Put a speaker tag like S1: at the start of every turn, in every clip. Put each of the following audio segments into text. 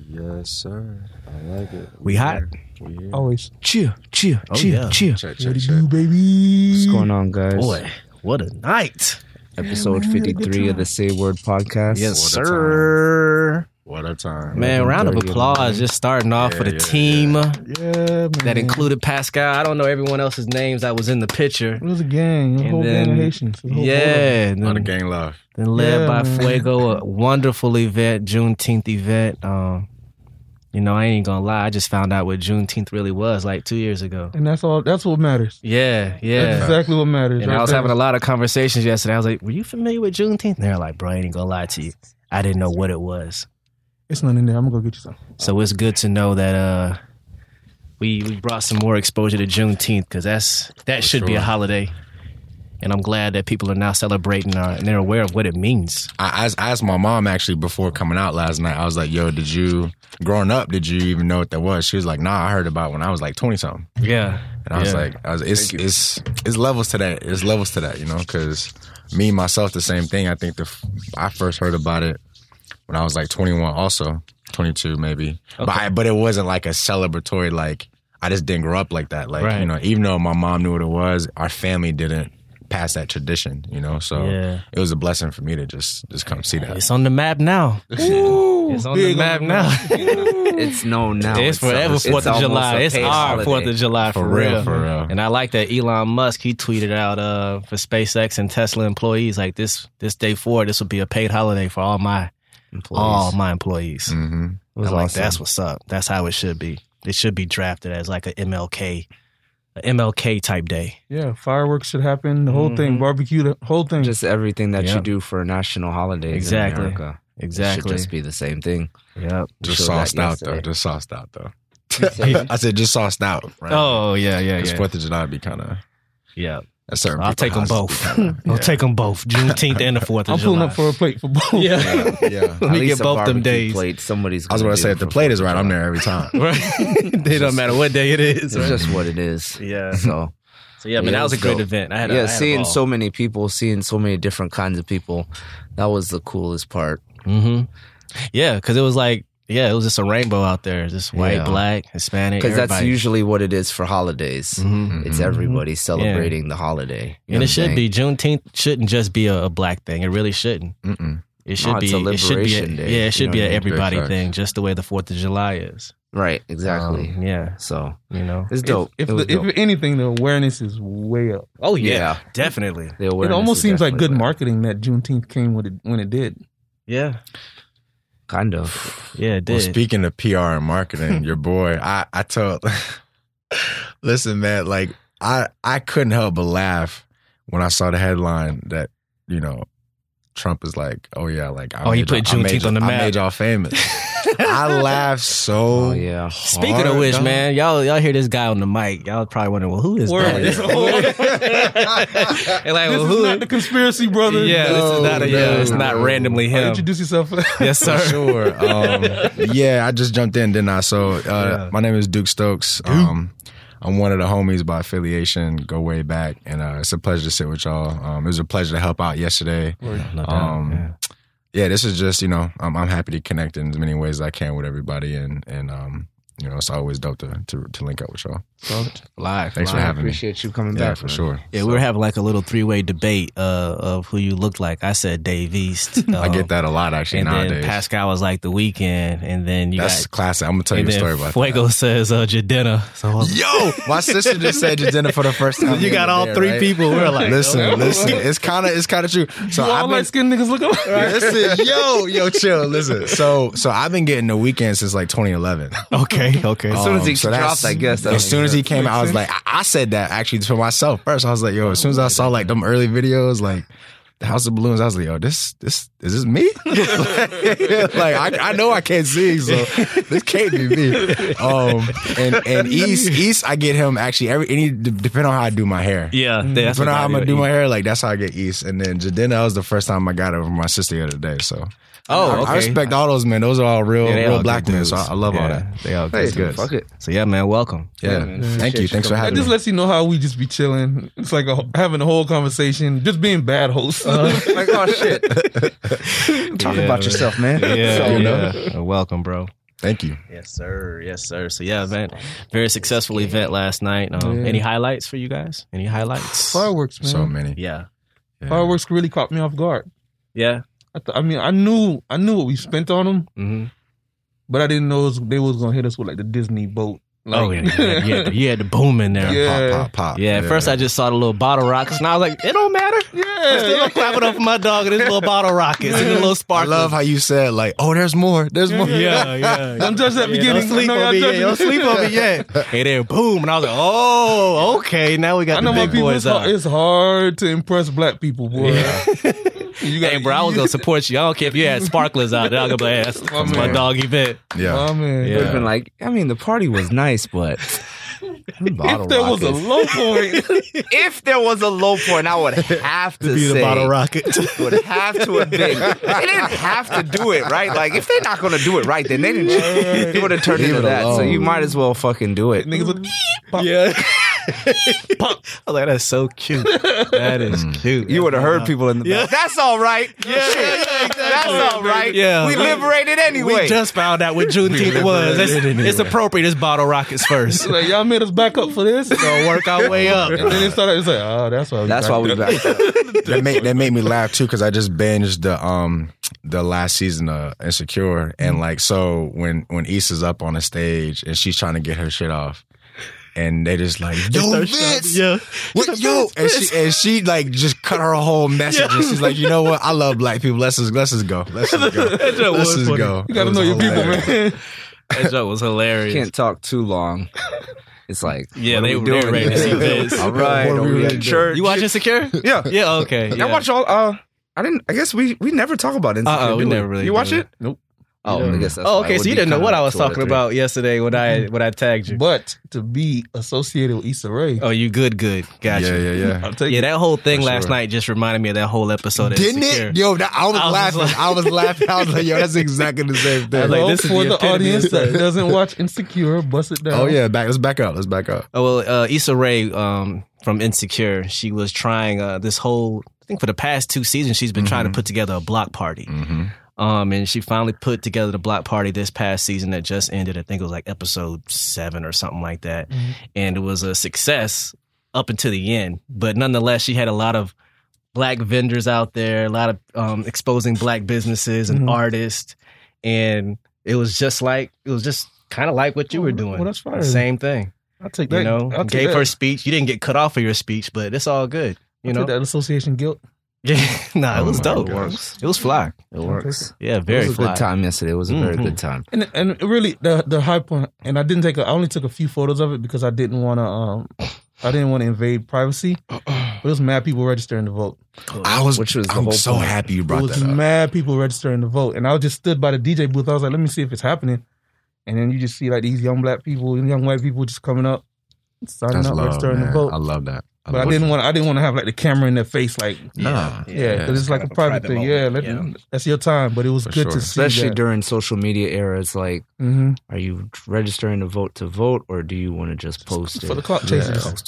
S1: Yes, sir. I like it.
S2: We hot.
S1: here. We here.
S3: Always.
S2: Cheer, cheer,
S4: Oh,
S2: cheer,
S4: yeah.
S2: cheer.
S1: check,
S3: What
S1: check,
S3: do
S1: check.
S3: you do, baby?
S4: What's going on, guys?
S2: Boy,
S4: what a night!
S2: Episode 53 of the Say Word podcast.
S4: Yes,
S1: What a
S4: sir.
S1: What a time.
S4: Man, round of
S2: Dirty
S4: applause just starting off
S1: Yeah,
S4: for the
S1: yeah,
S4: team
S3: Yeah, man.
S4: that included Pascal. I don't know everyone else's names that was in the picture.
S3: It was a gang. A
S4: And
S3: whole gang
S4: then-
S3: of Haitians. A whole gang.
S4: Yeah, and
S1: What a
S4: then,
S1: gang love.
S4: then led
S3: Yeah,
S4: by
S3: man.
S4: Fuego, a wonderful event, Juneteenth event. Um, you know, I ain't gonna lie, I just found out what Juneteenth really was like two years ago.
S3: And that's all. That's what matters.
S4: Yeah,
S3: That's
S4: yeah.
S3: exactly what matters.
S4: And I was having a lot of conversations yesterday. I was like, "Were you familiar with Juneteenth?" And they're like, "Bro, I ain't gonna lie to you. I didn't know what it was."
S3: It's not in there. I'm gonna go get you some.
S4: So it's good to know that uh, we we brought some more exposure to Juneteenth because that's that should be a
S1: sure.
S4: holiday. And I'm glad that people are now celebrating uh, and they're aware of what it means.
S1: I, I asked- I asked my mom actually before coming out last night. I was like, "Yo, did you growing up? Did you even know what that was?" She was like, "Nah, I heard about it when I was like twenty something."
S4: Yeah,
S1: And I was like, I was, "It's it's it's levels to that. It's levels to that, you know." Because me myself, the same thing. I think the f- I first heard about it when I was like twenty one, also twenty two maybe. But I, but it wasn't like a celebratory like. I just didn't grow up like that. Like
S4: Right.
S1: you know, even though my mom knew what it was, our family didn't pass that tradition. You know, so
S4: Yeah.
S1: it was a blessing for me to just just come see that.
S4: it's on the map now. it's on the
S3: big
S4: map
S3: on
S4: now.
S5: It's known now.
S4: it's forever Fourth of
S5: almost
S4: July.
S5: a
S4: It's
S5: paid
S4: our
S5: holiday.
S4: Fourth of July for,
S1: For real, for real.
S4: And I like that Elon Musk he tweeted out uh, for SpaceX and Tesla employees like this this day forward this will be a paid holiday for all my all my employees.
S1: hmm
S4: I was like,
S5: awesome.
S4: that's what's up. That's how it should be. It should be drafted as like a MLK, a MLK type day.
S3: Yeah, fireworks should happen. The whole thing,
S4: Mhm.
S3: barbecue, the whole thing.
S5: Just everything that
S4: Yeah.
S5: you do for national holidays
S4: Exactly.
S5: in America. It should just be the same thing.
S4: Yep.
S1: Just
S5: showed that
S1: sauced out though.
S5: yesterday.
S1: Just sauced out though.
S5: said-
S1: I said just sauced out. Right?
S4: Oh yeah, yeah,
S1: Because
S4: yeah.
S1: Fourth of July be kind of
S4: yeah.
S1: a certain.
S4: I'll
S1: people
S4: take them
S1: houses
S4: both.
S1: be kinda-
S4: I'll take them both. Juneteenth and the Fourth of
S3: I'm
S4: July.
S3: pulling up for a plate for both.
S4: yeah.
S1: yeah. yeah.
S5: At
S4: Let me
S5: least
S4: get
S5: a
S4: both
S5: barbecue
S4: them days.
S5: Plate, somebody's.
S1: I was
S5: gonna
S1: going to
S5: do
S1: say
S5: it
S1: if the
S5: for
S1: plate is
S5: Fourth
S1: right,
S5: of
S1: I'm
S5: July.
S1: there every time.
S4: Right. it don't matter what day it is.
S5: It's just what it is.
S4: Yeah.
S5: So
S4: So yeah, man,
S5: Yeah,
S4: that was a great
S5: so-
S4: event. I had a- I
S5: yeah,
S4: had a
S5: seeing
S4: ball.
S5: so many people, seeing so many different kinds of people, that was the coolest part.
S4: hmm Yeah, because it was like yeah, it was just a rainbow out there, just white,
S5: Yeah.
S4: black, Hispanic,
S5: Because that's
S4: everybody.
S5: usually what it is for holidays.
S4: Mhm.
S5: It's everybody celebrating the holiday, You know
S4: And
S5: what I'm
S4: it should
S5: saying?
S4: be Juneteenth shouldn't just be a, a black thing. It really shouldn't.
S1: Mm-mm.
S4: It should
S5: it's
S4: be
S5: a
S4: it should be a-
S5: liberation day,
S4: Yeah,
S5: you
S4: it should
S5: know
S4: be
S5: what I
S4: an
S5: mean?
S4: everybody
S1: Big facts.
S4: thing, just the way the Fourth of July is.
S5: right. Exactly.
S4: Um, yeah,
S5: so
S4: you know.
S5: it's
S3: If,
S5: dope.
S3: if,
S5: It was
S3: the,
S5: dope.
S3: if anything, the awareness is way up.
S4: Oh
S5: Yeah.
S4: definitely.
S5: The
S3: It
S5: awareness
S3: almost
S5: is
S3: seems like good
S5: definitely there.
S3: marketing that Juneteenth came when it when it did.
S4: Yeah,
S5: Kind of.
S4: yeah, it did.
S1: Well, speaking of PR and marketing, your boy, I I told. listen, man, like I I couldn't help but laugh when I saw the headline that you know. Trump is like, oh yeah, like I
S4: Oh, he
S1: made
S4: put
S1: y'all- I made
S4: Juneteenth on
S1: y'all-
S4: the
S1: I
S4: map.
S1: made y'all famous. I laughed so.
S5: Oh yeah.
S4: Speaking of
S1: hard,
S4: which,
S1: dog.
S4: man, y'all y'all hear this guy on the mic, y'all probably wondering, well, who is
S3: Word.
S4: that?
S3: This,
S4: They're
S1: Word.
S4: like,
S3: this
S4: well,
S3: is
S4: who?
S3: not the conspiracy brother.
S4: yeah, this is
S1: No,
S4: not a, yeah,
S1: no,
S4: it's not
S1: no.
S4: randomly
S3: Uh,
S4: him.
S3: introduce yourself.
S4: Yes, sir.
S1: Sure. Um, yeah, I just jumped in, didn't I? So, uh, my name is Duke Stokes. Um, I'm one of the homies by affiliation, go way back, and uh, it's a pleasure to sit with y'all. Um, it was a pleasure to help out yesterday.
S4: No doubt,
S1: Um,
S4: yeah.
S1: Yeah, this is just you know, I'm, I'm happy to connect in as many ways as I can with everybody, and and um, you know, it's always dope to to, to link up with y'all.
S4: Live. live.
S1: Thanks for
S5: I
S1: having me.
S5: appreciate you coming
S1: Yeah,
S5: back
S1: for
S5: man.
S1: sure.
S4: Yeah, we were having like a little three way debate uh, of who you looked like. I said Dave East.
S1: I
S4: um,
S1: get that a lot actually
S4: And then
S1: nowadays.
S4: Pascal was like the weekend, and then you
S1: That's
S4: got
S1: classic. I'm gonna tell you
S4: and
S1: a
S4: then
S1: story about
S4: Fuego
S1: that.
S4: says uh, Jadena. So I was-
S1: Yo, my sister just said you dinner for the first time.
S4: you
S1: the
S4: got
S1: other
S4: all
S1: day,
S4: three
S1: right?
S4: people. We're like,
S1: Listen, listen. It's kind of it's kind of true. So
S3: All
S1: I've been
S3: light skinned niggas look alike.
S1: listen, yo, yo, chill. Listen, so so I've been getting the weekend since like 2011.
S4: okay, okay.
S5: As soon as he
S1: Um, so
S5: dropped,
S1: that's-
S5: I guess. that
S1: As soon as he came out, I was like, I, I said that actually to myself first. I was like, yo, as soon as I saw like them early videos, like. The House of Balloons. I was like, "Yo, this, this, is this me? like, I, I know I can't sing, so this can't be me." Um, and and East, East, I get him actually every any depending on how I do my hair.
S4: yeah, that's
S1: Depending
S4: what
S1: on how I'm
S4: I
S1: gonna do my hair, like that's how I get East. And then Jadena, that was the first time I got it from my sister the other day. So I,
S4: Oh,
S1: I
S4: okay.
S1: respect all those men. Those are all real,
S4: Yeah, they
S1: real
S4: all
S1: black
S4: good
S1: men. So I,
S4: dudes.
S1: I love all
S4: Yeah,
S1: that.
S4: They all
S1: Hey,
S4: good.
S1: it's good.
S5: fuck it.
S4: So yeah, man, welcome.
S1: Yeah.
S5: man.
S1: Thank you. Thanks for
S3: That
S1: having
S3: just
S1: me.
S3: lets you know how we just be chilling. It's like a, having a whole conversation, just being bad hosts.
S5: like, oh shit. Talk about yourself, man.
S4: Yeah,
S5: So,
S4: yeah. Uh, welcome, bro.
S1: Thank you.
S4: Yes, sir. Yes, sir. So yeah, event. Very successful event last night. Um,
S3: Yeah.
S4: Any highlights for you guys? Any highlights?
S3: Fireworks, man.
S1: So many.
S4: Yeah.
S1: Yeah.
S3: Fireworks really caught me off guard.
S4: Yeah.
S3: I, th- I mean, I knew I knew what we spent on them,
S4: hmm
S3: but I didn't know it was- they was gonna hit us with like the Disney boat. Like,
S4: Oh yeah. You had, you, had the, you had the boom in there.
S3: Yeah.
S1: Pop, pop, pop.
S4: Yeah, at first I just saw the little bottle rockets, and I was like, "It don't matter. I'm still
S3: yeah.
S4: gonna clap it up for my dog and his little bottle rockets and the little
S1: I
S4: sparkles."
S1: love how you said like, oh, there's more. There's more.
S4: yeah, yeah.
S3: Don't judge that
S4: Yeah,
S3: beginning.
S4: Don't sleep
S3: I
S4: on
S3: know y'all
S4: me yet.
S3: judging.
S4: Don't sleep on me yet. And then boom, and I was like, "Oh, okay. Now we got
S3: I know
S4: the
S3: my
S4: big
S3: people. It's
S4: boys
S3: hard,
S4: up."
S3: it's hard to impress black people, boy. you
S4: Hey, bro, I was gonna support you. I don't care if you had sparklers out there. I was gonna be like, "That's
S3: My
S4: that's my
S3: Oh, man.
S4: dog event."
S1: Yeah.
S3: Oh, man.
S4: Yeah.
S5: Would've been like, I mean, the party was nice, but
S3: If there was a low point,
S5: if there was a low point, I would have to
S1: Be the
S5: say,
S1: bottle rocket.
S5: would have to have been. They didn't have to do it right. Like if they're not gonna do it right, then they didn't. It would have turned
S1: Leave
S5: into
S1: it
S5: that. So
S1: alone.
S5: you might as well fucking do it.
S3: niggas would. Pop.
S4: Yeah. I was like, "That's so cute. Mm. That is cute."
S5: You would have heard people in the back.
S4: Yeah.
S5: That's all right. Shit. That's all right.
S4: Yeah.
S5: We
S4: We-
S5: liberated
S4: We
S5: anyway.
S4: just found out what Juneteenth was. It's, it's appropriate. It's bottle rockets first.
S3: Like y'all made us back up for this,
S4: Gonna work our way up.
S3: and then it started. It's like, oh, that's why. We
S5: That's why we
S3: up.
S5: back.
S1: that made that made me laugh too because I just binged the um the last season of Insecure and like so when when Issa's up on the stage and she's trying to get her shit off and they just like yo Vince
S4: Yeah.
S1: what yo and she and she like just cut her whole message and she's like you know what I love black people let's just let's just go let's just go let's just go
S3: You gotta
S1: It was
S3: know your people,
S1: hilarious.
S3: man.
S4: That joke was hilarious.
S5: Can't talk too long. It's like
S4: Yeah,
S5: what are
S4: they
S5: we
S4: they
S5: doing
S4: ready to see
S5: here?
S4: Vince.
S5: All right,
S1: What are we
S5: over
S1: really
S5: at
S1: doing?
S5: church.
S4: You watch Insecure?
S5: Yeah.
S4: Yeah. Okay.
S5: I watch all. Uh, I didn't. I guess we we never talk about Insecure.
S4: Uh-uh, we
S5: do
S4: never really
S5: You watch
S4: do.
S5: it?
S3: Nope.
S5: Oh, I guess. That's
S4: Oh,
S5: why it
S4: okay.
S5: would
S4: So you
S5: be
S4: didn't
S5: kinda
S4: know
S5: Mm-hmm.
S4: what
S5: like
S4: I was
S5: two out of
S4: talking
S5: three.
S4: about yesterday when I when I tagged you.
S3: But to be associated with Issa Rae,
S4: Oh, you good? Good. Gotcha.
S1: yeah yeah yeah
S3: I'll take
S4: Yeah,
S3: it.
S4: that whole thing
S1: For
S4: last
S1: sure.
S4: night just reminded me of that whole episode. of
S1: didn't
S4: Insecure.
S1: it yo that, I was
S4: I was
S1: laughing
S4: like-
S1: I was laughing I was like yo that's exactly the same thing
S4: like,
S3: Hello
S4: this is
S3: for
S4: the
S3: the,
S4: epitome
S3: audience
S4: of-
S3: that doesn't watch Insecure, bust it down.
S1: oh yeah back let's back up let's back up
S4: Oh, well, uh, Issa Rae um, from Insecure, she was trying uh, this whole. I think for the past two seasons, she's been
S5: Mm-hmm.
S4: trying to put together a block party.
S1: mm-hmm.
S4: Um, and she finally put together the block party this past season that just ended. I think it was like episode seven or something like that.
S3: Mhm.
S4: And it was a success up until the end. But nonetheless, she had a lot of black vendors out there, a lot of um, exposing black businesses and
S3: Mhm.
S4: artists. And it was just like, it was just kind of like what you were
S3: Well,
S4: doing.
S3: well, that's fine.
S4: Same thing.
S3: I'll take that.
S4: You know,
S3: I'll take
S4: gave
S3: that.
S4: her speech. You didn't get cut off for your speech, but it's all good. You
S3: I'll
S4: know?
S3: take that association guilt.
S4: Yeah. nah, it
S1: Oh
S4: was
S1: my
S4: dope.
S1: gosh.
S4: It was fly.
S5: It works.
S4: Yeah,
S5: It
S4: very
S5: was a
S4: fly.
S5: good time yesterday. It was a very
S4: Mhm.
S5: good time.
S3: And and really the the high point, and I didn't take. A, I only took a few photos of it because I didn't want to. Um, I didn't want to invade privacy. But it was mad people registering to vote.
S1: I was,
S5: Which was the
S1: I'm
S5: whole
S1: so
S5: point.
S1: happy you
S3: It
S1: brought
S3: was
S1: that up.
S3: mad people registering to vote, and I just stood by the DJ booth. I was like, let me see if it's happening. And then you just see like these young black people, and young white people just coming up, signing
S1: That's
S3: up,
S1: love,
S3: registering
S1: man.
S3: to vote.
S1: I love that. I
S3: but I
S1: love
S3: didn't want. I didn't want to have like the camera in their face, like
S1: that. Nah.
S3: yeah, because it's like a
S4: kind of a
S3: private
S4: private
S3: thing.
S4: moment,
S3: Yeah, let-
S4: yeah.
S3: that's your time. But it was
S1: For
S3: good
S1: sure.
S3: to see
S5: Especially
S3: that.
S5: during social media era, it's like,
S3: Mhm.
S5: are you registering to vote to vote, or do you want to just post it?
S3: for the clock chasers.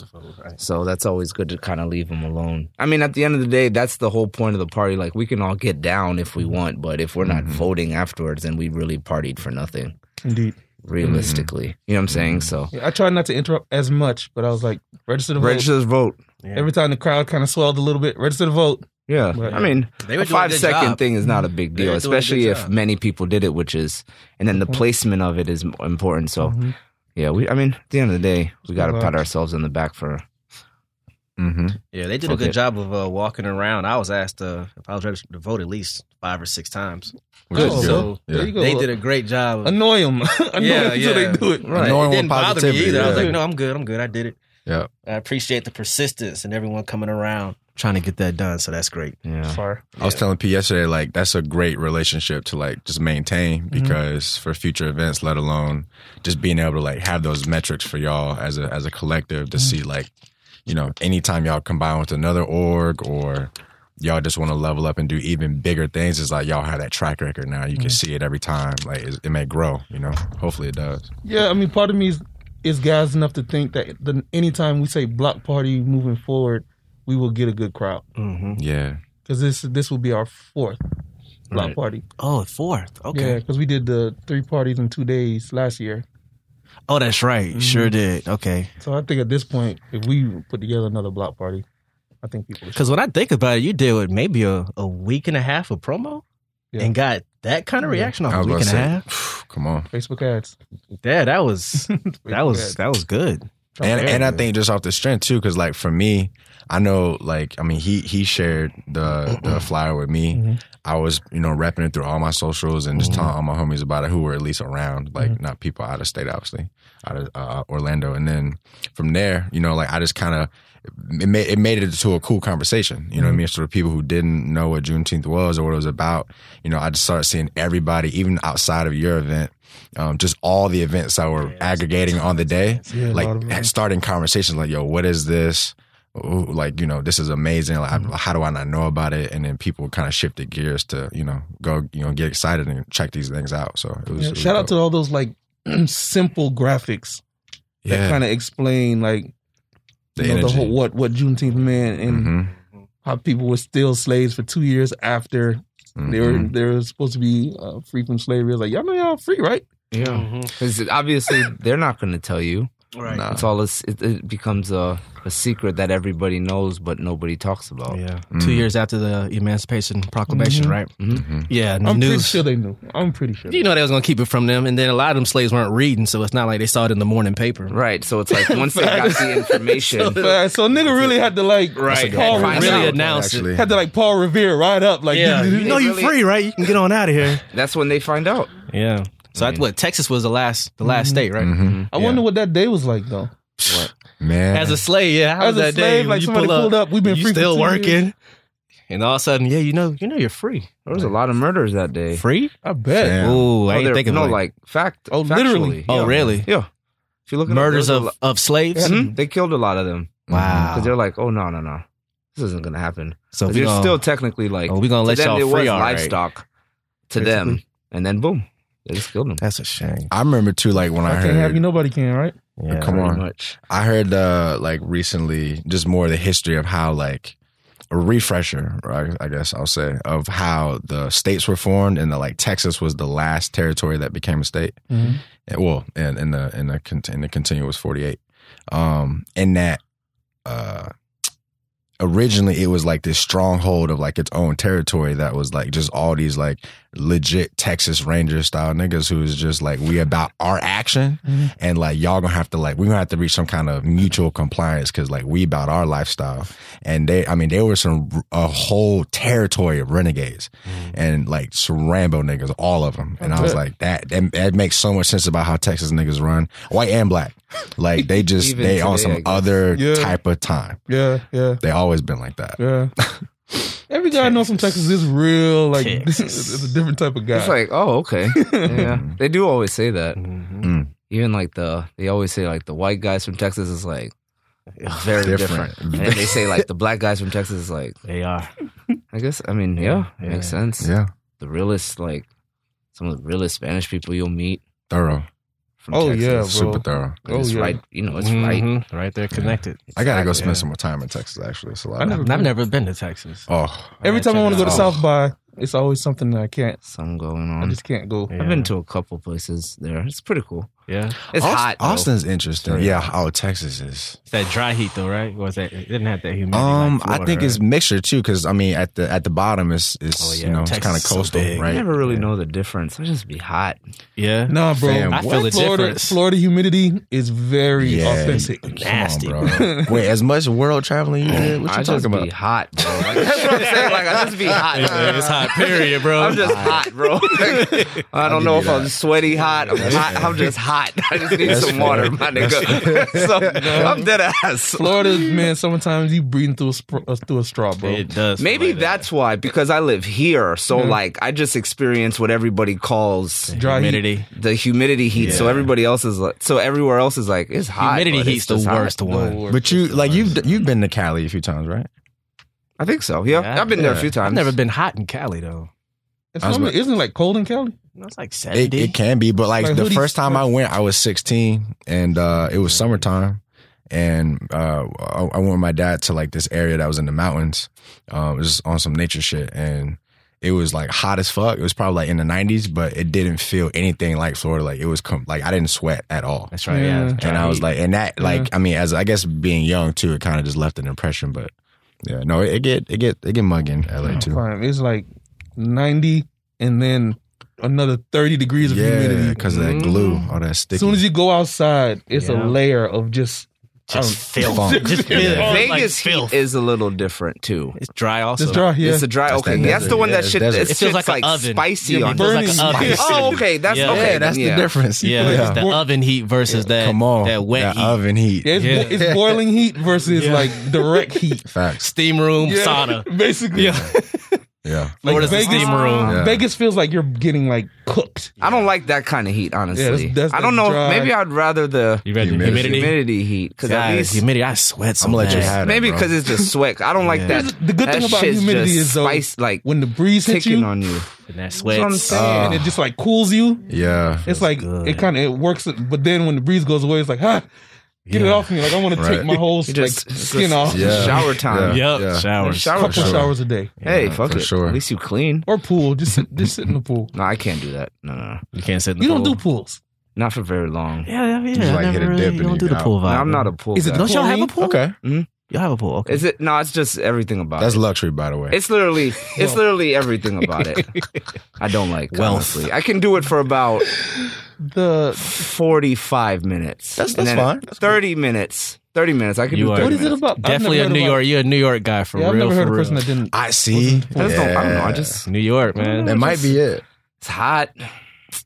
S5: So that's always good to kind of leave them alone. I mean, at the end of the day, that's the whole point of the party. Like, we can all get down if we want, but if we're not
S1: Mhm.
S5: voting afterwards, then we really partied for nothing,
S3: Indeed.
S5: realistically. You know what I'm saying? So,
S3: Yeah, I tried not to interrupt as much, but I was like, register to vote.
S5: register to vote.
S3: Every time the crowd kind of swelled a little bit, register to vote.
S5: Yeah.
S3: Right.
S5: I mean,
S4: They
S5: a five second thing is not a big
S4: They
S5: deal,
S4: were doing a good
S5: especially if
S4: job.
S5: many people did it, which is, and then the
S3: Mhm.
S5: placement of it is m- important. So,
S3: Mhm.
S5: yeah, we, I mean, at the end of the day, we got to pat
S3: Relax.
S5: ourselves on the back for
S1: Mm-hmm.
S4: Yeah, they did a
S5: Okay.
S4: good job of uh, walking around. I was asked uh, if I was registered to vote at least five or six times.
S1: Which
S3: Oh,
S1: is good.
S4: so
S1: Yeah.
S3: There you go.
S4: They did a great job. Of,
S3: annoy them. annoy
S4: Yeah,
S3: 'em till
S4: yeah.
S3: they do it.
S4: right.
S1: Annoying
S4: It
S1: with
S4: didn't bother me
S1: positivity,
S4: either. I was
S1: yeah.
S4: like, no, I'm good. I'm good. I did it.
S1: Yeah.
S4: I appreciate the persistence and everyone coming around trying to get that done. So that's great.
S5: yeah.
S3: Sorry.
S1: I was telling P yesterday, like that's a great relationship to like just maintain
S4: Mm-hmm.
S1: because for future events, let alone just being able to like have those metrics for y'all as a as a collective to
S4: Mm-hmm.
S1: see like, you know, anytime y'all combine with another org or y'all just want to level up and do even bigger things, it's like y'all have that track record now. You can
S4: Mm-hmm.
S1: see it every time. Like it, it may grow, you know. Hopefully it does.
S3: Yeah, I mean, part of me is, is guys enough to think that the, anytime we say block party moving forward, we will get a good crowd
S4: Mm-hmm.
S1: Yeah.
S3: because this this will be our fourth. block
S1: Right.
S3: party.
S4: Oh, at four.
S3: Yeah,
S4: Okay.
S3: because we did the three parties in two days last year.
S4: Oh, that's right. Sure
S3: Mm-hmm.
S4: did. Okay.
S3: So I think at this point, if we put together another block party, I think people. Should.
S4: Because when I think about it, you did with maybe a, a week and a half of promo
S3: Yeah.
S4: and got that kind of
S3: Yeah.
S4: reaction off
S1: I
S4: a
S1: was
S4: week
S1: about
S4: and a
S1: to say,
S4: half.
S1: phew, come on.
S3: Facebook ads.
S4: Yeah, that was that
S3: Facebook
S4: was
S3: ads.
S4: that was good.
S1: and
S4: Very
S1: and I
S4: good.
S1: think just off the strength too, because like for me, I know like I mean he he shared the the flyer with me.
S3: Mhm.
S1: I was you know repping it through all my socials and just telling all my homies about it who were at least around, like not people out of state, obviously out of uh, Orlando. And then from there, you know, like I just kind of it made it made it to a cool conversation. You know what I mean? So the people who didn't know what Juneteenth was or what it was about, you know, I just started seeing everybody, even outside of your event, um, just all the events that were aggregating on the day
S3: Yeah, a lot of them.
S1: like starting conversations like yo what is this Ooh, like you know this is amazing like, I-
S3: Mm-hmm.
S1: how do i not know about it and then people kind of shifted gears to you know go you know get excited and check these things out so it was
S3: Yeah, shout out to
S1: dope.
S3: all those like simple graphics that
S1: yeah
S3: kind of explain like
S1: the
S3: you know, the
S1: energy
S3: whole what what Juneteenth meant and
S1: Mhm,
S3: how people were still slaves for two years after they were
S1: mhm.
S3: they were supposed to be uh, free from slavery. I was like, y'all know y'all free, right?
S5: Yeah, because obviously they're not going to tell you.
S4: Mm-hmm. Right.
S3: Uh,
S1: Nah.
S5: It's all a, it, it becomes a, a secret that everybody knows, but nobody talks about.
S4: Yeah.
S1: Mm.
S4: Two years after the Emancipation Proclamation,
S3: Mhm.
S4: right? Mm-hmm.
S5: Mm-hmm.
S1: Mhm.
S4: Yeah.
S3: I'm pretty
S4: news.
S3: sure they knew. I'm pretty sure.
S4: you know they was gonna keep it from them, and then a lot of them slaves weren't reading, so it's not like they saw it in the morning paper.
S5: Right. So it's like once they got the information,
S3: But, so nigga really had to like
S4: Right.
S5: Had to
S3: Paul Revere,
S5: find
S4: really
S5: out,
S4: announced it.
S1: actually
S3: had to like Paul Revere right up like
S4: Yeah, you know you
S5: Really-
S4: free, right? You can get on out of here.
S5: that's when they find out.
S4: Yeah. So I,
S5: Mhm.
S4: what Texas was the last the
S3: Mm-hmm.
S4: last state, right?
S5: Mm-hmm.
S1: Mhm.
S3: I wonder what that day was like though.
S1: man
S4: As a slave, yeah. How
S3: As
S4: was
S3: a
S4: that day?
S3: slave,
S4: when
S3: like
S4: you
S3: somebody
S4: pull
S3: pulled up, we've been
S4: you
S3: free. for
S4: still
S3: two
S4: working,
S3: years.
S4: and all of a sudden, yeah, you know, you know, you're free.
S5: There was a lot of murders that day.
S4: Free?
S3: I bet.
S1: Damn.
S4: Oh,
S5: No,
S4: I ain't
S5: there-
S4: thinking
S5: no,
S4: like,
S5: like fact.
S3: Oh,
S5: factually.
S3: literally.
S4: oh,
S5: Yeah.
S4: really?
S5: Yeah. If you look at
S4: Murders of of slaves?
S5: hmm they killed a lot of them
S1: Mm-hmm.
S4: Wow.
S5: because they're like, oh no no no, this isn't gonna happen.
S4: So
S5: They're
S4: we gonna,
S5: still technically like
S4: oh, we gonna let
S5: to them
S4: y'all
S5: it
S4: free,
S5: was
S4: all right.
S5: livestock to them, and then boom, they just killed them.
S4: That's a shame.
S1: i remember too like when i,
S3: I can't have
S1: heard
S3: you. Nobody can, right?
S4: Yeah.
S1: Come
S5: Pretty
S1: on.
S5: much.
S1: I heard uh like recently just more of the history of how like a refresher, right, I guess I'll say, of how the states were formed and the like Texas was the last territory that became a state.
S3: Mhm.
S1: And- well, and in the in the cont- in the continuous forty eight. Um in that uh originally it was like this stronghold of like its own territory that was like just all these like legit Texas Ranger style niggas who was just like we about our action
S5: Mm-hmm.
S3: Mhm.
S1: and like y'all gonna have to like we gonna have to reach some kind of mutual compliance because like we about our lifestyle and they I mean they were some a whole territory of renegades
S5: Mm-hmm.
S1: and like some Rambo niggas all of them and I was
S3: Okay.
S1: like that, that that makes so much sense about how Texas niggas run white and black like they just
S5: Even
S1: they on
S5: today, I
S1: some
S5: guess.
S1: other
S3: Yeah.
S1: type of time
S3: Yeah, yeah,
S1: they always been like that
S3: yeah. Every guy I know from Texas is real. Like
S4: Texas.
S3: it's a different type of guy.
S5: It's like, oh, okay. yeah. They do always say that.
S4: Mhm.
S1: Mm,
S5: Even like the, they always say like the white guys from Texas is like very different.
S1: Different.
S5: And then they say like the black guys from Texas is like,
S4: They are.
S5: I guess, I mean, yeah,
S4: Yeah.
S5: makes sense.
S1: yeah
S5: The realest, like some of the realest Spanish people you'll meet
S1: thorough
S5: from
S3: Oh,
S5: Texas.
S3: yeah, bro.
S1: super thorough
S5: And It's
S3: Oh, yeah.
S5: right, you know, it's right.
S4: Mhm. Right there connected.
S1: I gotta go
S5: Exactly.
S1: spend some more time in Texas actually it's a lot
S3: I
S1: of-
S3: never
S4: I've never been to Texas.
S1: oh
S3: Every
S4: gotta
S3: time I
S4: check
S3: want to
S4: it
S3: go to
S1: out.
S3: South by, it's always something that I can't.
S5: Something going
S3: I
S5: on.
S3: just can't go.
S1: Mm.
S4: Yeah.
S5: I've been to a couple places there. It's pretty cool.
S4: Yeah.
S5: It's
S1: Aust-
S5: hot. though.
S1: Austin's interesting.
S5: Sorry.
S1: Yeah. Oh, Texas is.
S4: It's that dry heat though, right? Or is that it didn't have that humidity?
S1: Um,
S4: like Florida,
S1: I think it's
S4: right?
S1: mixture too, because I mean, at the at the bottom is is
S4: Oh, yeah.
S1: you know it's
S4: Texas
S1: kind of
S4: is so
S1: coastal,
S4: big.
S5: I
S1: right?
S5: never really know the difference. I just be hot.
S4: yeah.
S3: Nah, bro.
S1: Fam, I
S4: feel the
S3: Florida,
S4: difference.
S3: Florida humidity is very
S1: Yeah.
S3: authentic.
S1: Come on,
S4: Nasty.
S1: bro. Wait, as much world traveling you did? What you
S5: I
S1: talking
S5: just
S1: about?
S5: be hot, bro. Like, that's what I'm saying. Like I just be hot.
S4: Yeah, it's hot. Period, bro.
S5: I'm just hot, bro. I don't know if I'm sweaty hot. I'm hot. I'm just hot. I just need some water, my nigga. so, I'm dead ass.
S3: Florida, man. Sometimes you breathing through a spr- uh, through a straw, bro.
S4: It does. feel
S5: Maybe
S4: like that.
S5: that's why, because I live here. So,
S1: Mm-hmm.
S5: like, I just experience what everybody calls
S3: Dry heat.
S4: humidity.
S5: the humidity heat. So,
S4: Yeah.
S5: everybody else is like, so everywhere else is like, it's hot.
S4: humidity
S5: but it's
S4: heat's the
S5: just hot.
S4: worst one.
S1: But you like you've you've been to Cali a few times, right?
S5: I think so. Yeah.
S4: Yeah.
S5: I've been there a few times.
S4: I've never been hot in Cali though.
S3: It's
S1: I was
S3: not-
S1: about-
S3: isn't it like cold in Cali?
S4: That's like
S1: It,
S4: seventy.
S1: it can be, but like,
S3: Like,
S1: the
S3: hoodies-
S1: first time I went, I was 16, and uh, it was summertime, and uh, I, I went with my dad to like this area that was in the mountains, uh, it was on some nature shit, and It was like hot as fuck. It was probably like in the 90s, but it didn't feel anything like Florida. Like it was com- like I didn't sweat at all.
S4: That's right. Yeah.
S3: Yeah.
S4: that's
S1: And
S4: right.
S1: I was like, and that like I mean, as I guess being young too, it kind of just left an impression. But yeah, no, it, it get it get it get mugging
S4: Oh,
S1: LA too.
S3: Fine. It's like 90 and then another 30 degrees of
S1: Yeah,
S3: humidity.
S1: because of
S4: Mm-hmm.
S1: that glue, all that sticky.
S3: As soon as you go outside, it's
S4: Yeah.
S3: a layer of just
S4: just
S1: oh, Funk.
S4: filth. Just
S1: Yeah.
S4: filth.
S1: Vegas
S4: Like
S5: Vegas
S4: filth.
S5: heat is a little different too.
S4: It's dry also.
S3: this dry here.
S5: It's a dry.
S1: That's
S5: okay,
S1: that
S5: that's
S1: desert.
S5: the one
S1: Yeah,
S5: that
S1: it's
S5: shit.
S1: desert.
S5: It
S4: It feels
S5: like,
S4: like an oven.
S5: spicy
S3: Yeah,
S5: on.
S3: burning.
S4: It's like an oven.
S5: Oh, okay. That's
S4: Yeah.
S5: okay.
S1: yeah, that's
S5: yeah.
S1: the difference.
S4: Yeah,
S3: Yeah.
S4: it's the
S3: Well-
S4: oven heat versus that
S1: Come on,
S4: that wet
S1: that
S4: heat.
S1: oven heat.
S3: Yeah, it's,
S4: Yeah.
S3: bo- it's boiling heat versus
S4: Yeah.
S3: like direct heat.
S1: Facts.
S4: Steam room
S3: Yeah,
S4: sauna.
S3: Basically.
S4: Yeah.
S1: Yeah,
S3: Like
S4: Florida's a
S3: Vegas- uh,
S4: steam room.
S1: Yeah.
S3: Vegas feels like you're getting like cooked.
S5: I don't like that kind of heat, honestly.
S3: that's
S5: I don't know.
S3: that dry-
S5: Maybe I'd rather the
S4: You ready?
S1: Humidity.
S4: Humidity.
S5: humidity heat because at
S4: God,
S5: least
S4: humidity. I sweat so
S1: I'm gonna
S4: much.
S1: let you have that.
S5: maybe
S1: bro.
S5: because it's the sweat. I don't like
S4: Yeah.
S5: that.
S3: The good
S5: that
S3: thing about
S5: shit's
S3: humidity
S5: just
S3: is though,
S5: spice like
S3: when the breeze hits
S5: ticking
S3: you
S5: on you.
S4: and that
S5: That's what I'm
S4: sweats.
S5: saying.
S3: and it just like cools you,
S1: yeah,
S3: it's like
S4: good.
S3: it kind of it works. But then when the breeze goes away, it's like, huh, get it
S4: Yeah.
S3: off me. Like I want to
S1: Right.
S3: take my whole
S5: You
S3: like,
S5: just
S3: skin off.
S1: Yeah.
S5: Shower time.
S1: Yeah.
S4: Yep. Showers.
S5: Shower
S3: Couple
S1: sure.
S3: showers a day
S5: Hey,
S1: Yeah,
S5: fuck
S1: for
S5: it.
S1: sure.
S5: At least you clean.
S3: or pool. Just sit, just sit in the pool.
S5: No, I can't do that. No, no, no.
S4: You can't sit in the
S3: You
S4: pool.
S3: don't do pools.
S5: Not for very long.
S4: Yeah, yeah, yeah.
S1: just,
S4: I
S1: like, hit
S4: never
S1: a
S4: really-
S1: dip
S4: you
S1: and
S4: don't
S1: you
S4: do the
S1: get out.
S4: pool
S5: No,
S4: vibe.
S5: I'm not a pool.
S3: Is it
S5: guy.
S4: Don't y'all have a
S3: Chlorine?
S4: pool?
S1: okay.
S4: Y'all have a pool. Okay.
S5: Is it? No, it's just everything about
S1: That's
S5: it.
S1: luxury, by the way.
S5: It's literally, it's literally everything about it. I don't like
S4: Wealth.
S5: honestly. I can do it for about
S3: The
S5: forty-five minutes.
S1: That's-
S5: And
S1: that's
S5: then
S1: fine. That's
S5: Thirty minutes. Thirty minutes. I can
S4: You
S5: do
S4: are-
S5: thirty
S3: what is it
S5: minutes.
S3: about? I've never
S4: Definitely a
S3: heard
S4: New
S3: about-
S4: York. You're a New York guy for
S3: Yeah, I've
S4: real.
S3: never heard
S4: for
S3: a person
S4: real.
S3: that didn't.
S1: I see.
S5: I just don't. I don't know. I
S1: Yeah.
S5: just.
S4: New York, man.
S1: That might be it.
S5: It's hot.
S4: It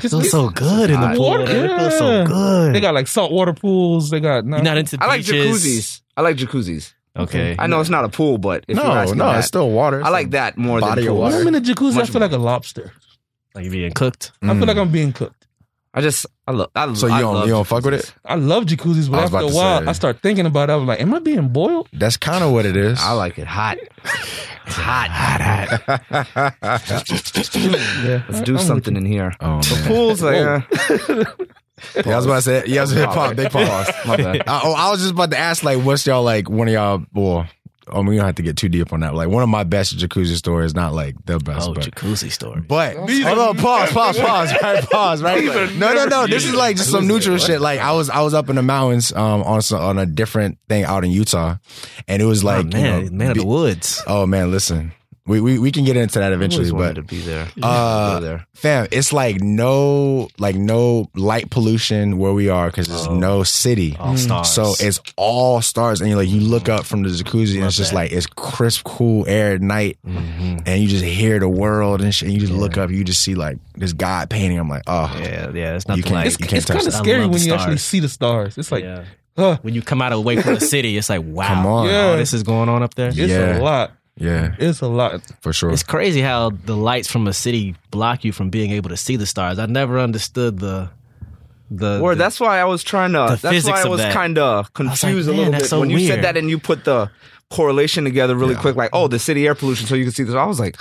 S4: feels so good in the
S5: hot.
S4: pool. man. It feels so
S3: Yeah.
S4: good.
S3: They got like saltwater pools. They got
S4: You're not into
S5: I like
S4: beaches.
S5: jacuzzis. I like jacuzzis.
S4: Okay.
S5: I know it's not a pool, but if you're
S1: No,
S5: asking
S1: no,
S5: that,
S1: it's still water.
S5: I like that more
S1: body
S5: than
S1: of
S5: pool.
S1: water.
S3: When I'm in a jacuzzi, I
S5: Much
S3: feel like a lobster.
S4: Like you being cooked.
S3: I
S1: Mm.
S3: feel like I'm being cooked.
S5: I just, I love. I,
S1: So
S5: I
S1: you don't,
S5: love
S1: you don't fuck with it?
S3: I love jacuzzis, but
S1: I was
S3: after
S1: about
S3: a
S1: to
S3: while,
S1: say.
S3: I start thinking about it. I was like, am I being boiled?
S1: That's kind of what it is.
S5: I like it hot. It's hot, hot, hot.
S3: Yeah.
S5: Let's do something in here.
S1: oh man.
S5: Pool's like, uh,
S1: Yeah, I was about to say. Yeah, I was about to pop. They pause.
S5: my bad.
S1: I, oh, I was just about to ask, like, what's y'all like? One of y'all, well, I mean, we don't have to get too deep on that. Like, one of my best jacuzzi stories, not like the best,
S4: Oh,
S1: but.
S4: jacuzzi story.
S1: But hold on, pause, pause, pause, right, pause, right. No, no, no. This is like just some neutral shit. Like I was, I was up in the mountains, um, on some, on a different thing out in Utah, and it was like,
S4: oh, man,
S1: you know,
S4: man of
S1: be-
S4: the woods.
S1: oh man, listen, we we we can get into that eventually,
S5: Always wanted
S1: but
S5: to be there.
S1: Uh,
S5: Go there.
S1: Fam, it's like no, like no light pollution where we are because there's
S4: Oh.
S1: no city.
S4: All stars.
S1: mm, So it's all stars, and you like you look up from the jacuzzi, and it's just
S4: that.
S1: like it's crisp, cool air at night,
S4: Mhm.
S1: and you just hear the world and shit. And you just look up, you just see like this God painting. I'm like, oh,
S4: Yeah, yeah. It's
S1: You
S4: nothing
S1: can't-
S4: like
S1: It's- you can't
S3: it's kind
S1: touch
S3: of
S1: that.
S4: I
S3: scary
S4: love
S3: when
S4: the
S3: you actually
S4: stars.
S3: see the stars. It's like,
S4: Yeah.
S3: huh,
S4: when you come out away from the city, it's like wow.
S1: come on,
S3: Yeah.
S4: All this is going on up there.
S3: it's
S1: Yeah.
S3: a lot.
S1: yeah,
S3: It's a lot.
S1: for sure.
S4: It's crazy how the lights from a city block you from being able to see the stars. I never understood the the
S5: Or
S4: the-
S5: that's why I was trying to.
S4: the
S5: That's
S4: physics
S5: why I
S4: of
S5: was
S4: that.
S5: kind of
S4: like,
S5: confused a
S4: man,
S5: little
S4: that's
S5: bit
S4: so
S5: when you said
S4: weird.
S5: that and you put the correlation together really quick. Like, oh, the city air pollution, so you can see this. I was like,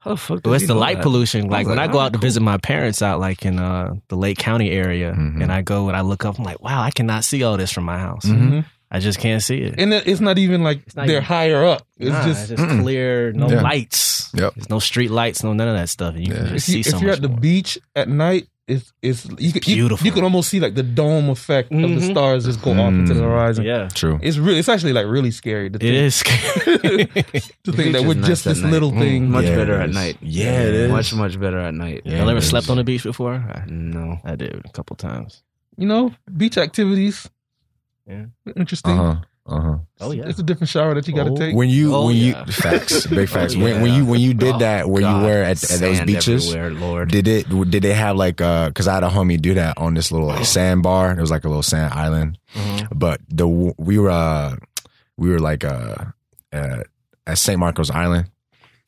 S5: how the fuck? does
S4: Well, it's
S5: he
S4: the
S5: know
S4: light
S5: that?
S4: pollution. Like,
S5: was
S4: when
S5: like,
S4: I go
S5: "Ah,
S4: out to visit my parents out, like in uh, the Lake County area,
S1: Mhm.
S4: and I go and I look up, I'm like, wow, I cannot see all this from my house.
S1: Mm-hmm.
S3: Mhm.
S4: I just can't see it.
S3: And it- it's not even like
S4: not
S3: they're
S4: even-
S3: higher up. It's
S4: Nah,
S3: just,
S1: mm-mm.
S4: clear, no
S1: Yeah.
S4: lights.
S1: Yep.
S4: There's no street lights, no none of that stuff. And you can
S1: Yeah.
S4: just
S3: if,
S4: see
S3: you,
S4: so
S3: are
S4: much
S3: at the
S4: more.
S3: beach at night, it's it's you, could- you-
S4: Beautiful.
S3: You, can almost see like the dome effect of the
S4: Mhm.
S3: stars just go off into the
S1: Mm.
S3: horizon.
S4: Yeah.
S1: True.
S3: It's really, it's actually like really scary to
S4: It
S3: think,
S4: is scary.
S3: to think that
S5: Beach
S3: we're
S5: is nice
S3: just
S5: at
S3: this
S5: night.
S3: little thing.
S5: Much
S1: Yeah,
S5: better
S1: it
S5: at
S1: is.
S5: night.
S1: Yeah, it is.
S5: Much much better at night.
S1: Yeah.
S4: Y'all ever
S1: it
S4: slept
S1: is.
S4: on the beach before? I,
S5: No.
S4: I did a couple times.
S3: You know, beach activities.
S4: Yeah.
S3: Interesting.
S1: Uh huh. Uh huh.
S4: Oh, yeah.
S3: It's a different shower that you got to
S4: Oh.
S3: take.
S1: When you
S4: Oh,
S1: when
S4: yeah.
S1: you facts big facts
S4: Oh,
S1: when, when
S4: yeah.
S1: you when you did
S5: Oh,
S1: that where
S5: God.
S1: you were at, at those
S5: Sand
S1: beaches
S5: everywhere, Lord.
S1: Did it? Did they have like? uh 'cause Cause I had a homie do that on this little like sandbar. It was like a little sand island.
S4: Mm-hmm.
S1: But the we were uh, we were like uh, uh at St. Marcos Island,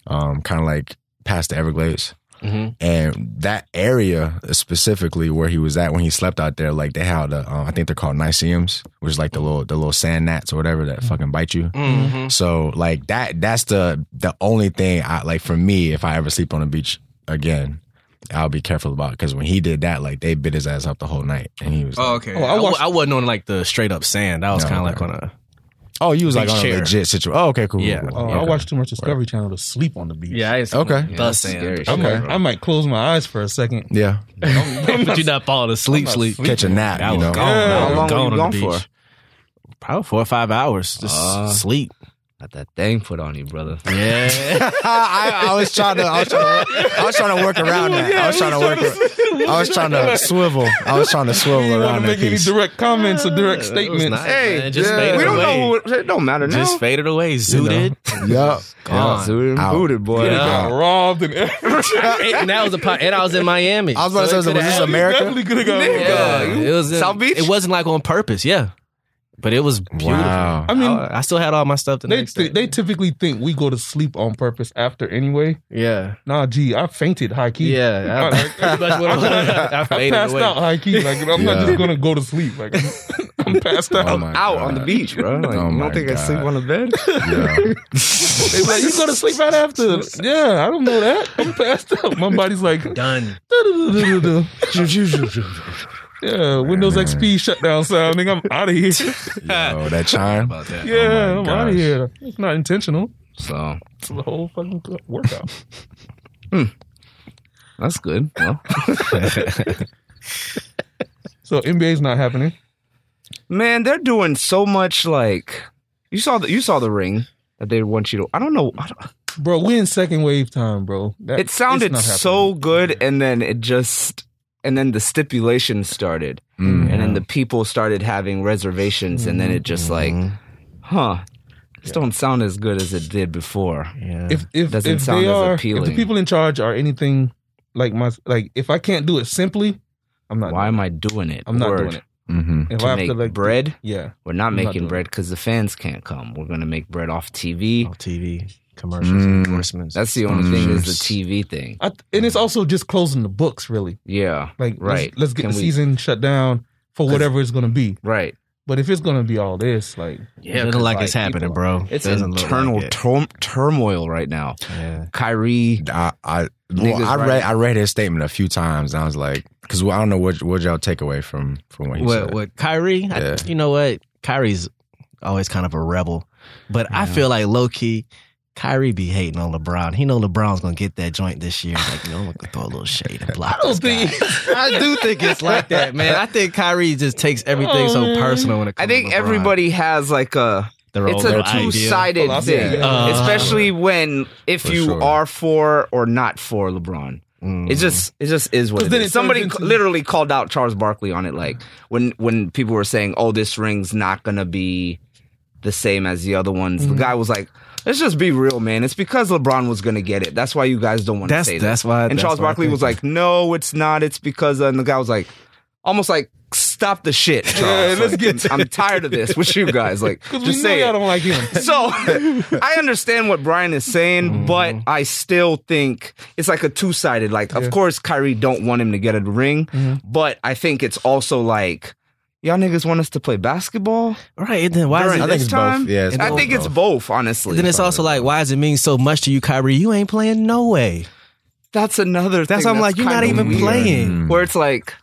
S1: um, kind of like past the Everglades,
S4: hmm
S1: Mm-hmm. and that area specifically where he was at when he slept out there, like they had the um, I think they're called Niceums, which is like the little the little sand gnats or whatever that fucking bite you.
S4: hmm
S1: So like that that's the the only thing I like for me if I ever sleep on the beach again, I'll be careful about because when he did that, like they bit his ass up the whole night and he was like,
S4: okay.
S3: Oh, I
S4: I, wa-
S3: watched-
S4: I wasn't on like the straight up sand. I was
S1: No,
S4: kind of
S1: okay.
S4: like on a
S1: Oh, you was like
S4: Big
S1: on
S4: chair.
S1: a legit situation. Oh, okay, cool. cool,
S4: Yeah.
S1: cool.
S3: Oh, I
S1: Okay.
S3: watch too much Discovery Channel to sleep on the beach.
S4: Yeah, I ain't seen
S1: Okay.
S4: it.
S1: Yeah,
S4: Thus
S5: that's
S4: saying.
S5: scary.
S3: I might,
S5: Sure.
S3: I might close my eyes for a second.
S1: Yeah,
S4: but you're not falling asleep, sleep.
S1: catch a nap.
S4: I
S1: You
S4: was
S1: know,
S4: gone.
S3: Yeah.
S4: I
S5: How
S4: was
S5: long were
S4: gone
S5: you
S4: on the
S5: gone
S4: beach.
S5: for?
S4: Probably four or five hours. Just
S5: Uh,
S4: sleep.
S5: Got that thing put on you, brother.
S4: Yeah.
S1: I, I was trying to, I was trying to, I was trying to work around that. I was trying to work. ar- I was trying to swivel. I was trying to
S3: You
S1: swivel
S3: don't
S1: around
S3: want to
S1: that
S3: make any
S1: piece.
S3: direct comments or
S4: It
S3: direct
S4: was
S3: statements.
S4: nice,
S5: Hey,
S4: man. It just
S1: yeah.
S4: faded
S5: we don't
S4: away.
S5: know. What, it don't matter now.
S4: Just faded away. Zooted. uh,
S1: Yup.
S4: Gone.
S5: Zooted and
S1: Out.
S5: booted, boy.
S4: Yeah.
S3: Got robbed and
S4: and, and that was a po- and I was in Miami.
S1: I was about to
S4: So
S1: say,
S4: it
S1: was
S4: coulda
S1: this
S4: happened.
S1: America?
S3: definitely could have gone.
S4: Yeah, it was in,
S5: South Beach?
S4: It wasn't like on purpose, yeah, but it was beautiful.
S1: Wow.
S3: I mean,
S4: I, I still had all my stuff Oh, the
S3: they
S4: next
S3: t-
S4: day.
S3: they typically think we go to sleep on purpose after anyway.
S4: yeah,
S3: Nah, gee, I fainted high key.
S4: yeah. I,
S3: I,
S4: I
S3: I
S4: faded
S3: passed
S4: away.
S3: out high key. Like I'm
S1: Yeah.
S3: not just gonna go to sleep. Like I'm, I'm passed out.
S1: Oh my
S5: Out on
S1: God.
S5: the beach, bro. Like,
S1: Oh
S5: you
S1: my
S5: don't think I sleep
S1: God.
S5: on the bed?
S1: Yeah.
S3: They were like, you go to sleep right after. Yeah, I don't know that. I'm passed out. My body's like,
S4: Done.
S3: "Du-du-du-du-du-du." yeah, Windows XP shutdown sound. Nigga, I'm out of here.
S1: Yo, that chime.
S4: About that.
S3: Yeah,
S1: Oh
S3: I'm
S1: my
S3: out of
S1: gosh.
S3: here. It's not intentional.
S5: So
S3: It's the whole fucking workout.
S5: that's good. Well,
S3: so NBA's not happening.
S5: man, they're doing so much. Like you saw the you saw the ring that they want you to. I don't know. I don't,
S3: Bro, we in second wave time, bro. That-
S5: it sounded
S3: it's not happening.
S5: so good, and then it just and then the stipulations started,
S1: Mm.
S5: and
S3: Mm-hmm.
S5: then the people started having reservations, and then it just like,
S3: Mm-hmm.
S5: huh, this don't sound as good as it did before.
S4: Mm-hmm. Yeah.
S3: If if,
S5: Doesn't
S3: if
S5: sound
S3: they
S5: as
S3: are, if
S5: appealing.
S3: the people in charge are anything like my like, if I can't do it simply, I'm not.
S5: Why am I doing it?
S3: I'm not
S5: Word.
S3: doing it.
S1: Mhm.
S3: If
S5: To
S3: I have
S5: make
S3: to like,
S5: bread,
S3: yeah,
S5: we're not
S3: I'm not
S5: making
S3: doing
S5: bread because the fans can't come. We're gonna make bread off TV.
S3: Oh,
S4: Off TV commercials,
S1: Mm.
S4: endorsements.
S5: That's the only thing is the
S1: Yes.
S3: mm-hmm.
S5: TV thing.
S3: I, and it's also just closing the books, really.
S5: Yeah,
S3: Like,
S5: Right.
S3: Let's, let's get
S5: Can
S3: the
S5: we-
S3: season shut down for whatever it's gonna be.
S5: right.
S3: But if it's gonna be all this, like,
S4: yeah, looking like, it's happening, bro.
S5: It's
S4: Doesn't look
S5: internal
S4: Like it.
S5: turm- turmoil right now.
S4: yeah.
S5: Kyrie,
S1: I I, well,
S5: Niggas
S1: I read
S5: right.
S1: I read his statement a few times and I was like, because I don't know what what y'all take away from from what he
S4: What,
S1: said.
S4: what Kyrie? I-
S1: Yeah.
S4: you know what? Kyrie's always kind of a rebel, but I feel like low key. Kyrie be hating on LeBron. He know LeBron's gonna get that joint this year. Like, you know, I'm gonna throw a little shade and block.
S3: I
S4: this
S3: don't
S4: guy.
S3: think
S4: I do think it's like that, man. I think Kyrie just takes everything so
S3: Oh, man.
S4: personal when it comes
S5: I think
S4: to LeBron.
S5: everybody has like a
S4: Their
S5: it's
S4: own
S5: a
S4: little idea.
S5: two sided
S3: Well, I see,
S5: thing,
S3: yeah.
S4: Uh,
S5: especially when if
S1: For
S5: you
S1: sure.
S5: are for or not for LeBron.
S4: Mm.
S5: It just it just is what
S3: 'Cause
S5: it
S3: then
S5: is.
S3: it turns
S5: Somebody
S3: into-
S5: c- literally called out Charles Barkley on it, like when when people were saying, "Oh, this ring's not gonna be the same as the other ones."
S3: Mm-hmm.
S5: The guy was like, "Let's just be real, man. It's because LeBron was gonna get it. That's why you guys don't want to
S4: that's
S5: say that."
S4: that's why.
S5: And
S4: that's
S5: Charles
S4: why I
S5: Barkley
S4: think-
S5: was like, "No, it's not. It's because," and the guy was like, almost like, "Stop the shit, Charles.
S3: Yeah, let's
S5: Like,
S3: get to
S5: I'm tired of this with you guys. Like,
S3: because we
S5: just
S3: know
S5: say
S3: y'all
S5: it."
S3: don't like him.
S5: So I understand what Brian is saying,
S4: Mm-hmm.
S5: but I still think it's like a two sided. Like, of
S3: Yeah.
S5: course, Kyrie don't want him to get a ring,
S4: Mm-hmm.
S3: Mhm.
S5: but I think it's also like y'all niggas want us to play basketball.
S4: right. And then why
S5: during
S4: is
S1: I
S4: it?
S1: think
S5: this
S1: it's both.
S5: time?
S1: Yeah, it's
S5: I
S1: both,
S5: think it's
S1: both.
S5: both. Honestly,
S4: Then it's also like, why does it mean so much to you, Kyrie? You ain't playing. No way.
S5: that's another.
S4: That's
S5: thing
S4: why I'm like, you're not
S5: kinda
S4: even
S5: weird,
S4: playing.
S1: Mm.
S5: Where it's like,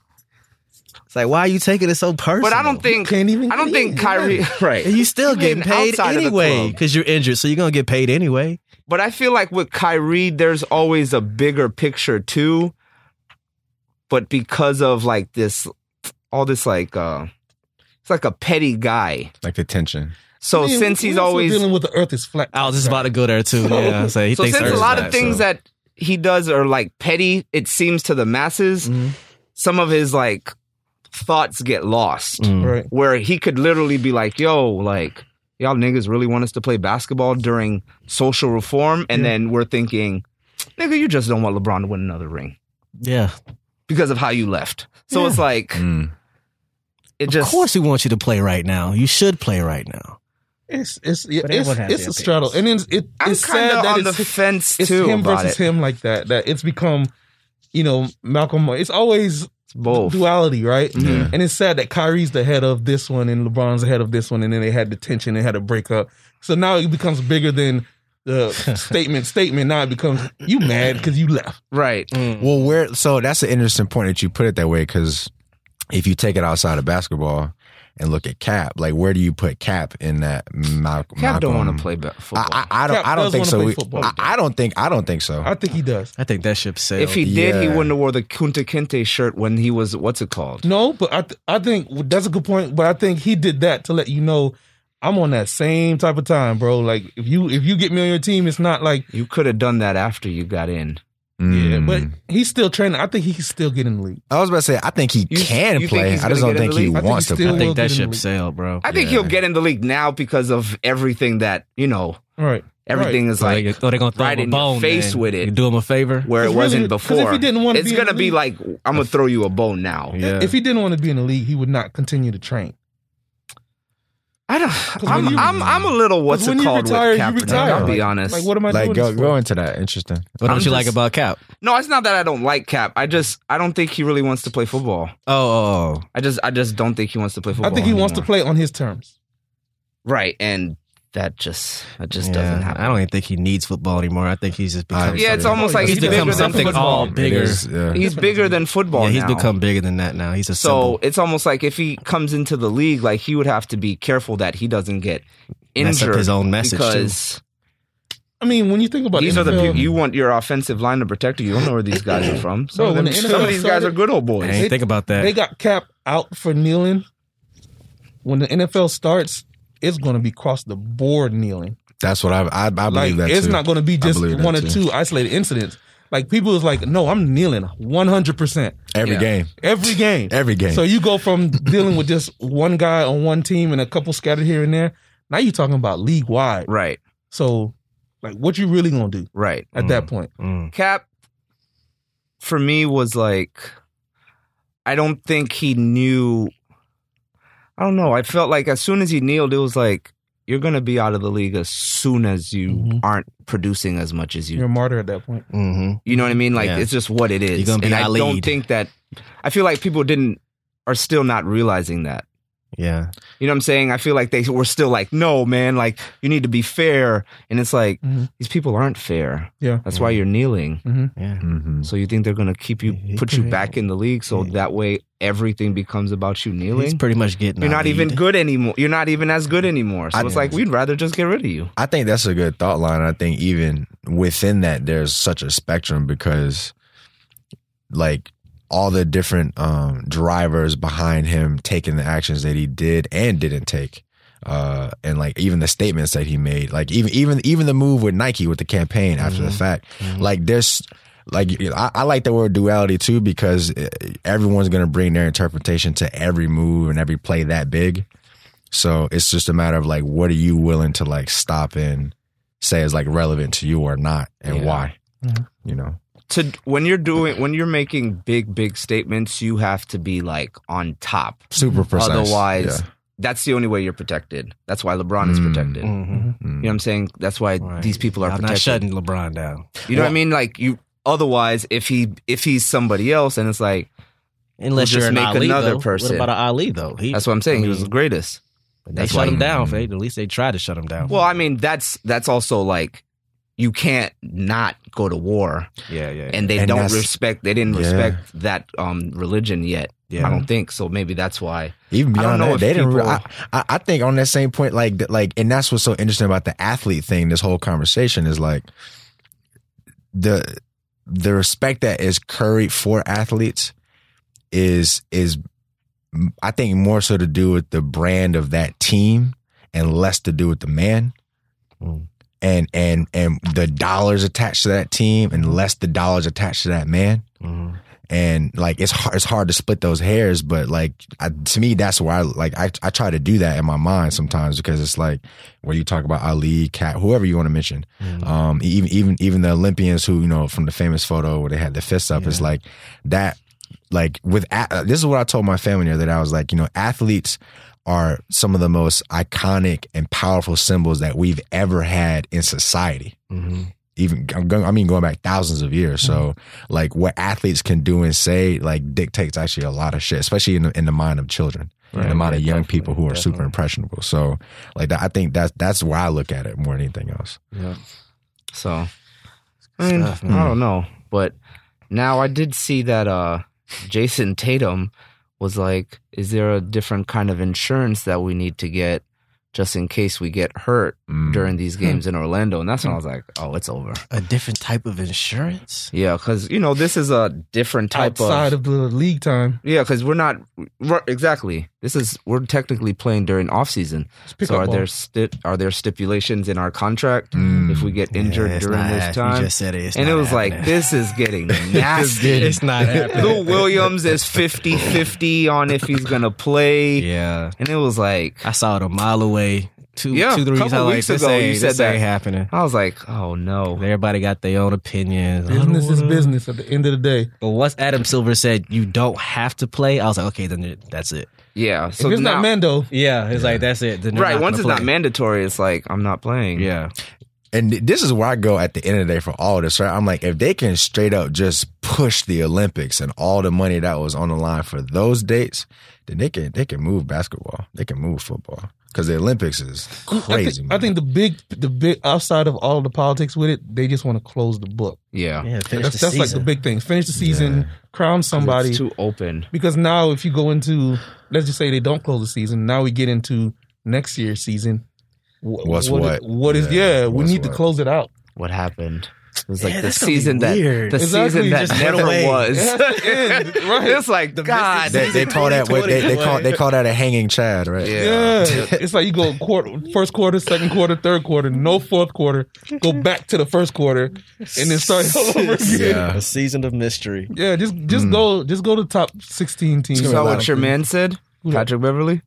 S4: It's like, why are you taking it so personal?
S5: but I don't think
S3: Can't even.
S5: I don't
S3: get in.
S5: think Kyrie right.
S4: And you still getting
S5: Even
S4: paid
S5: outside of the
S4: anyway
S5: club.
S4: because you're injured, so you're gonna get paid anyway.
S5: But I feel like with Kyrie, there's always a bigger picture too. But because of like this, all this like, uh it's like a petty guy.
S1: like the tension.
S5: So
S3: I mean,
S5: since
S3: we-
S5: he's
S3: we also
S5: always,
S3: dealing with the Earth is flat.
S4: I was just about to go there too. Yeah, so he
S5: so
S4: thinks
S5: since a
S4: Earth's
S5: lot of
S4: flat,
S5: things
S4: so.
S5: that he does are like petty, it seems to the masses,
S4: Mhm.
S5: some of his like thoughts get lost.
S4: Mm.
S3: right.
S5: Where he could literally be like, yo, like, y'all niggas really want us to play basketball during social reform. And
S3: Yeah.
S5: then we're thinking, nigga, you just don't want LeBron to win another ring.
S4: yeah.
S5: because of how you left. So it's like
S1: Mm.
S5: it just
S4: of course, we want you to play right now. You should play right now.
S3: It's it's yeah,
S4: But
S3: it's,
S4: everyone has
S3: it's
S4: their
S3: a straddle, and it's it,
S5: I'm
S3: it's sad
S5: kind of
S3: that
S5: on the
S3: it's
S5: fence
S3: it's
S5: too
S3: him
S5: about
S3: versus
S5: it.
S3: him like that. That it's become, you know, Malcolm. It's always
S5: It's both. Mm-hmm.
S3: duality, right?
S1: Yeah.
S3: And it's sad that Kyrie's the head of this one and LeBron's the head of this one, and then they had the tension and had a breakup. So now it becomes bigger than the statement. Statement now it becomes you mad because you left.
S5: Right.
S1: Well, where so that's an interesting point that you put it that way because if you take it outside of basketball, and look at Cap. Like, where do you put Cap in that? Mal-
S5: Cap don't want
S1: Malcolm-
S5: to play ba- football.
S1: I, I, I don't.
S3: Cap
S1: I don't
S3: does
S1: think
S3: wanna
S1: so.
S3: play
S1: We-
S3: football,
S1: I, I don't think. I don't think so.
S3: I think he does.
S4: I think that ship sailed.
S5: if he did, he
S1: yeah.
S5: wouldn't have wore the Kunta Kinte shirt when he was what's it called?
S3: No, but I th- I think well, that's a good point. But I think he did that to let you know I'm on that same type of time, bro. Like if you if you get me on your team, it's not like
S5: You could have done that after you got in.
S3: yeah.
S1: Mm.
S3: But he's still training. I think he can still get in the league.
S1: I was about to say. I think he
S5: You-
S1: can
S5: you think
S1: play.
S5: he's
S1: I just
S5: gonna
S1: don't
S5: get in
S1: think
S5: the
S1: he
S5: league? I think
S1: wants
S3: he
S1: to
S3: still
S4: I
S1: play.
S3: will.
S4: think that
S3: Wilkins
S4: ship
S3: league.
S4: sailed, bro.
S5: I think
S1: Yeah.
S5: he'll get in the league now because of everything that you know.
S3: All right.
S5: Everything is
S4: So
S5: like
S4: they, oh, they gonna throw
S5: right
S4: him a
S5: in your
S4: bone.
S5: face
S4: then.
S5: with it.
S4: You do him a favor.
S5: where it
S3: It's
S5: wasn't
S3: really- 'cause
S5: before.
S3: if he didn't wanna
S5: it's
S3: be in
S5: gonna
S3: the
S5: be
S3: league-
S5: like I'm gonna throw you a bone now.
S1: Yeah.
S3: If he didn't want to be in the league, he would not continue to train.
S5: I
S3: when
S5: don't. I'm,
S3: you-
S5: I'm I'm a little what's
S3: 'Cause
S5: it
S3: when you
S5: called
S3: retire,
S5: with
S3: you
S5: Kaepernick.
S3: retire.
S5: I'll be honest.
S3: Like what am I
S1: Like,
S3: doing?
S1: go
S3: this for?
S1: go into that. Interesting.
S4: What
S5: I'm
S4: don't you like
S5: just-
S4: about Cap?
S5: no, it's not that I don't like Cap. I just I don't think he really wants to play football.
S4: Oh, oh, oh.
S5: I just I just don't think he wants to play
S3: I
S5: football.
S3: think he wants to
S5: anymore.
S3: play on his terms.
S5: Right, and that just that just
S4: Yeah,
S5: doesn't happen.
S4: I don't even think he needs football anymore. I think he's just become.
S5: yeah, it's
S4: something-
S5: almost like
S4: he's
S5: he's bigger
S4: become
S5: than
S4: something all
S5: football.
S1: It
S4: bigger.
S1: is, yeah.
S5: He's bigger than football.
S4: Yeah, he's
S5: now.
S4: become bigger than that now. He's a
S5: So
S4: symbol.
S5: it's almost like if he comes into the league, like he would have to be careful that he doesn't get
S4: Mess
S5: injured
S4: up his own message too.
S5: because
S3: I mean, when you think about
S5: these
S3: NFL,
S5: are the people you want your offensive line to protect. You You don't know where these guys are from. Some,
S3: Bro,
S5: of, them-
S3: when the
S5: some of
S3: NFL
S5: these guys
S3: started-
S5: are good old
S4: I
S5: boys.
S4: ain't
S3: They-
S4: think about that.
S3: they got Cap out for kneeling. When the NFL starts, it's going to be cross the board kneeling.
S1: That's what I I, I believe
S3: Like
S1: that
S3: it's
S1: too.
S3: not going to be just
S1: believe that
S3: one or
S1: too.
S3: two isolated incidents. Like people is like, no, I'm kneeling 100 percent
S1: every
S5: Yeah.
S1: game.
S3: every game.
S1: Every game.
S3: So you go from dealing with just one guy on one team and a couple scattered here and there. Now you're talking about league wide.
S5: Right,
S3: So, like, what you really gonna do
S5: right.
S3: at that point?
S4: Mm.
S5: Cap for me was like I don't think he knew I don't know. I felt like as soon as he kneeled, it was like you're gonna be out of the league as soon as you
S4: Mm-hmm.
S3: Mhm.
S5: aren't producing as much as you
S3: You're a martyr at that point.
S4: hmm
S5: You know what I mean? Like
S4: Yeah.
S5: it's just what it is.
S4: You're gonna be
S5: and I
S4: our
S5: don't
S4: lead.
S5: think that I feel like people didn't are still not realizing that.
S4: Yeah.
S5: You know what I'm saying? I feel like they were still like, no, man, like you need to be fair. And it's like
S3: Mhm.
S5: these people aren't fair.
S3: Yeah.
S5: That's
S4: Mm-hmm.
S5: why you're kneeling.
S4: Yeah.
S1: Mhm.
S5: So you think they're gonna keep you
S4: He
S5: put you
S4: can-
S5: back in the league so
S4: Mm-hmm. Yeah.
S5: that way everything becomes about you
S4: He's
S5: kneeling?
S4: pretty much getting.
S5: You're
S4: our
S5: not even
S4: lead.
S5: good anymore. You're not even as
S4: Mm.
S5: good anymore. So
S1: I-
S5: it's like we'd rather just get rid of you.
S1: I think that's a good thought line. I think even within that, there's such a spectrum because, like, all the different um, drivers behind him taking the actions that he did and didn't take, uh, and like even the statements that he made, like even even even the move with Nike with the campaign after the fact,
S4: Mm-hmm.
S1: like there's. Like you know, I, I like the word duality too because eh, everyone's gonna bring their interpretation to every move and every play that big. So it's just a matter of like, what are you willing to like stop and say is like relevant to you or not, and
S5: Yeah.
S1: why? You know,
S5: To when you're doing when you're making big, big statements, you have to be like on top.
S1: super precise.
S5: Mm-hmm. Otherwise,
S1: Yeah.
S5: that's the only way you're protected. That's why LeBron is
S1: Mm.
S5: protected. You
S4: Mhm.
S1: Mm.
S5: know what I'm saying? That's why
S4: Right.
S5: these people are
S4: I'm not
S5: protected.
S4: shutting LeBron down.
S5: You know what I mean? Like you. Otherwise, if he if he's somebody else, and it's like
S4: Unless
S5: We'll just
S4: you're an
S5: make
S4: Ali,
S5: another
S4: though.
S5: person.
S4: What about an Ali though? He,
S5: that's what I'm saying. he was
S4: mean,
S5: the greatest.
S4: they
S5: that's
S4: shut
S5: why
S4: him
S5: he-
S4: down. They, at least they tried to shut him down.
S5: Well, I mean, that's that's also like you can't not go to war,
S4: yeah, yeah,
S5: and they
S1: And
S5: don't
S1: that's-
S5: respect. They didn't
S1: Yeah.
S5: respect that um religion yet.
S4: yeah.
S5: I don't think so. Maybe that's why.
S1: Even
S5: I don't
S1: beyond
S5: know
S1: that,
S5: if
S1: they didn't. Re-
S5: people-
S1: I, I, I think on that same point, like that, like, and that's what's so interesting about the athlete thing. This whole conversation is like the the respect that is curried for athletes is is mm, I think more so to do with the brand of that team and less to do with the man.
S4: Mm.
S1: And and and the dollars attached to that team, and less the dollars attached to that man
S4: Mhm.
S1: and like it's hard it's hard to split those hairs but like I, to me that's why I, like I, I try to do that in my mind sometimes because it's like when you talk about Ali Cat whoever you want to mention
S4: Mhm.
S1: um even even even the Olympians who you know from the famous photo where they had the fists up it's
S4: Yeah.
S1: like that like with a- uh, this is what I told my family the other day I was like you know athletes are some of the most iconic and powerful symbols that we've ever had in society
S4: Mhm.
S1: even I'm going, I mean going back thousands of years. So
S5: Mm-hmm.
S1: like what athletes can do and say like dictates actually a lot of shit, especially in the, in the mind of children, in the mind of young people who are super impressionable. So like that, I think that's that's where I look at it more than anything else.
S5: So I, mean,
S4: Stuff,
S5: I don't know, but now I did see that uh Jason uh, Tatum was like, is there a different kind of insurance that we need to get just in case we get hurt
S1: Mm.
S5: during these
S4: Hmm.
S5: games in Orlando? And that's when I was like, oh, it's over.
S4: A different type of insurance?
S5: Yeah, because you know this is a different type
S3: outside of the league time.
S5: Yeah, because we're not right, exactly. This is we're technically playing during off season.
S3: It's pick
S5: So
S3: up
S5: are
S3: ball.
S5: there sti- are there stipulations in our contract
S1: Mm.
S5: if we get injured
S4: Hmm. Yeah, it's
S5: during
S4: not
S5: this
S4: hap-
S5: time?
S4: You just said it. It's
S5: and it
S4: not
S5: was like
S4: happening.
S5: this is getting nasty.
S4: it's not happening.
S5: Lou Williams is 50-50 on if he's gonna play,
S4: yeah.
S5: and it was like
S4: I saw it a mile away. Two,
S5: Yeah,
S4: two, three
S5: couple
S4: weeks. I was
S5: weeks
S4: like, this
S5: ago,
S4: ain't,
S5: you said
S4: this ain't
S5: that.
S4: happening.
S5: I was like, oh no.
S4: Everybody got their own opinions. I don't
S3: business is
S4: wanna-
S3: business. At the end of the day,
S4: But once Adam Silver said you don't have to play, I was like, okay, then it- that's it.
S5: Yeah,
S3: so
S5: so
S3: if it's
S5: now,
S3: not Mando,
S4: Yeah, it's like that's it. Then they're
S5: right
S4: not
S5: once
S4: gonna
S5: it's not
S4: play.
S5: mandatory, it's like I'm not playing.
S4: Yeah,
S1: And th- this is where I go at the end of the day for all this, right? I'm like, if they can straight up just push the Olympics and all the money that was on the line for those dates, then they can they can move basketball, they can move football because the Olympics is
S3: I
S1: crazy.
S3: think,
S1: man.
S3: I think the big, the big outside of all the politics with it, they just want to close the book.
S5: yeah.
S4: yeah. Finish
S3: That's,
S4: the
S3: that's like the
S4: season.
S3: big thing. Finish the season, crown somebody.
S5: It's too open.
S3: because now if you go into, let's just say they don't close the season. Now we get into next year's season. Wh-
S1: What's what?
S3: What is?
S1: Yeah,
S3: Yeah, we
S1: what's
S3: need to
S1: what?
S3: close it out.
S5: What happened? It was like
S4: Yeah,
S5: the
S4: that's gonna be
S5: season that
S4: weird.
S5: the
S3: Exactly,
S5: season that
S3: just
S5: never
S4: went away.
S5: was.
S3: It has to end, right?
S5: It's like God.
S1: they, they call that what they, they call they call that a hanging chad, right?
S5: Yeah.
S3: Yeah. it's like you go quarter, first quarter, second quarter, third quarter, no fourth quarter, go back to the first quarter, and then start all over again.
S1: Yeah.
S4: a season of mystery.
S3: Yeah, just just
S5: Hmm.
S3: go just go to top sixteen teams.
S5: You saw what your man said, Patrick Beverly.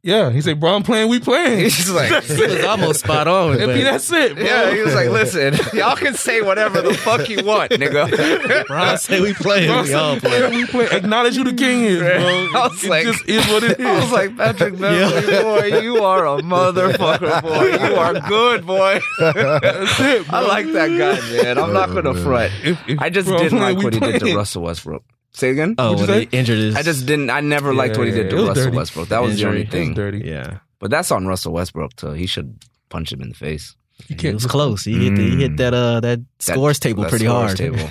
S3: Yeah, he said Brown playing, we playing.
S5: He's like,
S4: He was almost spot on.
S3: I mean, that's it. Bro.
S5: yeah. He was like, listen, y'all can say whatever the fuck you want, nigga.
S4: Ron said we playing.
S3: Brown
S4: we all
S3: said, we
S4: play.
S3: playing, we playing. Acknowledge who the king is, bro.
S5: I was
S3: it
S5: like-
S3: just is what it is.
S5: I was like, Patrick Beverly, boy, you are a motherfucker, boy. You are good, boy.
S3: That's it, bro.
S5: I like that guy, man. I'm not
S4: Oh,
S5: gonna front.
S3: If- if
S5: I just
S3: Brown
S5: didn't
S3: playing,
S5: like
S3: we
S5: what he did to
S3: playing.
S5: Russell Westbrook. Say again.
S4: Oh,
S3: What'd you
S4: when they injured his.
S5: I just didn't. I never liked what he
S3: Yeah,
S5: did to
S3: it was
S5: Russell
S3: dirty.
S5: Westbrook. That was the
S4: Injury.
S5: only
S4: It was
S5: thing.
S3: Dirty.
S4: yeah.
S5: But that's on Russell Westbrook, so he should punch him in the face.
S3: You
S4: It
S3: can't,
S4: was close. He hit, the, he hit that uh that
S5: Mm. That-
S4: scores table
S5: that
S4: pretty
S5: scores
S4: hard.
S5: Table.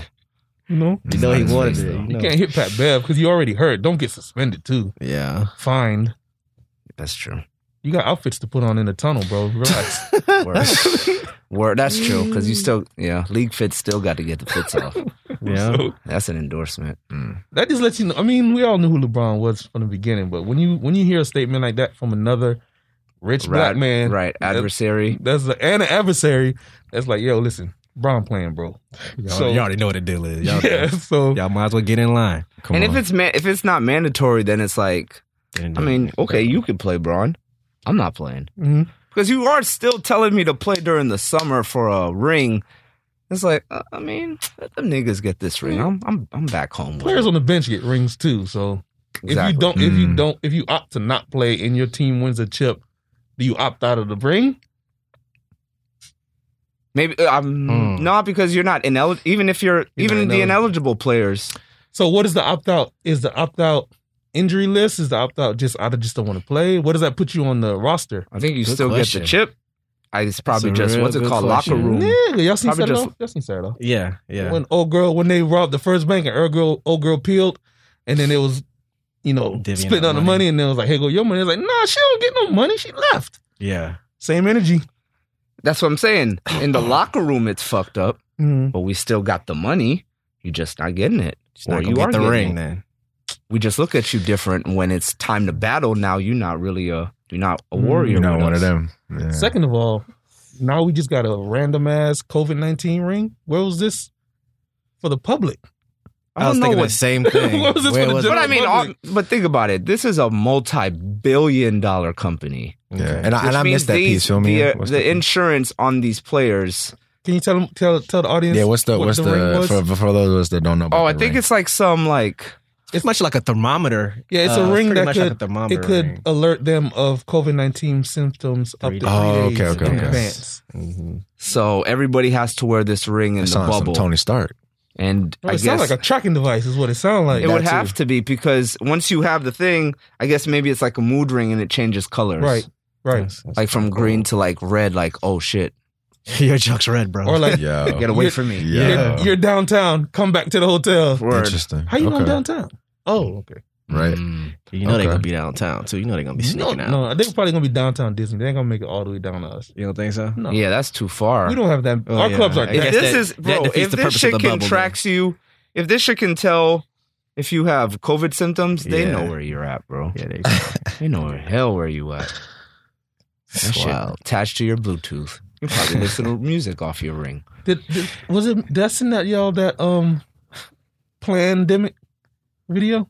S3: you know,
S4: You know he
S5: Nice
S4: wanted
S5: face,
S4: it.
S5: though.
S4: you
S3: you
S4: know.
S3: can't hit Pat Bev because you already hurt. Don't get suspended too.
S4: Yeah.
S3: Fine.
S5: That's true.
S3: You got outfits to put on in the tunnel, bro. Relax.
S5: Word. Word. That's true because you still, yeah, league fits still got to get the fits off.
S4: Yeah.
S3: So,
S5: That's an endorsement. Mm.
S3: that just lets you know. I mean, we all knew who LeBron was from the beginning, but when you when you hear a statement like that from another rich black
S5: Right,
S3: man,
S5: right? Adversary.
S3: that's the, and an adversary, that's like, yo, listen, Brown playing, bro.
S2: Y'all,
S3: So-
S2: y'all already know what the deal is. Y'all,
S3: yeah, so
S2: y'all might as well get in line. Come
S5: And
S2: on.
S5: if it's man, if it's not mandatory, then it's like, I mean, okay, you could play Braun. I'm not playing
S3: Mhm.
S5: because you are still telling me to play during the summer for a ring. It's like, uh, I mean, let them niggas get this ring. I'm, I'm, I'm back home. With
S3: players
S5: it.
S3: on the bench get rings too. So if you
S5: Exactly.
S3: don't, if you
S1: Mm.
S3: don't, if you opt to not play and your team wins a chip, do you opt out of the ring?
S5: Maybe uh, I'm
S4: Hmm.
S5: not because you're not ineligible. Even if you're,
S3: You're
S5: even
S3: not
S5: the ineligible players,
S3: So what is the opt out? Is the opt out injury list? Is the opt out just I just don't want to play? What does that put you on the roster?
S5: I think you
S4: Good
S5: still
S4: question.
S5: get the chip. I, it's probably
S4: a
S5: just
S4: real
S5: what's it
S4: good
S5: called,
S4: question.
S5: locker room.
S3: Nigga, y'all seen
S5: Probably
S3: Saturday?
S5: just-
S3: Off? Y'all seen Saturday? Off?
S4: Yeah. Yeah.
S3: When old girl, when they robbed the first bank and old girl, old girl peeled, and then it was, you know,
S4: Divvying
S3: split
S4: up
S3: on the
S4: money.
S3: money, and then it was like, "Hey, go your money." It's like, "Nah, she don't get no money. She left."
S2: yeah.
S3: Same energy.
S5: That's what I'm saying. In the locker room, it's fucked up,
S3: Mm.
S5: but we still got the money. You're just not getting it.
S2: She's not
S5: Or
S2: gonna
S5: you
S2: get
S5: are
S2: the
S5: getting
S2: ring
S5: it.
S2: then.
S5: We just look at you different when it's time to battle. Now you're not really a, you're not a
S3: Mm,
S5: warrior.
S1: You're not
S5: with
S1: one
S5: us.
S1: of them. Yeah.
S3: Second of all, now we just got a random ass COVID nineteen ring. Where was this for the public?
S5: I don't
S4: was
S5: know
S4: thinking
S5: what
S4: the same thing.
S3: What was this
S4: Where
S3: for the
S5: But
S3: general-
S5: I mean, all, but think about it. This is a multi-billion-dollar company.
S1: Yeah. And I, and I
S5: Which means
S1: missed that
S5: these-
S1: piece. Feel me?
S5: The,
S1: What's
S5: the
S1: that?
S5: insurance on these players.
S3: Can you tell them tell tell the audience?
S1: yeah. What's the
S3: what
S1: what's the,
S3: ring was?
S1: for, for those of us that don't know? About
S5: Oh, I
S1: the
S5: think
S1: ring.
S5: it's like some like
S4: It's much like a thermometer.
S3: Yeah, it's a
S4: Uh,
S3: ring
S4: pretty
S3: that
S4: much
S3: could
S4: like a thermometer
S3: it could
S4: ring.
S3: alert them of COVID nineteen symptoms up
S4: Three
S3: to three
S1: days.
S3: days
S1: Oh, okay, okay,
S3: in
S1: okay.
S3: advance.
S1: Mm-hmm.
S4: Mhm.
S5: so everybody has to wear this ring in
S1: That
S5: the
S1: sounds like some
S5: bubble.
S1: Tony Stark.
S5: And
S3: Oh,
S5: I
S3: it sounds
S5: guess
S3: like a tracking device is what it sounds like.
S5: it
S1: that
S5: would
S1: too.
S5: have to be because once you have the thing, I guess maybe it's like a mood ring and it changes colors.
S3: right, right.
S5: Like from green to like red, like, oh shit.
S4: Your junk's red, bro.
S3: Or like
S1: Yeah.
S5: Get away
S3: You're-
S5: from me.
S1: Yeah.
S3: you're, you're downtown, come back to the hotel.
S5: Word.
S1: Interesting.
S3: How you know
S1: Okay.
S3: I'm downtown? Oh, okay.
S1: right?
S4: Mm. You know
S3: Okay.
S4: they're gonna be downtown too. You know they're gonna be
S3: No,
S4: sneaking out.
S3: no, they're probably gonna be downtown Disney. They ain't gonna make it all the way down to us.
S4: You don't think so?
S3: No,
S5: Yeah, that's too far.
S3: we don't have that.
S4: Oh,
S3: our
S4: yeah.
S3: clubs are
S4: I guess
S5: If
S3: that.
S5: this
S4: that-
S5: is
S4: that
S5: bro,
S4: defeats
S5: if
S4: the
S5: this
S4: purpose of
S5: shit
S4: the
S5: can
S4: bubble, then.
S5: tracks you, if this shit can tell if you have COVID symptoms, they
S4: Yeah.
S5: know where you're at, bro.
S4: Yeah, they
S5: They know where hell where you at. That shit
S4: wild.
S5: attached to your Bluetooth. You probably listen to music off your ring.
S3: Did, did, was it that's in that y'all that um pandemic video?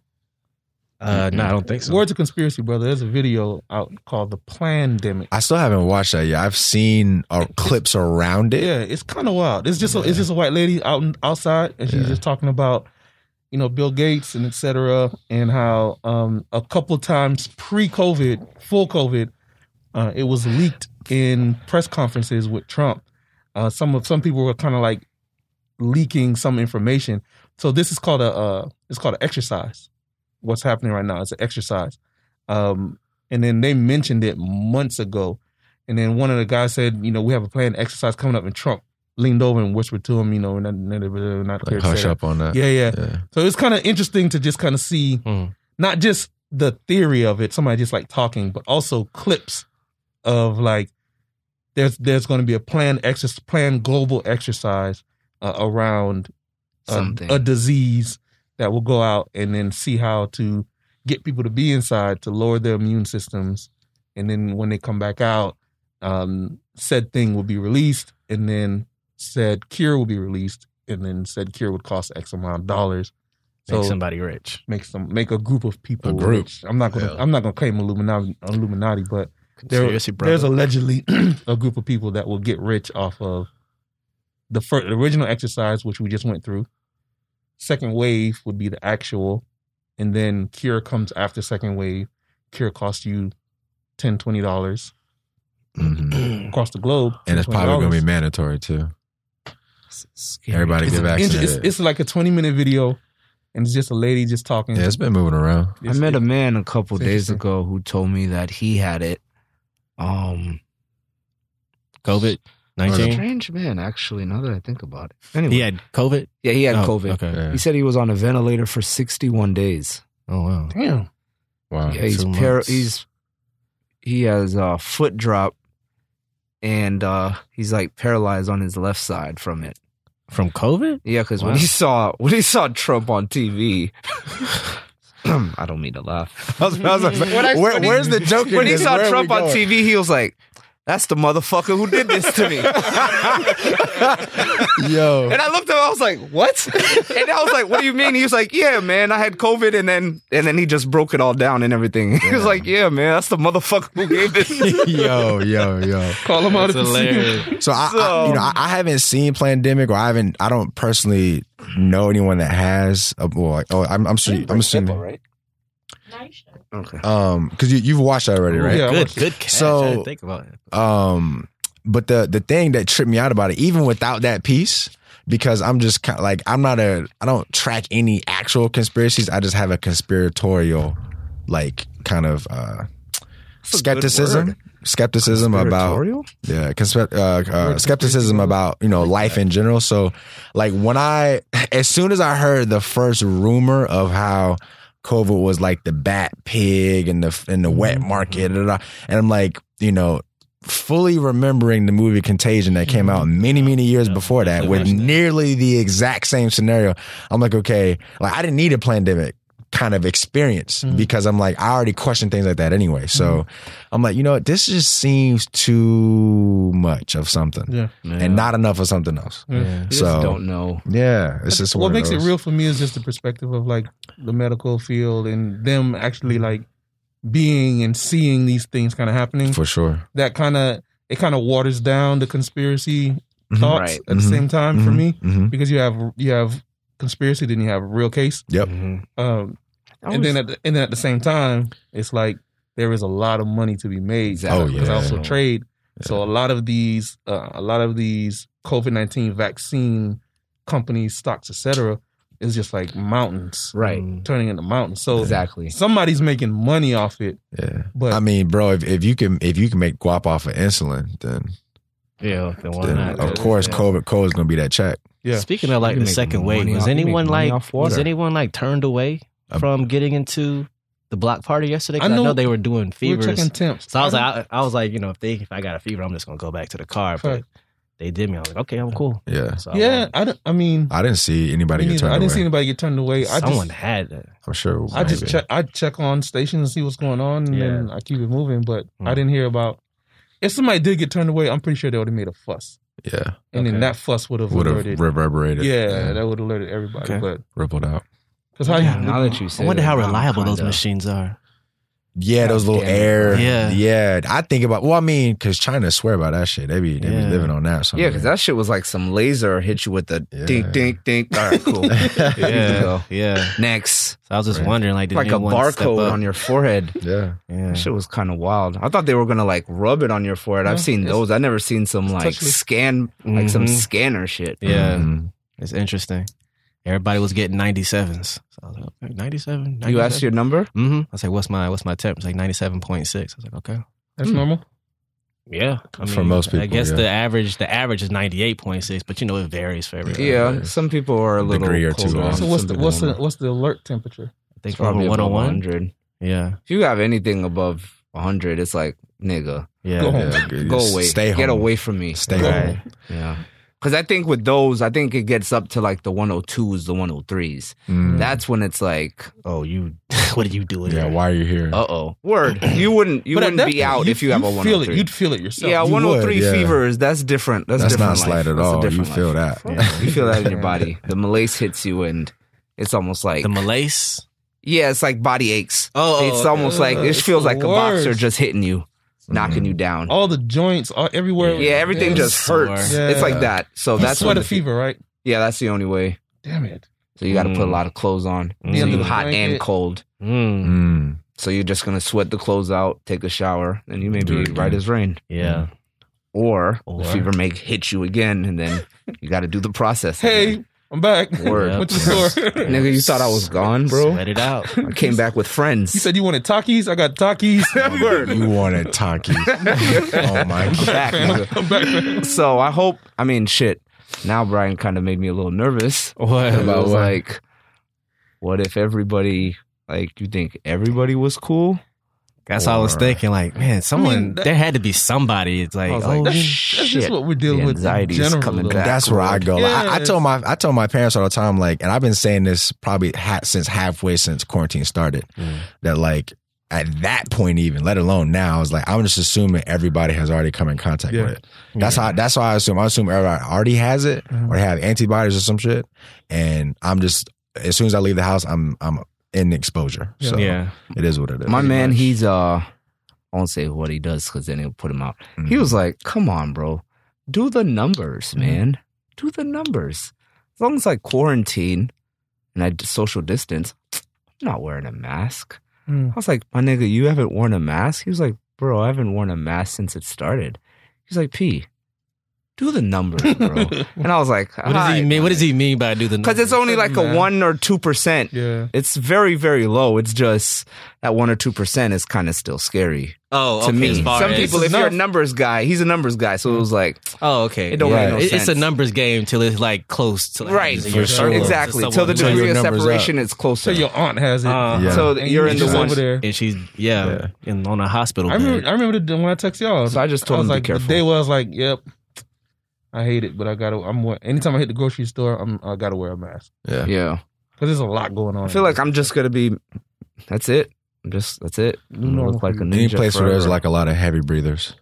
S4: Uh, no, I don't think so.
S3: Words of conspiracy, brother. There's a video out called the pandemic.
S1: I still haven't watched that yet. I've seen uh, clips around it.
S3: Yeah, it's kind of wild. It's just a, it's just a white lady out in- outside, and she's just talking about you know Bill Gates and et cetera, and how um, a couple times pre-COVID, full COVID, uh, it was leaked in press conferences with Trump. Uh, some of some people were kind of like leaking some information. So this is called a uh, it's called an exercise. What's happening right now? It's an exercise. Um, and then they mentioned it months ago. And then one of the guys said, you know, we have a planned exercise coming up, and Trump leaned over and whispered to him, you know, not, not, not
S1: Like, hush up on that.
S3: Yeah, yeah.
S1: Yeah. Hmm.
S3: So it's kind of interesting to just kind of see
S4: Mhm.
S3: not just the theory of it, somebody just like talking, but also clips of like there's there's going to be a planned exercise, planned global exercise uh, around a-
S5: Something.
S3: A, disease that will go out and then see how to get people to be inside to lower their immune systems, and then when they come back out, um, said thing will be released, and then said cure will be released, and then said cure would cost X amount of dollars.
S4: Make somebody rich.
S3: make some make a group of people.
S1: A group.
S3: which I'm not gonna
S1: Yeah.
S3: I'm not gonna claim Illuminati, Illuminati, but there-
S4: Conspiracy, brother.
S3: there's allegedly a group of people that will get rich off of the first the original exercise, which we just went through. Second wave would be the actual, and then cure comes after second wave. Cure costs you 10 20 dollars
S1: Mhm.
S3: across the globe.
S1: And it's probably going to
S3: $20.
S1: be mandatory too. Everybody
S3: It's
S1: get
S3: an inter-
S1: vaccinated.
S3: it's, it's like a 20 minute video, and it's just a lady just talking.
S1: yeah, it's been moving around.
S5: I met a man a couple
S3: it's
S5: days
S3: interesting.
S5: ago who told me that he had it. Um,
S4: COVID nineteen.
S5: strange man, actually. Now that I think about it, anyway,
S4: He
S5: yeah,
S4: had COVID.
S5: he had
S4: Oh,
S5: COVID.
S4: Okay.
S1: Yeah.
S5: He said he was on a ventilator for 61 days.
S4: Oh wow.
S3: Damn.
S1: Wow.
S5: yeah, he's
S4: two
S5: para-
S4: months.
S5: he's he has a foot drop, and uh, he's like paralyzed on his left side from it.
S4: From COVID?
S5: Yeah, because
S4: Wow.
S5: when he saw when he saw Trump on TV, I don't mean to laugh. I was- I was like, where- where's the joke? When he saw Trump on TV, he was like, "That's the motherfucker who did this to me."
S1: Yo.
S5: And I looked at him, I was like, what? And I was like, what do you mean? He was like, yeah, man, I had COVID and then and then he just broke it all down and everything. He was like, yeah, man, that's the motherfucker who gave this.
S1: yo, yo, yo.
S3: Call him out. if you see him.
S1: So I, I you know, I, I haven't seen Plandemic, or I haven't. I don't personally know anyone that has. A, well, like, oh, I'm, I'm sure. you- I'm assuming.
S5: right? Okay.
S1: Um, because you you've watched that already, right?
S3: Yeah, I
S4: Good.
S3: watched
S4: Good catch.
S1: So-
S4: I didn't think about it.
S1: Um, but the the thing that tripped me out about it, even without that piece, because I'm just kind like I'm not a I don't track any actual conspiracies. I just have a conspiratorial, like kind of uh, skepticism. Skepticism about yeah, conspe- uh, uh, skepticism about you know life in general. So, like when I, as soon as I heard the first rumor of how COVID was like the bat pig and the and the wet market, da, da, da, and I'm like, you know, fully remembering the movie Contagion that came out many many years before that with nearly the exact same scenario. I'm like, okay, like I didn't need a pandemic kind of experience
S3: Mm-hmm.
S1: because I'm like, I already question things like that anyway. So. I'm like, you know what? This just seems too much of something
S3: Yeah.
S1: and not enough of something else.
S5: You just
S1: So,
S5: don't know.
S1: Yeah, it's just
S3: what
S1: one of
S3: makes it
S1: those.
S3: real for me is just the perspective of like the medical field and them actually like being and seeing these things kind of happening.
S1: for sure.
S3: that kind of it kind of waters down the conspiracy
S1: Mhm.
S3: thoughts
S5: Right.
S3: at the
S1: Mhm.
S3: same time for
S1: Mhm.
S3: me
S1: Mhm.
S3: because you have you have conspiracy, then you have real case,
S1: Yep.
S4: Mm-hmm.
S3: um, and then at the, and then at the same time, it's like there is a lot of money to be made.
S5: Exactly.
S1: Oh,
S3: because I
S1: yeah.
S3: also trade. So a lot of these, uh, a lot of these COVID nineteen vaccine companies, stocks, etc., is just like mountains,
S5: Right.
S4: Mm.
S3: turning into mountains. So
S5: Exactly.
S3: somebody's making money off it,
S1: Yeah.
S3: but
S1: I mean, bro, if, if you can if you can make guap off of insulin, then
S4: Yeah. Then why
S1: then
S4: not?
S1: of course
S4: Yeah.
S1: COVID code is gonna be that check.
S3: Yeah.
S4: Speaking of like
S5: You
S4: the
S5: make
S4: second wave,
S5: money
S4: was
S5: off- you make
S4: anyone
S5: money
S4: like
S5: off
S4: was
S5: water.
S4: anyone like turned away
S1: Uh,
S4: from getting into the block party yesterday? 'Cause
S3: I
S4: I know,
S3: know-
S4: they were doing
S3: We were
S4: fevers.
S3: checking temps.
S4: So I was
S3: don't-
S4: like, I, I was like, you know, if they if I got a fever, I'm just gonna go back to the car.
S3: Right.
S4: But they did me. I was like, okay, I'm cool.
S1: Yeah.
S4: So I
S3: yeah,
S4: went.
S3: I, don't- I mean,
S1: I didn't see
S3: me
S1: anybody get
S3: neither.
S1: turned
S3: I didn't see
S1: away.
S3: anybody get turned away. I
S4: someone
S3: just,
S4: had that.
S1: I'm sure.
S3: I just
S1: maybe.
S3: check. I check on stations, see what's going on, and then I keep it moving. But I
S4: Mm.
S3: didn't hear about. If somebody did get turned away, I'm pretty sure they would have made a fuss,
S1: Yeah.
S3: and then
S4: Okay.
S3: that fuss would have
S1: Would
S3: alerted.
S1: have reverberated.
S3: yeah,
S1: and
S3: that would have alerted everybody.
S4: Okay.
S3: But
S1: rippled out.
S3: because how
S4: Yeah,
S5: Now that you
S4: I
S5: say
S4: wonder
S5: that,
S4: how
S5: now I'm
S4: reliable those
S5: kinda-
S4: machines are.
S1: Yeah, those little
S5: Goddamn.
S1: air.
S4: Yeah.
S1: Yeah. I think about, well, I mean, because China swear about that shit. They be, they
S4: Yeah.
S1: be living on that. So
S5: Yeah, because that shit was like some laser hit you with the
S1: Yeah.
S5: dink, dink, dink. All right, cool.
S4: Yeah,
S5: go.
S4: yeah.
S5: Next,
S4: So I was just
S1: Right.
S4: wondering, like, did
S5: like a
S4: anyone step
S5: barcode
S4: up?
S5: on your forehead.
S1: Yeah.
S4: Yeah.
S5: That shit was kind of wild. I thought they were gonna like rub it on your forehead. I've
S3: Yeah,
S5: seen
S3: it's-
S5: those. I never seen some like
S3: touchless.
S5: scan, like some
S4: Mhm.
S5: scanner shit.
S4: Yeah,
S1: Mhm.
S4: it's interesting. Everybody was getting 97s. So I was like, okay, 97?
S5: You asked your number.
S4: Mm-hmm. I was like, what's my what's my temp? It's like 97.6. I was like, okay.
S3: that's
S5: Hmm.
S3: normal.
S4: Yeah. I
S1: For most
S4: I
S1: people,
S4: guess
S1: yeah.
S4: the average the average is 98.6, but you know it varies for everyone.
S5: Yeah,
S1: yeah.
S5: some people are a little
S1: Degree or two
S5: colder.
S1: off.
S3: So
S5: Some
S3: what's the
S5: people
S3: what's the
S5: don't.
S3: what's the alert temperature?
S4: I think
S5: It's probably
S4: one
S5: above
S4: on one.
S5: 100.
S4: Yeah.
S5: If you have anything above 100, it's like nigga,
S4: Yeah.
S3: Go home.
S1: Yeah, good.
S5: go away,
S1: Stay home.
S5: get away from me.
S1: Stay
S3: Go
S1: home.
S3: home.
S5: Yeah. Because I think with those, I think it gets up to like the 102s, the 103s.
S1: Mm.
S5: That's when it's like,
S4: Oh, you what are you doing?
S1: Yeah. Why are you here?
S5: uh oh, word. You wouldn't, you
S3: But at
S5: wouldn't
S3: that
S5: be
S3: point,
S5: out if you have a
S3: you'd feel it.
S5: 103.
S3: You'd feel it yourself.
S5: yeah,
S1: You
S5: 103
S1: would, yeah.
S5: fevers. That's different. That's,
S1: That's, not
S5: different life.
S1: slight at
S5: That's a
S1: all. You
S5: different
S1: feel
S5: life.
S1: that.
S4: Yeah.
S5: You feel that in your body. The malaise hits you, and it's almost like
S4: The Malays?
S5: yeah, it's like body aches.
S4: Oh,
S5: it's almost like it
S3: It's
S5: feels
S3: the
S5: like a boxer
S3: worst.
S5: just hitting you,
S1: Mm.
S5: knocking you down.
S3: all the joints, all everywhere.
S5: yeah, everything
S3: Yeah.
S5: just hurts.
S3: Yeah.
S5: It's like that. So
S3: You
S5: that's
S3: sweat
S5: what
S3: a fever, right?
S5: Yeah, that's the only way.
S3: Damn it.
S5: So you got to put a
S4: Mm.
S5: lot of clothes on.
S3: Be
S5: So
S3: under
S5: you
S3: the
S5: hot and
S3: blanket.
S5: cold.
S4: Mm.
S1: Mm.
S5: So you're just gonna sweat the clothes out, take a shower, and you may
S1: Do
S5: be
S1: it
S5: right
S1: again.
S5: as rain.
S4: Yeah.
S5: Or,
S4: Or-
S5: the fever may hit you again, and then you got to do the process.
S3: Hey, I'm back.
S5: Word.
S3: Went to the store.
S5: Nigga, you thought I was gone, bro?
S4: Sweat it out.
S5: I came back with friends.
S3: You said you wanted Takis. I got Takis.
S5: Word.
S1: You wanted Taki. oh my
S5: I'm
S1: God.
S5: back, nigga.
S3: I'm back. man.
S5: So I hope. I mean, shit. Now Brian kind of made me a little nervous.
S4: What?
S5: I was
S1: what?
S5: like, what if everybody? Like, you think everybody was cool?
S4: That's what I was
S1: Or-
S4: thinking. Like, man, someone
S3: that-
S4: there had to be somebody. It's like,
S5: I was
S4: oh,
S5: like,
S4: yeah.
S3: That's
S5: shit.
S3: just what we're dealing
S5: The
S3: with. in
S5: anxiety's
S3: general,
S5: coming
S3: though.
S5: back.
S1: That's where I go. Like, I, I
S3: Yes.
S1: tell my I tell my parents all the time, like, and I've been saying this probably ha- since halfway since quarantine started,
S4: Mm.
S1: that like at that point even, let alone now, I was like, I'm just assuming everybody has already come in contact
S3: Yeah.
S1: with it. That's how that's how I assume. I assume everybody already has it
S3: Mhm.
S1: or they have antibodies or some shit. And I'm just as soon as I leave the house, I'm I'm in exposure.
S3: Yeah.
S1: So
S4: yeah.
S1: it is what it is.
S5: My man,
S1: Pretty
S5: he's uh, I won't say what he does because then he'll put him out.
S1: much.
S5: He was
S4: Mm-hmm.
S5: like, "Come on, bro, do the numbers, man. Do the numbers. As long as I quarantine and I d- social distance, I'm not wearing a mask."
S3: Mm.
S5: I was like, "My nigga, you haven't worn a mask." He was like, "Bro, I haven't worn a mask since it started." He's like, "P, do the numbers, bro." and I was like,
S4: What does he mean? What does he mean by do the?
S5: Because it's
S4: numbers?
S5: only like a
S3: Man.
S5: one or two percent.
S3: Yeah.
S5: It's very, very low. It's just that one or two percent is kind of still scary
S4: oh
S5: to
S4: okay,
S5: me.
S4: as far
S5: Some
S4: as-
S5: people, if
S3: It's
S5: you're a
S3: enough.
S5: numbers guy, he's a numbers guy, so it was like
S4: oh okay,
S5: It don't
S1: make no
S4: It- It's a
S5: sense.
S4: numbers game till it's like close to like,
S5: right,
S4: you're
S1: for sure.
S4: close to
S5: exactly.
S4: someone
S5: Till the
S4: who's
S1: Turn
S5: degree
S1: your
S5: of
S1: numbers
S5: separation is closer.
S3: So your aunt has it.
S4: Uh,
S1: Yeah.
S5: So
S3: And
S5: you're
S3: you
S5: in the
S3: just
S5: one.
S3: over there.
S4: and she's yeah,
S1: Yeah.
S4: In, on a hospital
S3: I
S4: bed.
S3: remember. I remember the, when I text y'all.
S5: So I just
S3: I
S5: told
S3: was
S5: him
S3: like,
S5: to be
S3: the
S5: careful.
S3: day where I was like, "Yep, I hate it, but I gotta." I'm wear- anytime I hit the grocery store, I'm I gotta wear a mask
S1: Mm-hmm. Yeah.
S5: yeah,
S3: because there's a lot going on.
S5: I feel like I'm just gonna be. That's it. I'm just that's it. I'm gonna
S3: Normal
S5: look like a
S3: for
S5: ninja.
S3: you.
S1: Any place where
S5: forever.
S1: there's like a lot of heavy breathers.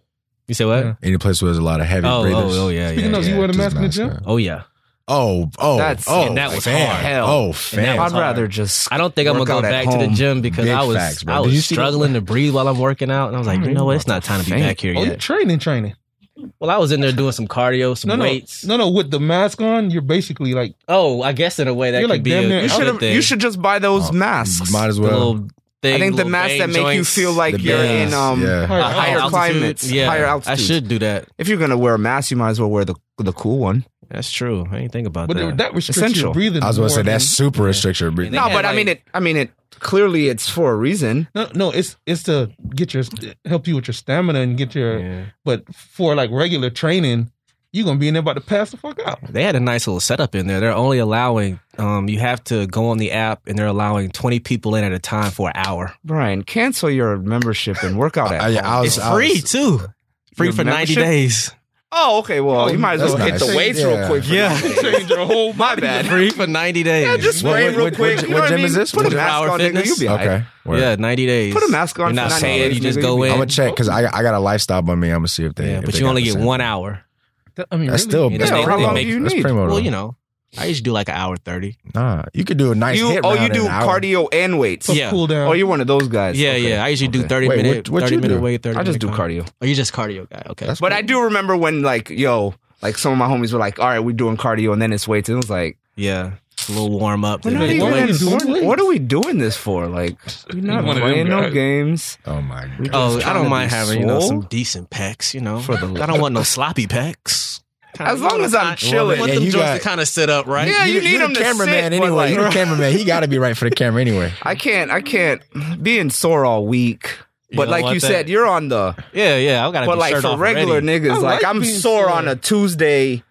S4: you say what?
S3: Yeah.
S1: Any place where there's a lot of heavy
S4: Oh, oh
S1: breathers.
S4: oh yeah
S3: Speaking
S4: yeah.
S3: of, you
S4: yeah.
S3: wear the
S1: just
S3: mask in the
S1: mask,
S3: gym?
S1: man.
S4: Oh yeah.
S1: Oh, oh,
S5: That's-
S1: oh,
S4: and that was
S1: fam.
S4: hard.
S5: Hell.
S1: Oh,
S4: that
S1: fam.
S4: was
S5: I'd
S4: hard.
S5: rather just.
S4: I don't think I'm gonna
S5: Work
S4: go
S5: out at
S4: back to the
S5: home.
S4: gym because
S1: Big
S4: I was
S1: facts, bro.
S4: I
S1: Did you
S4: was
S1: see the-
S4: struggling to breathe while I'm working out, and I was like, you know what? It's not time to be
S5: Faint.
S4: back here
S3: Oh, you
S4: yet.
S3: training, training.
S4: Well, I was in there doing some cardio, some
S3: No, no,
S4: weights.
S3: no, no. With the mask on, you're basically like,
S4: Oh, I guess in a way that
S3: You're
S4: could
S3: like
S4: be
S3: damn
S4: a
S3: near-
S5: you
S3: You
S4: good
S5: should.
S4: thing.
S5: You should just buy those
S1: Oh,
S5: masks.
S1: Might as
S4: The
S1: well.
S4: little thing,
S5: I think the
S4: little
S5: masks that
S4: vein
S5: make you
S4: joints,
S5: feel like
S1: the
S5: you're in
S1: bands,
S5: um
S1: yeah.
S5: a
S3: Higher
S5: higher
S4: altitude.
S5: climates,
S4: Yeah,
S5: higher altitude.
S4: I should do that.
S5: If you're gonna wear a mask, you might as well wear the the cool one.
S4: That's true. I didn't think about
S3: but
S4: that.
S3: that restricts
S5: Essential.
S3: your breathing.
S1: I was going to say
S3: more
S1: that's super restriction.
S4: And they
S5: No,
S4: had,
S5: but I mean
S4: like-
S5: it. I mean it. Clearly, it's for a reason.
S3: than- No, no, it's it's to get your help you with your stamina and get your.
S4: yeah.
S3: But for like regular training, you're gonna be in there about to pass the fuck out.
S4: They had a nice little setup in there. They're only allowing um, you have to go on the app, and they're allowing twenty people in at a time for an hour.
S5: Brian, cancel your membership and workout at.
S1: I, yeah, I
S5: home.
S1: was,
S4: It's
S1: I
S4: free
S1: was-
S4: too. Free
S5: Your
S4: for ninety
S5: membership?
S4: days.
S5: oh, okay. Well, you might as
S1: that's
S5: well hit
S1: nice.
S5: the weights
S1: Yeah.
S5: real quick. for
S4: Yeah.
S5: that.
S3: Change your whole
S5: My bad.
S4: Free for ninety days.
S5: Yeah, just
S1: What-
S5: spray
S1: what-
S5: real
S1: what-
S5: quick.
S1: what
S5: you know what
S1: gym
S5: I mean?
S1: is this?
S5: Put a
S1: What
S5: mask
S4: Power
S5: on, nigga.
S4: Fitness?
S5: You'll be all right.
S1: Okay. word.
S4: yeah, ninety days.
S5: Put a mask on
S4: You're not
S5: for 90
S4: saying
S5: days,
S4: you just
S5: nigga.
S4: go
S5: You
S4: in.
S5: be-
S1: I'm gonna check because I I got a lifestyle by me. I'm gonna see if they.
S4: yeah,
S1: if
S4: but
S1: they
S4: you
S1: got
S4: only
S1: the
S4: get
S1: same.
S4: one hour.
S3: That- I mean,
S1: That's
S3: really,
S1: still
S4: And
S1: that's
S4: they-
S5: Yeah, how
S4: they
S5: long
S4: make-
S5: do you
S1: that's
S5: need?
S1: primo,
S4: Well,
S1: though.
S4: you know, I used to do like an hour thirty.
S1: Nah, you could do a nice
S5: You
S1: hit
S5: oh,
S1: round
S5: you
S1: in
S5: do
S1: an hour.
S5: cardio and weights.
S3: so
S4: Yeah.
S3: cool down.
S5: Oh, you're one of those guys.
S4: Yeah,
S5: Okay.
S4: yeah. I usually do
S5: Okay.
S4: thirty
S1: Wait,
S4: minute,
S1: what- what
S4: thirty
S1: you
S4: minute
S1: do?
S4: weight, thirty.
S5: I just
S4: minute
S5: do cardio.
S4: Oh, you're just cardio guy. Okay.
S1: That's
S5: But I do remember when like yo, like some of my homies were like, "All right, we're doing cardio," and then it's weights, and it was like,
S4: yeah, a little warm up.
S5: we're
S4: then
S5: not
S4: big
S5: even-
S3: Why are
S4: weights.
S3: you doing
S5: we're-
S3: weights?
S5: "What are we doing this for?" Like, we're not
S3: One of them
S5: playing no
S3: guys.
S5: games.
S1: Oh my god.
S4: Oh,
S5: Just trying
S4: I
S5: to
S4: don't mind
S5: be
S4: having you know
S5: swole.
S4: some decent pecs. You know,
S5: For the-
S4: I don't want no sloppy pecs.
S5: As long as I'm
S4: I
S5: chilling.
S4: want
S1: Yeah,
S4: them
S1: you
S4: joints
S1: got-
S4: to kind of sit up, right?
S5: Yeah, you need
S1: the
S5: him to
S1: cameraman
S5: sit, but,
S1: anyway. you the
S5: like-
S1: cameraman. He got to be right for the camera anyway.
S5: I can't. I can't. Being sore all week.
S4: You
S5: But
S4: don't
S5: like
S4: want
S5: you
S4: that?
S5: said, you're on the.
S4: yeah, yeah. I've got to
S5: But
S4: be
S5: like
S4: shirt
S5: for
S4: off
S5: regular
S4: already.
S5: niggas,
S3: I
S5: like,
S3: like
S5: I'm
S3: being
S5: sore
S3: sore.
S5: on a Tuesday.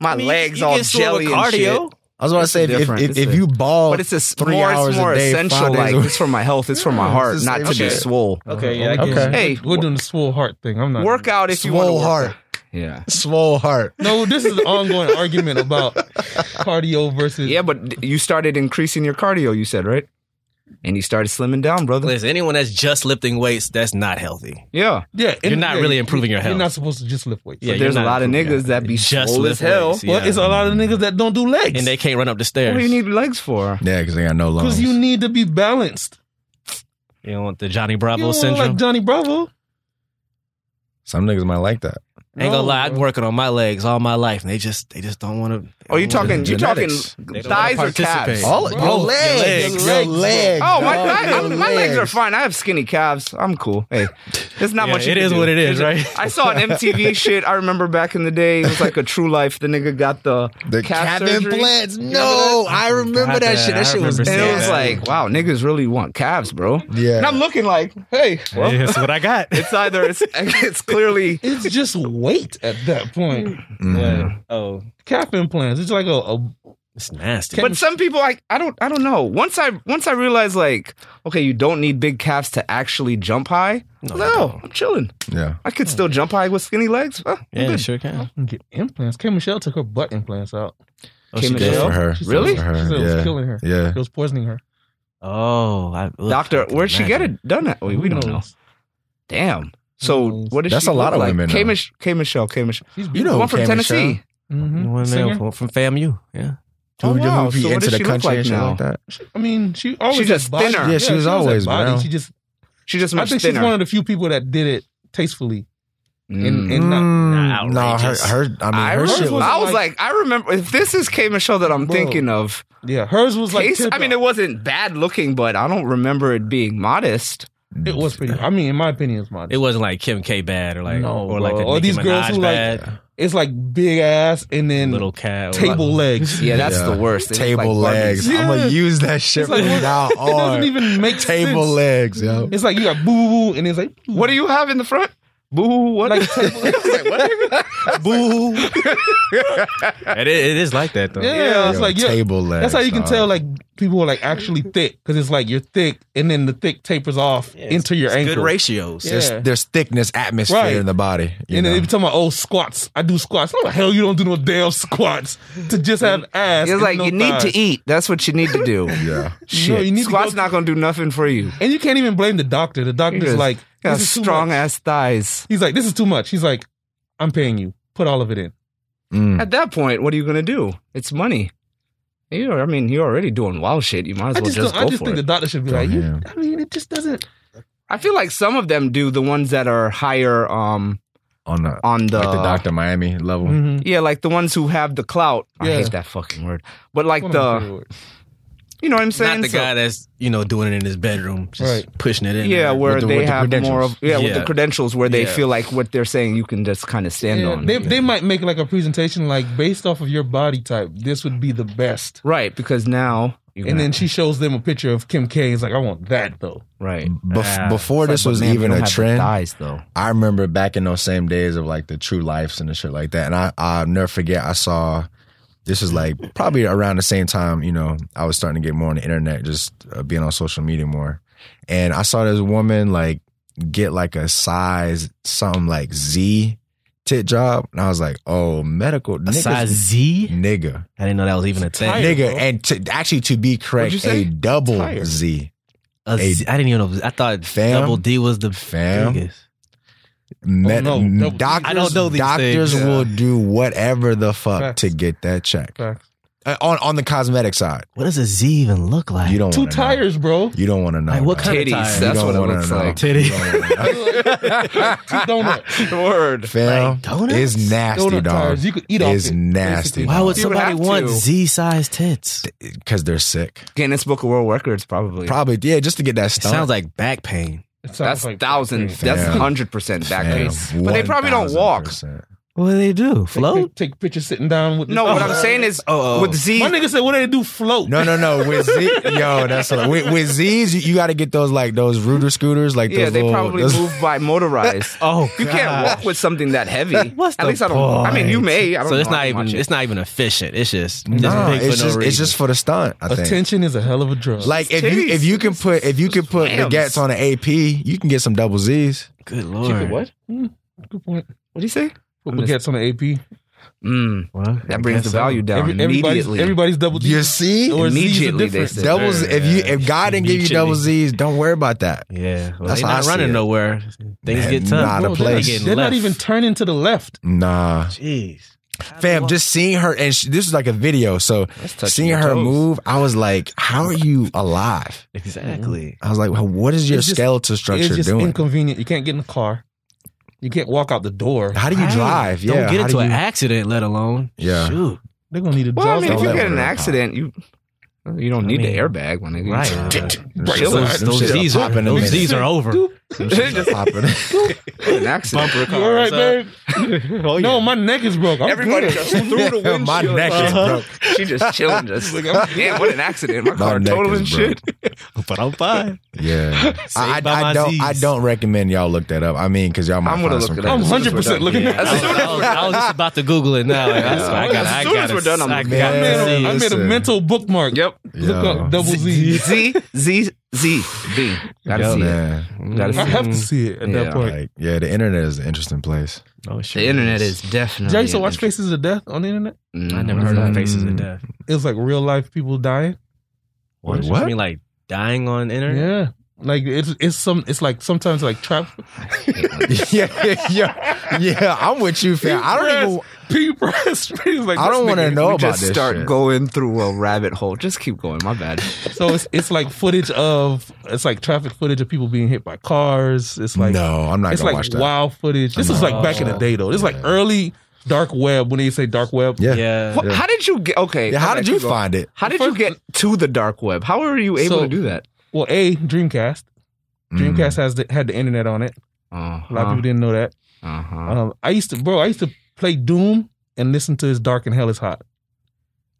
S5: My
S4: I mean,
S5: legs
S4: you
S5: all
S4: get sore
S5: jelly
S4: with
S5: and shit.
S4: cardio.
S1: I was going to
S5: It's
S1: say if, if,
S5: different.
S1: if,
S5: It's a-
S1: you ball,
S5: But it's a s-
S1: Oh, three
S5: more.
S1: hours
S5: It's
S1: a
S5: more
S1: day,
S5: essential.
S1: five days
S5: Like
S1: a week.
S5: it's for my health. It's for my
S1: Yeah,
S5: heart,
S1: it's the
S5: not
S1: same
S5: to be
S1: shit.
S5: swole.
S3: Okay, yeah, I guess.
S1: Okay.
S5: Hey,
S3: we're, we're doing the swole heart thing. I'm not
S5: Work out if you want to
S1: swole
S5: work
S1: heart,
S5: out. Yeah.
S1: swole heart.
S3: No, this is an ongoing argument about cardio versus.
S5: Yeah, but d- you started increasing your cardio. You said right, and you started slimming down, brother.
S4: Listen, anyone that's just lifting weights, that's not healthy.
S5: Yeah.
S3: yeah
S4: You're not really improving your
S3: You're
S4: health.
S3: not supposed to just lift weights.
S5: But
S4: Yeah, you're
S5: there's a
S4: not
S5: lot of
S4: improving
S5: niggas
S4: your-
S5: that be
S4: just
S5: swole as
S4: lift
S5: hell.
S4: weights,
S3: But
S4: yeah.
S3: it's a lot of niggas that don't do legs.
S4: and they can't run up the stairs.
S5: What do you need legs for?
S1: Yeah, because they got no lungs.
S3: Because you need to be balanced.
S4: You don't want the Johnny
S3: You
S4: Bravo
S3: don't look
S4: syndrome.
S3: like Johnny Bravo.
S1: Some niggas might like that.
S4: Ain't gonna
S3: No,
S4: lie, I'm
S3: bro.
S4: working on my legs all my life, and they just they just don't want to.
S5: Oh, you talking? You talking
S1: Genetics.
S4: They don't
S5: thighs or
S4: wanna
S5: calves?
S4: participate.
S1: All
S3: Bro,
S1: your
S3: your
S1: legs,
S4: legs.
S1: your legs.
S5: Oh my!
S1: dog,
S5: I,
S1: your
S5: I'm- my legs are fine. I have skinny calves. I'm cool. Hey, it's not
S4: Yeah,
S5: much.
S4: it is what it is, right?
S5: I saw an MTV shit. I remember back in the day, it was like a True Life. The nigga got the,
S1: The
S5: calf
S1: calf
S5: surgery.
S1: implants. No, I remember
S4: God,
S1: that shit.
S4: I
S1: That shit was
S4: remember
S5: And
S4: seeing
S5: it was
S4: that.
S5: like, wow, niggas really want calves, bro.
S1: Yeah.
S5: And I'm looking like, hey, well,
S4: that's what I got.
S5: it's either it's it's clearly
S3: It's just weight at that point.
S1: Mhm.
S4: Oh,
S3: Calf implants. It's like a, a
S4: it's nasty.
S5: But some people, I, I don't, I don't know. Once I, once I realized, like, okay, you don't need big calves to actually jump high. No, like,
S4: No, you
S5: oh,
S4: don't.
S5: I'm chilling.
S1: Yeah.
S5: I could still jump high with skinny legs. Huh, I'm
S4: yeah,
S5: good.
S4: sure can.
S3: can get implants. Kim Michelle took her butt implants out.
S5: Came
S4: Oh, she
S5: in
S4: did?
S1: Good
S5: Yeah.
S1: for her.
S3: She said-
S5: Really?
S1: Good for
S3: She said it
S1: her.
S3: was
S1: Yeah.
S3: killing her.
S1: Yeah.
S3: It was poisoning her.
S4: Oh, I, ugh, I
S5: Doctor,
S4: can
S5: where'd she get
S4: imagine.
S5: it done at? We, we don't know. Damn. So
S3: knows?
S5: what is
S1: That's
S5: she
S1: a lot
S5: look
S1: of
S5: like?
S1: women,
S5: K,
S1: though.
S5: Mich- K Michelle, K Michelle,
S3: She's
S1: You know,
S5: one from
S1: K. Michelle.
S5: tennessee
S4: You
S3: hmm
S4: know what I mean?
S3: Singer.
S4: From, from FAMU, yeah.
S5: Oh,
S1: Dude, you
S5: wow.
S1: would be
S5: So what
S1: into
S5: does
S1: the
S5: she look
S1: country
S5: like
S1: and shit
S5: now?
S1: like that.
S3: She- I mean, she always
S5: She's just
S3: had body-
S5: thinner. Yeah,
S1: she was always
S3: had
S1: brown.
S3: She just
S5: She's just
S3: I
S5: much
S3: think
S5: thinner.
S3: she's one of the few people that did it tastefully.
S5: Mm.
S3: And not-
S1: Mm,
S4: Nah,
S1: nah, her,
S4: outrageous.
S1: her. I mean,
S5: I,
S1: her
S5: remember-
S1: shit was.
S5: I was
S3: like-
S5: like, I remember if this is K Michelle that I'm
S3: Bro.
S5: thinking of.
S3: Yeah, hers was like.
S5: Taste, I mean, it
S3: tip-top.
S5: wasn't bad looking, but I don't remember it being modest.
S3: it was pretty. I mean, in my opinion, it's mine.
S4: It wasn't like Kim K bad or like
S3: No,
S4: or like a
S3: bro. Or
S4: Nicki
S3: these girls
S4: Minaj
S3: who like-
S4: bad,
S3: it's like big ass and then
S4: little cat,
S3: table legs.
S5: Yeah, that's
S1: Yeah.
S5: the worst. They look
S1: table
S5: like bunnies.
S1: legs. I'm
S3: Yeah.
S1: gonna use that shit
S3: It's like,
S1: from
S3: what-
S1: now
S3: It doesn't
S1: on.
S3: even make
S1: Table
S3: sense.
S1: legs, yo.
S3: It's like you got boo boo and it's like
S5: What do you have in the front? Boo, what?
S3: like table legs.
S4: boo. it, is, it is like that though.
S3: Yeah, it's
S1: Yo,
S3: like yeah.
S1: table legs.
S3: That's how you can
S1: dog.
S3: tell like people are like actually thick because it's like you're thick and then the thick tapers off
S4: Yeah,
S3: into your
S4: it's
S3: ankle.
S4: Good ratios.
S3: Yeah.
S1: There's, there's thickness, atmosphere
S3: Right.
S1: in the body. You
S3: and
S1: know?
S3: then they be talking about oh squats. I do squats. How the hell you don't do no damn squats to just have ass?
S5: It's
S3: and
S5: like
S3: no
S5: you need
S3: thighs?
S5: to eat. That's what you need to do.
S1: yeah.
S5: Shit,
S3: you need to
S5: squats
S3: go-
S5: not gonna do nothing for you.
S3: And you can't even blame the doctor. The
S5: You
S3: doctor's
S5: just
S3: like,
S5: got
S3: this is too
S5: strong
S3: much.
S5: ass thighs.
S3: He's like, this is too much. He's like, I'm paying you. Put all of it in.
S1: Mm.
S5: At that point, what are you gonna do? It's money. You, I mean, you're already doing wild shit. You might as
S3: I
S5: well
S3: just,
S5: just,
S3: don't, I
S5: go
S3: just
S5: for
S3: think
S5: it.
S3: the doctor should be like,
S1: Go
S3: you-
S1: ham.
S3: I mean, it just doesn't.
S5: I feel like some of them do the ones that are higher um
S1: On the,
S5: on the,
S1: like the Doctor Miami level.
S3: Mhm.
S5: Yeah, like the ones who have the clout. I
S3: Yeah.
S5: hate that fucking word. But like
S3: One of my
S5: the,
S3: favorite words.
S5: you know what I'm
S4: Not
S5: saying?
S4: the
S5: So-
S4: guy that's you know doing it in his bedroom, just
S3: Right.
S4: pushing it in.
S5: yeah,
S4: there.
S5: where
S1: the-
S5: they
S1: with the
S5: have more
S1: credentials.
S5: of yeah, with the
S4: Yeah.
S5: credentials where they
S4: Yeah.
S5: feel like what they're saying you can just kind of stand
S3: Yeah,
S5: on.
S3: they, they might make like a presentation like based off of your body type, this would be the best.
S5: right, because now You
S3: And
S5: gonna-
S3: then she shows them a picture of Kim K. It's like, I want that though.
S5: right.
S1: Bef-
S2: Ah,
S1: before this was even a trend,
S5: Dies though.
S1: I remember back in those same days of like the true lives and the shit like that. And I, I'll never forget, I saw this is like probably around the same time, you know, I was starting to get more on the internet, just uh, being on social media more. And I saw this woman like get like a size, something like Z tit job. And I was like, oh, medical.
S4: A
S1: niggas-
S4: size Z?
S1: Nigga.
S4: I didn't know that was even a thing.
S1: nigga.
S3: bro.
S1: And to, actually, to be
S5: you
S1: correct,
S5: say?
S1: a double
S5: Tire.
S1: Z.
S4: A Z- I didn't even know. I thought
S1: Fam.
S4: double D was the
S1: Fam.
S4: biggest.
S1: Med-
S3: Oh, no. Double-
S1: doctors,
S4: I don't know these
S1: doctors
S4: things.
S1: will do whatever the fuck
S3: Facts.
S1: to get that check.
S3: Facts.
S1: Uh, on on the cosmetic side,
S4: What does a Z even look like?
S1: you don't
S3: Two
S1: wanna know.
S3: tires, bro.
S1: You don't want to know.
S4: Like, what
S1: bro.
S4: kind of
S5: Titties.
S4: tires?
S1: You
S5: That's
S1: don't
S5: what it
S1: wanna
S5: looks
S1: know.
S5: like.
S4: Titty.
S3: Two donuts.
S5: Word.
S1: Fam,
S4: Like donuts?
S1: it's nasty,
S3: Donut
S1: dog.
S3: tires. You could eat off
S1: It's
S3: it,
S1: nasty
S3: basically.
S4: Why would
S5: You would
S4: somebody
S5: have
S4: want
S5: to.
S4: Z size tits? It
S1: because they're sick.
S5: Guinness Book of World Records probably.
S1: Probably, yeah, just to get that stunt.
S4: sounds like back pain.
S3: It sounds
S5: That's
S3: like-
S5: thousand. That's
S1: Fam.
S5: hundred percent back
S1: Fam,
S5: case. But they probably don't walk.
S1: 1000%.
S4: What do they do?
S3: Take-
S4: Float?
S3: Take, take pictures sitting down with.
S5: No,
S3: this-
S5: what I'm saying is
S4: Oh, oh.
S5: with Z.
S3: My nigga said, "What do they do? Float."
S1: No, no, no. With Z, yo, that's a, with, with Z's. You, you got to get those like those rooter scooters, like
S5: yeah,
S1: those
S5: they
S1: little-
S5: probably
S1: those-
S5: move by motorized.
S4: Oh,
S5: You can't walk with something that heavy.
S4: What's
S5: At
S4: the
S5: least I don't. I mean, you
S4: point?
S5: may. I don't
S4: so it's
S5: know.
S4: not
S5: I didn't
S4: even
S5: watch it.
S4: it's not even efficient. It's just, just
S1: Nah,
S4: big
S1: it's
S4: for
S1: just
S4: no
S1: it's
S4: reason.
S1: just for the stunt. I think.
S3: Attention is a hell of a drug.
S1: Like if you
S5: titties.
S1: if you can put if you can put the
S5: Slams.
S1: gets on an AP, you can get some double Z's.
S4: good
S5: She
S4: lord.
S5: could What?
S3: Hmm, Good point.
S5: What do you say?
S3: Put baguettes on the AP.
S5: Mm,
S4: Well, I
S5: that brings the
S4: guess so.
S5: value down
S3: Every, everybody's,
S5: immediately.
S3: everybody's double D.
S1: You
S3: Or Z's
S1: see,
S3: are
S5: Immediately, they
S3: different.
S5: said.
S1: doubles. If you if God didn't give you double Z's, don't worry about that.
S4: Yeah, well,
S1: That's
S4: they
S1: how I
S4: not
S1: see
S4: running
S1: it.
S4: nowhere. Things
S1: Man,
S4: get tough.
S1: nah, the
S3: Bro, they're not-
S1: place.
S3: They're,
S4: Getting
S3: not,
S4: left.
S3: even turning to the left.
S1: Nah,
S4: Jeez,
S1: fam. Just seeing her and she, this is like a video. So
S5: That's touching
S1: seeing
S5: your
S1: her
S5: toes.
S1: move, I was like, how are you alive?
S4: exactly.
S1: I was like, well, what is your
S3: It's just-
S1: skeletal
S3: It's
S1: structure
S3: just
S1: doing?
S3: inconvenient. You can't get in the car. You can't walk out the door.
S1: How do you
S4: Right.
S1: drive?
S4: Don't
S1: Yeah,
S4: get
S1: how
S4: into
S1: do
S4: an
S1: you-
S4: accident, let alone.
S1: Yeah.
S4: Shoot.
S3: They're gonna need a
S5: Well, I
S3: job.
S5: mean, if you
S1: let
S5: get in an
S1: one out.
S5: accident, you you don't need
S4: mean,
S5: the airbag, my nigga. You
S4: Right.
S5: just-
S1: Right.
S5: Chill
S1: Those-
S5: out.
S1: those
S4: Those
S1: shit'll
S4: Z's
S1: pop
S4: are,
S1: in a
S4: those
S1: minute.
S4: Z's are over.
S1: Just hopping.
S5: an accident.
S3: You all right, babe? No, my neck is broke. I'm
S5: Everybody
S3: good.
S5: just through the windshield.
S1: My neck is broke.
S5: She just chilling. Just damn, what an accident! My car
S1: neck
S5: total
S1: is
S5: and
S1: broke.
S5: shit.
S4: but I'm fine.
S1: Yeah, I,
S4: Saved
S1: I,
S4: by my
S1: I don't. I
S4: Z's.
S1: don't recommend y'all look that up. I mean, because y'all might
S5: I'm gonna
S1: find
S5: look
S1: some
S5: it up.
S3: I'm
S1: crazy-
S3: 100% looking
S5: Yeah.
S3: at
S4: I was, I was- I was just about to Google it now. Like, I, swear, I gotta, I
S5: As soon as
S4: gotta,
S5: we're done, I'm-
S4: I
S1: Man,
S4: gotta see.
S3: I made a
S1: Listen.
S3: mental bookmark.
S5: Yep.
S3: Look
S1: Yeah.
S3: up double Z.
S5: Z Z Z B. Gotta
S4: Yo,
S5: see it.
S1: Yeah.
S5: Gotta see
S3: I
S5: it.
S4: Mm.
S3: have to see it at
S5: Yeah.
S3: that point.
S1: Like, yeah, the internet is an interesting place.
S4: Oh, sure.
S5: The internet is definitely.
S3: Did I used to
S5: an
S3: watch
S5: interest-
S3: Faces of Death on the internet?
S5: Mm,
S4: I never
S5: what
S4: heard
S5: is
S4: of
S5: that?
S4: Faces of Death.
S3: It was like real life people dying.
S1: Wait,
S4: I
S1: what?
S4: mean, like dying on the internet.
S3: Yeah. Like it's it's some it's like sometimes like trap
S1: yeah, yeah, yeah. I'm with you, fam. I don't even.
S3: P press. He's like,
S1: I don't
S3: this
S1: want to
S3: nigga-
S1: know
S5: We
S1: about
S5: just
S1: this.
S5: start
S1: shit.
S5: going through a rabbit hole. Just keep going. My bad.
S3: So it's it's like footage of it's like traffic footage of people being hit by cars. It's like
S1: no, I'm not
S3: it's
S1: gonna
S3: like
S1: watch that.
S3: wild footage. This
S1: I'm
S3: is
S1: not
S3: like back
S5: Oh,
S3: in the day though. This is like early dark web when they say dark web.
S1: Yeah. yeah.
S4: Yeah.
S5: What- How did you get? Okay.
S1: how
S5: okay,
S1: did you
S5: keep going.
S1: find it?
S5: How did you get to the dark web? How were you able
S3: So-
S5: to do that?
S3: Well, a Dreamcast.
S1: Mm.
S3: Dreamcast has the, had the internet on it. A lot of
S5: Uh-huh.
S3: people didn't know that.
S5: Uh-huh.
S3: Um, I used to, bro. I used to play Doom and listen to "It's Dark and Hell Is Hot"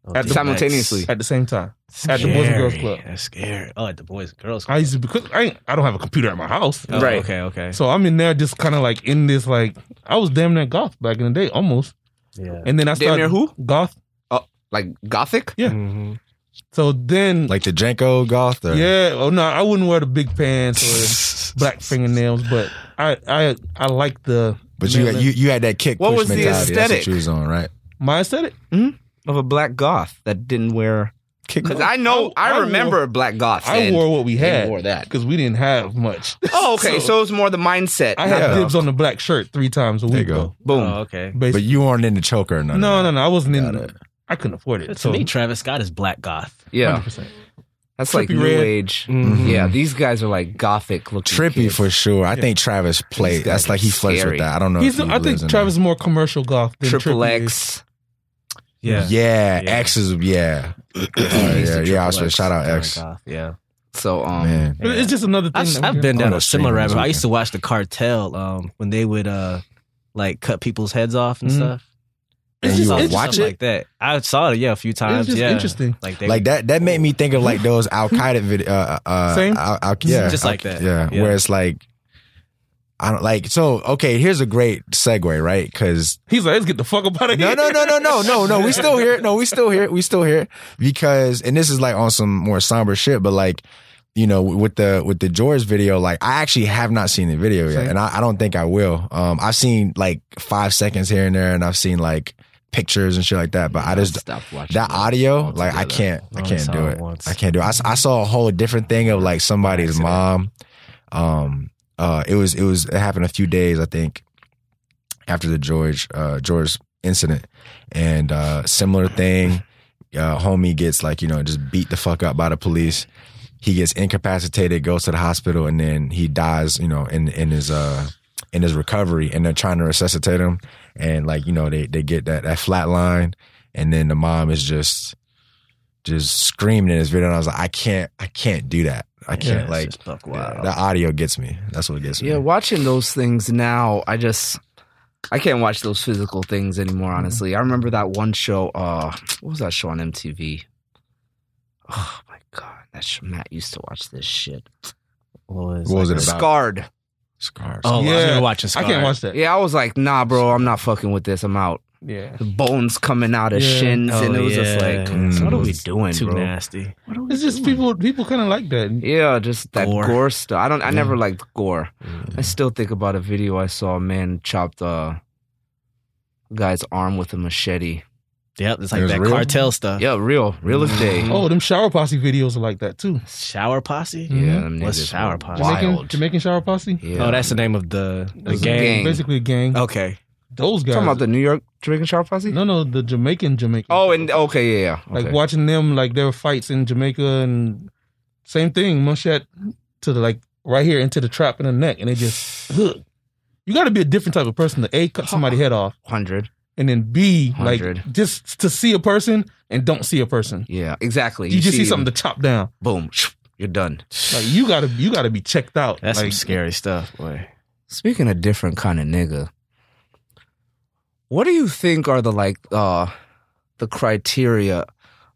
S4: Oh,
S3: At the-
S4: DX.
S5: Simultaneously.
S3: at the same time. at the Boys and Girls
S4: Scary.
S3: Club.
S4: That's scary. Oh, at the Boys and Girls Club.
S3: I used to because I ain't- I don't have a computer at my house,
S4: Oh,
S5: Right.
S4: Okay. Okay.
S3: so I'm in there just kind of like in this like I was damn near goth back in the day almost,
S4: Yeah.
S3: and then I
S5: Damn
S3: started
S5: near who?
S3: goth.
S5: Like gothic?
S3: Yeah.
S4: Mhm.
S3: So then
S1: Mm. Like the Janko Goth? Or,
S3: yeah, oh no, I wouldn't wear the big pants or black fingernails, but I I I like the
S1: But you,
S3: Maryland-
S1: you you had that kick
S5: What
S1: push
S5: was the
S1: mentality. That's
S5: aesthetic?
S1: what you was on, right?
S3: my aesthetic.
S5: Of a black goth that didn't wear.
S1: Kick
S5: Because I know,
S3: I-
S5: I,
S3: I
S5: remember black goths.
S3: I
S5: and
S3: wore what we
S5: they
S3: had
S5: wore that.
S3: because we didn't have much.
S5: Oh, okay. So, it's more the mindset.
S3: I had
S1: Yeah.
S3: dibs on the black shirt three times a
S1: There you
S3: week.
S1: go.
S3: though.
S5: Boom.
S4: Oh, okay.
S3: Basically.
S1: But you weren't in the choker or nothing.
S3: No, no, no. I wasn't in
S1: Got
S3: it.
S1: it.
S3: I couldn't afford it.
S4: to
S3: So
S4: me, Travis Scott is black goth.
S5: yeah.
S3: 100%.
S5: That's like
S3: Trippy
S5: new
S3: Red.
S5: age.
S1: Mhm.
S5: Yeah. These guys are like gothic looking.
S1: Trippy
S5: kids.
S1: for sure. I think Travis
S5: guys
S1: played. That's like he
S5: are
S1: flirts
S5: scary.
S1: with that. I don't know.
S3: He's,
S1: if he
S3: I
S1: lives
S3: think
S1: in
S3: Travis is more commercial goth than
S5: Triple
S3: Trippie is.
S5: X.
S1: there.
S4: Yeah.
S1: Yeah,
S4: Yeah.
S1: X is yeah. Uh, yeah, yeah. I was shout out X.
S4: Yeah.
S5: So, um,
S1: Man,
S3: But It's just another thing.
S4: I've,
S3: that we
S4: I've
S3: did.
S4: been down
S1: Oh, no,
S4: a similar
S1: streaming
S4: rabbit.
S1: is
S4: hole. I
S1: okay.
S4: used to watch the cartel um, when they would uh, like cut people's heads off and
S3: Mhm.
S4: stuff.
S1: and
S3: It's
S1: you
S3: just
S1: would
S3: interesting.
S1: watch it.
S4: like that. I saw it, yeah, a few times.
S3: just
S4: yeah,
S3: interesting.
S4: Like they
S1: Like that, that made me think of like those Al Qaeda video. Uh, uh,
S3: Same.
S1: Al, Al- yeah,
S4: Just
S1: Al-
S4: like that.
S1: Yeah,
S4: Yeah.
S1: where it's like, I don't like. So okay, here's a great segue, right? Because
S3: He's like, let's get the fuck up out of
S1: no,
S3: here.
S1: no, no, no, no, no, no. We still here. No, we still here. We still here because, and this is like on some more somber shit, but like, you know, with the with the George video, like I actually have not seen the video yet,
S3: Same.
S1: and I, I don't think I will. Um, I've seen like five seconds here and there, and I've seen like pictures and shit like that, but I just
S5: stop watching
S1: that audio, like I
S5: altogether.
S1: can't, I
S4: Only
S1: can't
S4: saw
S1: do
S4: it
S1: it.
S4: once.
S1: I can't do it. I, s- I saw a whole different thing of like somebody's mom. Um, uh, it was it was it happened a few days I think after the George uh George incident, and uh similar thing. Uh, homie gets like you know just beat the fuck up by the police. He gets incapacitated, goes to the hospital, and then he dies. You know, in in his uh in his recovery, and they're trying to resuscitate him, and like you know they they get that that flat line and then the mom is just just screaming in this video and i was like i can't i can't do that i can't
S4: it's
S1: like
S4: just buck wild.
S1: the audio gets me that's what gets me
S5: Yeah, watching those things now, I just I can't watch those physical things anymore. Honestly, I remember that one show. Uh, what was that show on MTV? Oh my god, that show, Matt used to watch this shit.
S4: What was,
S1: what was it about
S5: Scarred.
S1: scars
S4: Oh, yeah. I
S3: Yeah.
S4: remember watching
S3: I
S4: Scar.
S3: can't watch that.
S5: Yeah, I was like, nah, bro, I'm not fucking with this. I'm out.
S3: Yeah.
S5: The bones coming out of
S3: Yeah.
S5: shins, and it was just like,
S1: Mm.
S5: what are we doing,
S4: Too
S5: bro?
S4: nasty.
S5: What are we
S3: It's just people people kind of like that.
S5: Yeah, just that
S4: Gore.
S5: gore, stuff. I don't. I never liked gore. I
S3: Mm.
S5: still think about a video I saw. A man chopped a guy's arm with a machete.
S4: Yep, it's
S1: It
S4: like
S1: was
S4: that
S1: real?
S4: cartel
S3: Uh,
S4: stuff.
S5: Yeah, real, real estate.
S3: Oh, them shower posse videos are like that too.
S4: Shower posse.
S5: yeah, them
S4: What's
S5: niggas
S4: shower
S5: were
S4: pot?
S3: Jamaican,
S5: Wild.
S3: Jamaican shower posse.
S5: Yeah.
S4: Oh, that's the name of the the
S3: That's
S5: a
S4: gang.
S5: gang. Oh,
S3: Basically a gang.
S4: Okay.
S3: Those guys.
S5: talking about the New York Jamaican shower posse.
S3: no, no, the Jamaican Jamaican.
S5: Oh, and okay, yeah, yeah.
S3: like
S5: okay.
S3: watching them like their fights in Jamaica and same thing, machete to the like right here into the trap in the neck, and they just hook. You got to be a different type of person to a cut somebody head off,
S5: Hundred.
S3: and then b
S5: Hundred.
S3: like just to see a person and don't see a person.
S5: Yeah, exactly.
S3: You, just see, something
S5: him,
S3: to chop down.
S5: Boom. You're done.
S3: Like you gotta you gotta be checked out.
S4: That's some
S3: like,
S4: scary stuff, boy.
S5: Speaking of different kind of nigga, what do you think are the like uh the criteria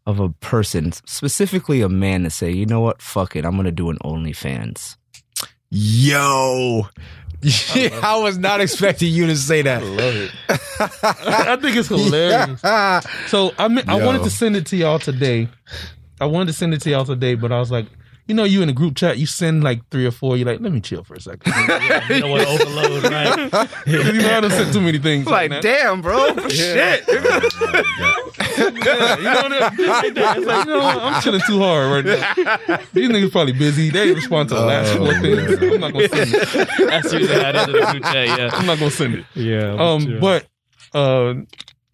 S5: of a person, specifically a man, to say, you know what, fuck it, I'm gonna do an OnlyFans.
S1: yo I, was not expecting you to say that
S3: I think it's hilarious.
S1: Mm-hmm.
S3: So I mean, I
S1: Yo.
S3: wanted to send it to y'all today. I wanted to send it to y'all today, but I was like, you know, you in a group chat, you send like three or four. You're like, let me chill for a second.
S4: You know what? Overload, right?
S3: you know, I done sent too many things.
S5: Like,
S3: that.
S5: damn, bro, shit.
S3: Yeah, you know what I mean? Like that. It's like, you know what? I'm chilling too hard right now. These niggas probably busy. They respond to the last
S1: Oh,
S3: four things.
S1: man.
S3: I'm not gonna send it.
S4: That's usually how it is in the group chat, yeah.
S3: I'm not gonna send it.
S2: Yeah.
S3: Um, but uh,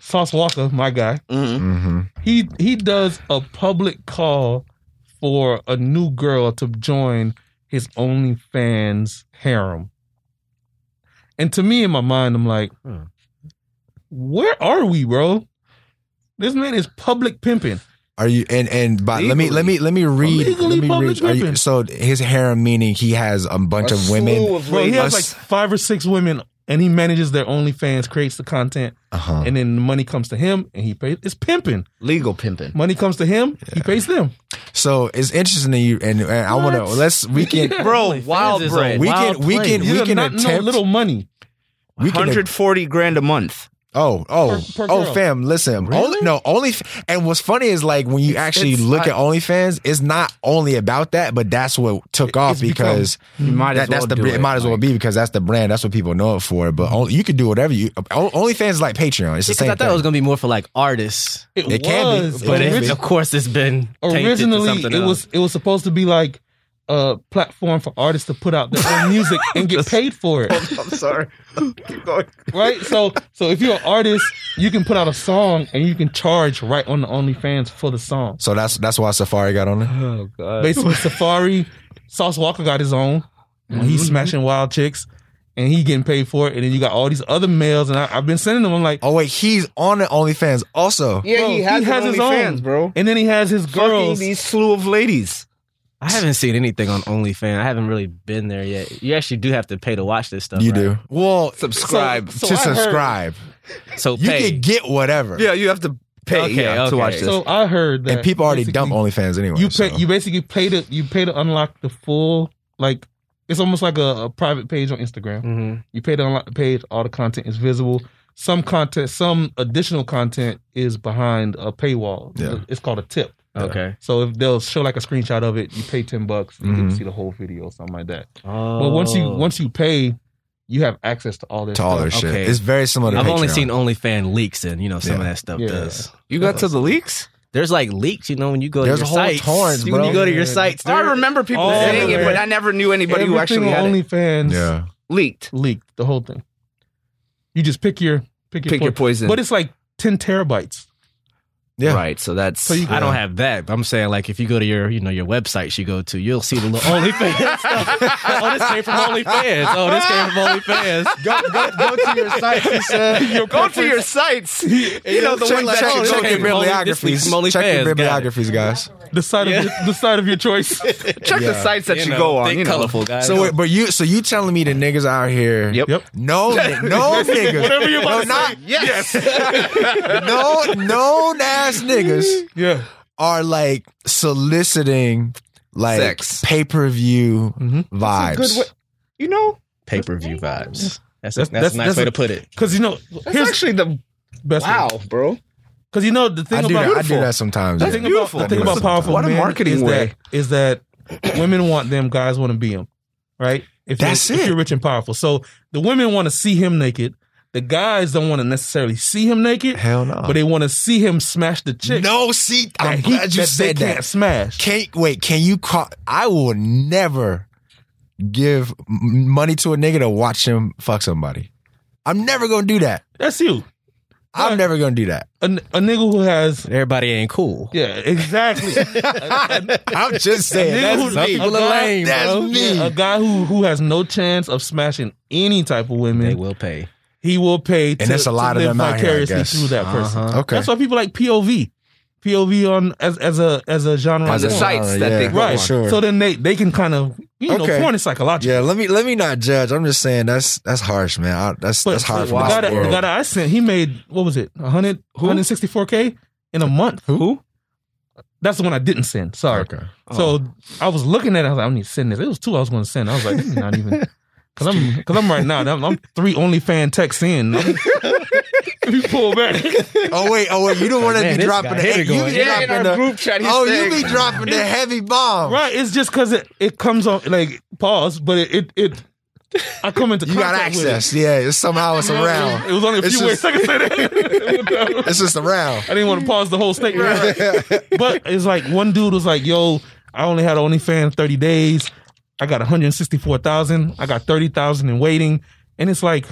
S3: Sauce Walker, my guy,
S5: Mhm.
S1: mm-hmm.
S3: he he does a public call for a new girl to join his OnlyFans harem. And to me, in my mind, I'm like,
S2: Hmm.
S3: where are we, bro? This man is public pimping.
S1: Are you and and by, let me let me let me read.
S3: Legally
S1: Let me
S3: public
S1: read. Are you,
S3: women.
S1: so his harem meaning he has a bunch of women.
S3: Bro, he has like
S1: Us-
S3: five or six women, and he manages their OnlyFans, creates the content,
S1: Uh-huh.
S3: and then the money comes to him, and he pays. It's pimping.
S5: Legal pimping.
S3: Money comes to him, he pays them.
S1: So it's interesting to you, and, and I want to let's we can
S5: Bro, wild
S4: is
S5: bread.
S4: a
S1: we
S4: wild
S1: can we
S4: play.
S1: can
S3: These
S1: we
S3: are
S1: can
S3: not
S1: attempt
S3: no little money.
S1: we can
S5: 140 grand a month.
S1: Oh, oh,
S3: Per- per
S1: oh,
S3: girl.
S1: fam! Listen, only, no, only, and what's funny is like when you actually
S5: it's not-
S1: look at OnlyFans, it's not only about that, but that's what took off because
S5: You might as
S1: that,
S5: well
S1: that's the
S5: do
S1: br- it, might as well
S5: like-
S1: be because that's the brand, that's what people know it for. But only, you can do whatever you. O- OnlyFans is like Patreon. It's
S4: Because I
S1: the same
S4: thought
S1: thing.
S4: it was gonna be more for like artists,
S3: It,
S1: It can be,
S3: was,
S1: but
S4: but
S1: it-
S4: it,
S1: Orig-
S4: of course it's been tainted to
S3: originally
S4: something
S3: it
S4: else.
S3: was it was supposed to be like a platform for artists to put out their own music and get paid for it,
S5: I'm sorry. Keep going.
S3: right? So so if you're an artist, you can put out a song and you can charge right on the OnlyFans for the song.
S1: so that's that's why Safari got on it.
S5: Oh god.
S3: basically Safari, Sauce Walker got his own. When
S5: Mm-hmm.
S3: he's smashing wild chicks and he getting paid for it. And then you got all these other males and I, I've been sending them. I'm like,
S1: Oh wait, he's on the OnlyFans also.
S5: Yeah,
S3: Bro,
S5: he has,
S3: he has
S5: his
S3: his
S5: OnlyFans,
S3: own.
S5: bro.
S3: and then he has his
S5: Fucking
S3: girls.
S5: these slew of ladies.
S4: I haven't seen anything on OnlyFans. I haven't really been there yet. You actually do have to pay to watch this stuff.
S1: You
S4: right?
S1: do. Well,
S5: Subscribe.
S3: So-
S1: to
S3: I heard-
S1: subscribe,
S4: So
S1: you
S4: pay.
S1: can get whatever.
S5: yeah, you have to pay
S4: Okay,
S5: yeah,
S4: okay.
S5: to watch this.
S3: So I heard that
S1: And people already dump
S3: basically
S1: OnlyFans anyway.
S3: You
S1: so.
S3: pay. You basically pay to you pay to unlock the full like. It's almost like a, a private page on
S1: Mm.
S3: Instagram.
S4: Mhm.
S3: You pay to unlock the page. All the content is visible. Some content, some additional content is behind a paywall.
S1: Yeah.
S3: It's called a tip.
S4: Okay.
S3: So if they'll show like a screenshot of it, you pay ten bucks, you get
S1: Mhm.
S3: to see the whole video, or something like that.
S4: Oh.
S3: But once you once you pay, you have access to all this.
S1: to all their
S3: stuff.
S1: shit.
S4: Okay.
S1: It's very similar to
S4: I've only
S1: Patreon.
S4: seen OnlyFans leaks, and you know some
S1: Yeah.
S4: of that stuff
S3: Yeah.
S4: does.
S5: you got to the leaks?
S4: There's like leaks, you know, when you go
S1: There's
S4: to your
S1: whole
S4: sites.
S1: torrents,
S4: When
S1: bro.
S4: you go to your sites,
S5: I
S4: there-
S5: remember people
S3: Oh,
S5: saying it, but
S3: everywhere.
S5: I never knew anybody who
S3: Everything
S5: actually had
S3: on
S5: it
S3: OnlyFans
S1: Yeah.
S5: leaked.
S3: leaked the whole thing. You just pick your pick your,
S5: Pick your poison.
S3: but it's like ten terabytes.
S1: Yeah.
S5: Right, so that's
S3: So you-
S4: I don't have that. but I'm saying like if you go to your, you know, your websites you go to, you'll see the little OnlyFans stuff. oh, this came from OnlyFans. Oh, this came from OnlyFans.
S1: Go, go, go to your site. She said.
S5: go to your sites. You know the
S1: check,
S5: ones that
S1: check-
S5: you
S1: check
S5: look
S4: okay,
S1: your
S5: at.
S4: bro. this week's Molly
S1: bibliographies. Check
S4: fans,
S1: your
S4: got it.
S1: bibliographies, guys.
S3: The side
S4: Yeah.
S3: of your, the side of your choice.
S5: Check the
S1: Yeah.
S5: sites that you, go on.
S4: Think
S5: You know.
S4: colorful guys.
S1: So, wait, but you, so you telling me the niggas out here?
S5: Yep.
S3: Yep.
S1: No, ni- no niggas.
S3: Whatever you're about
S1: no,
S3: to
S1: not,
S3: say.
S5: Yes.
S1: no, known ass niggas
S3: Yeah.
S1: are like soliciting like
S5: Sex.
S1: pay per view
S3: Mhm.
S1: vibes.
S5: you know,
S4: pay per view vibes. That's,
S3: That's-
S4: that's,
S3: that's-
S4: a nice
S3: that's
S4: way
S3: a-
S4: to put it.
S3: Because you know,
S5: that's
S3: here's
S5: actually the
S3: best
S5: wow, bro.
S3: Because you know the thing
S1: I do
S3: about
S1: that. I do that sometimes.
S3: The
S1: Yeah.
S5: That's
S3: thing
S5: beautiful.
S3: about the thing
S1: That's
S3: about powerful
S5: what a
S3: men
S5: marketing
S3: is
S5: way.
S3: that is that women want them, guys want to be them, right? If
S1: That's
S3: you're,
S1: it.
S3: If you're rich and powerful, so the women want to see him naked. The guys don't want to necessarily see him naked,
S1: Hell no.
S3: but they want to see him smash the chick.
S1: no, see, I'm
S3: that he-
S1: glad you
S3: that
S1: said
S3: they
S1: that.
S3: Can't smash.
S1: Can wait? Can you call? I will never give m- money to a nigga to watch him fuck somebody. I'm never gonna do that.
S3: That's you,
S1: I'm never gonna do that.
S3: a, a nigga who has.
S4: Everybody ain't cool.
S3: Yeah, exactly.
S1: I'm just saying.
S3: Nigga
S1: That's
S3: who's
S1: me.
S3: people are lame,
S1: That's
S3: bro.
S1: me.
S3: Yeah, a guy who who has no chance of smashing any type of women,
S4: They will pay.
S3: he will pay. to,
S1: there's a lot
S3: to
S1: of
S3: live
S1: them out here, I
S3: vicariously
S1: guess.
S3: through that person.
S4: Uh-huh.
S1: Okay.
S3: That's why people like POV, POV on as as a as a genre
S5: As a
S3: on porn.
S5: site. sites that they go on.
S3: right?
S1: Sure.
S3: So then they they can kind of you know
S1: Okay.
S3: porn is psychological.
S1: yeah, let me let me not judge. I'm just saying that's that's harsh, man. I, that's
S3: But
S1: that's hard
S3: the,
S1: for
S3: guy
S1: my
S3: that, the
S1: world.
S3: guy that I sent, he made what was it, 100, 164k in a month. Who? That's the one I didn't send. Sorry.
S1: Okay.
S3: So
S1: Oh.
S3: I was looking at it. I was like, I need to send this. It was two I was going to send. I was like, this is not even. Cause I'm, cause I'm right now. I'm, I'm three OnlyFan texts in. Let me pull back.
S1: Oh wait, oh wait, you don't want to
S4: man,
S1: be
S4: this
S1: dropping
S4: guy
S1: the
S4: here
S1: you
S4: going.
S1: be
S5: Yeah, in
S1: dropping
S5: our
S1: the
S5: group chat, he's
S1: oh
S5: saying,
S1: you be dropping the heavy bomb.
S3: Right, it's just because it, it comes on like pause, but it it, it I come into
S1: You got
S3: contact with it.
S1: access. Yeah, it's somehow it's
S3: It
S1: around.
S3: was only a
S1: It's
S3: few ways
S1: just-
S3: I could say that.
S1: It's just around.
S3: I didn't want to pause the whole statement, but it's like one dude was like, "Yo, I only had OnlyFans thirty days. I got one hundred sixty-four thousand. I got thirty thousand in waiting, and it's like."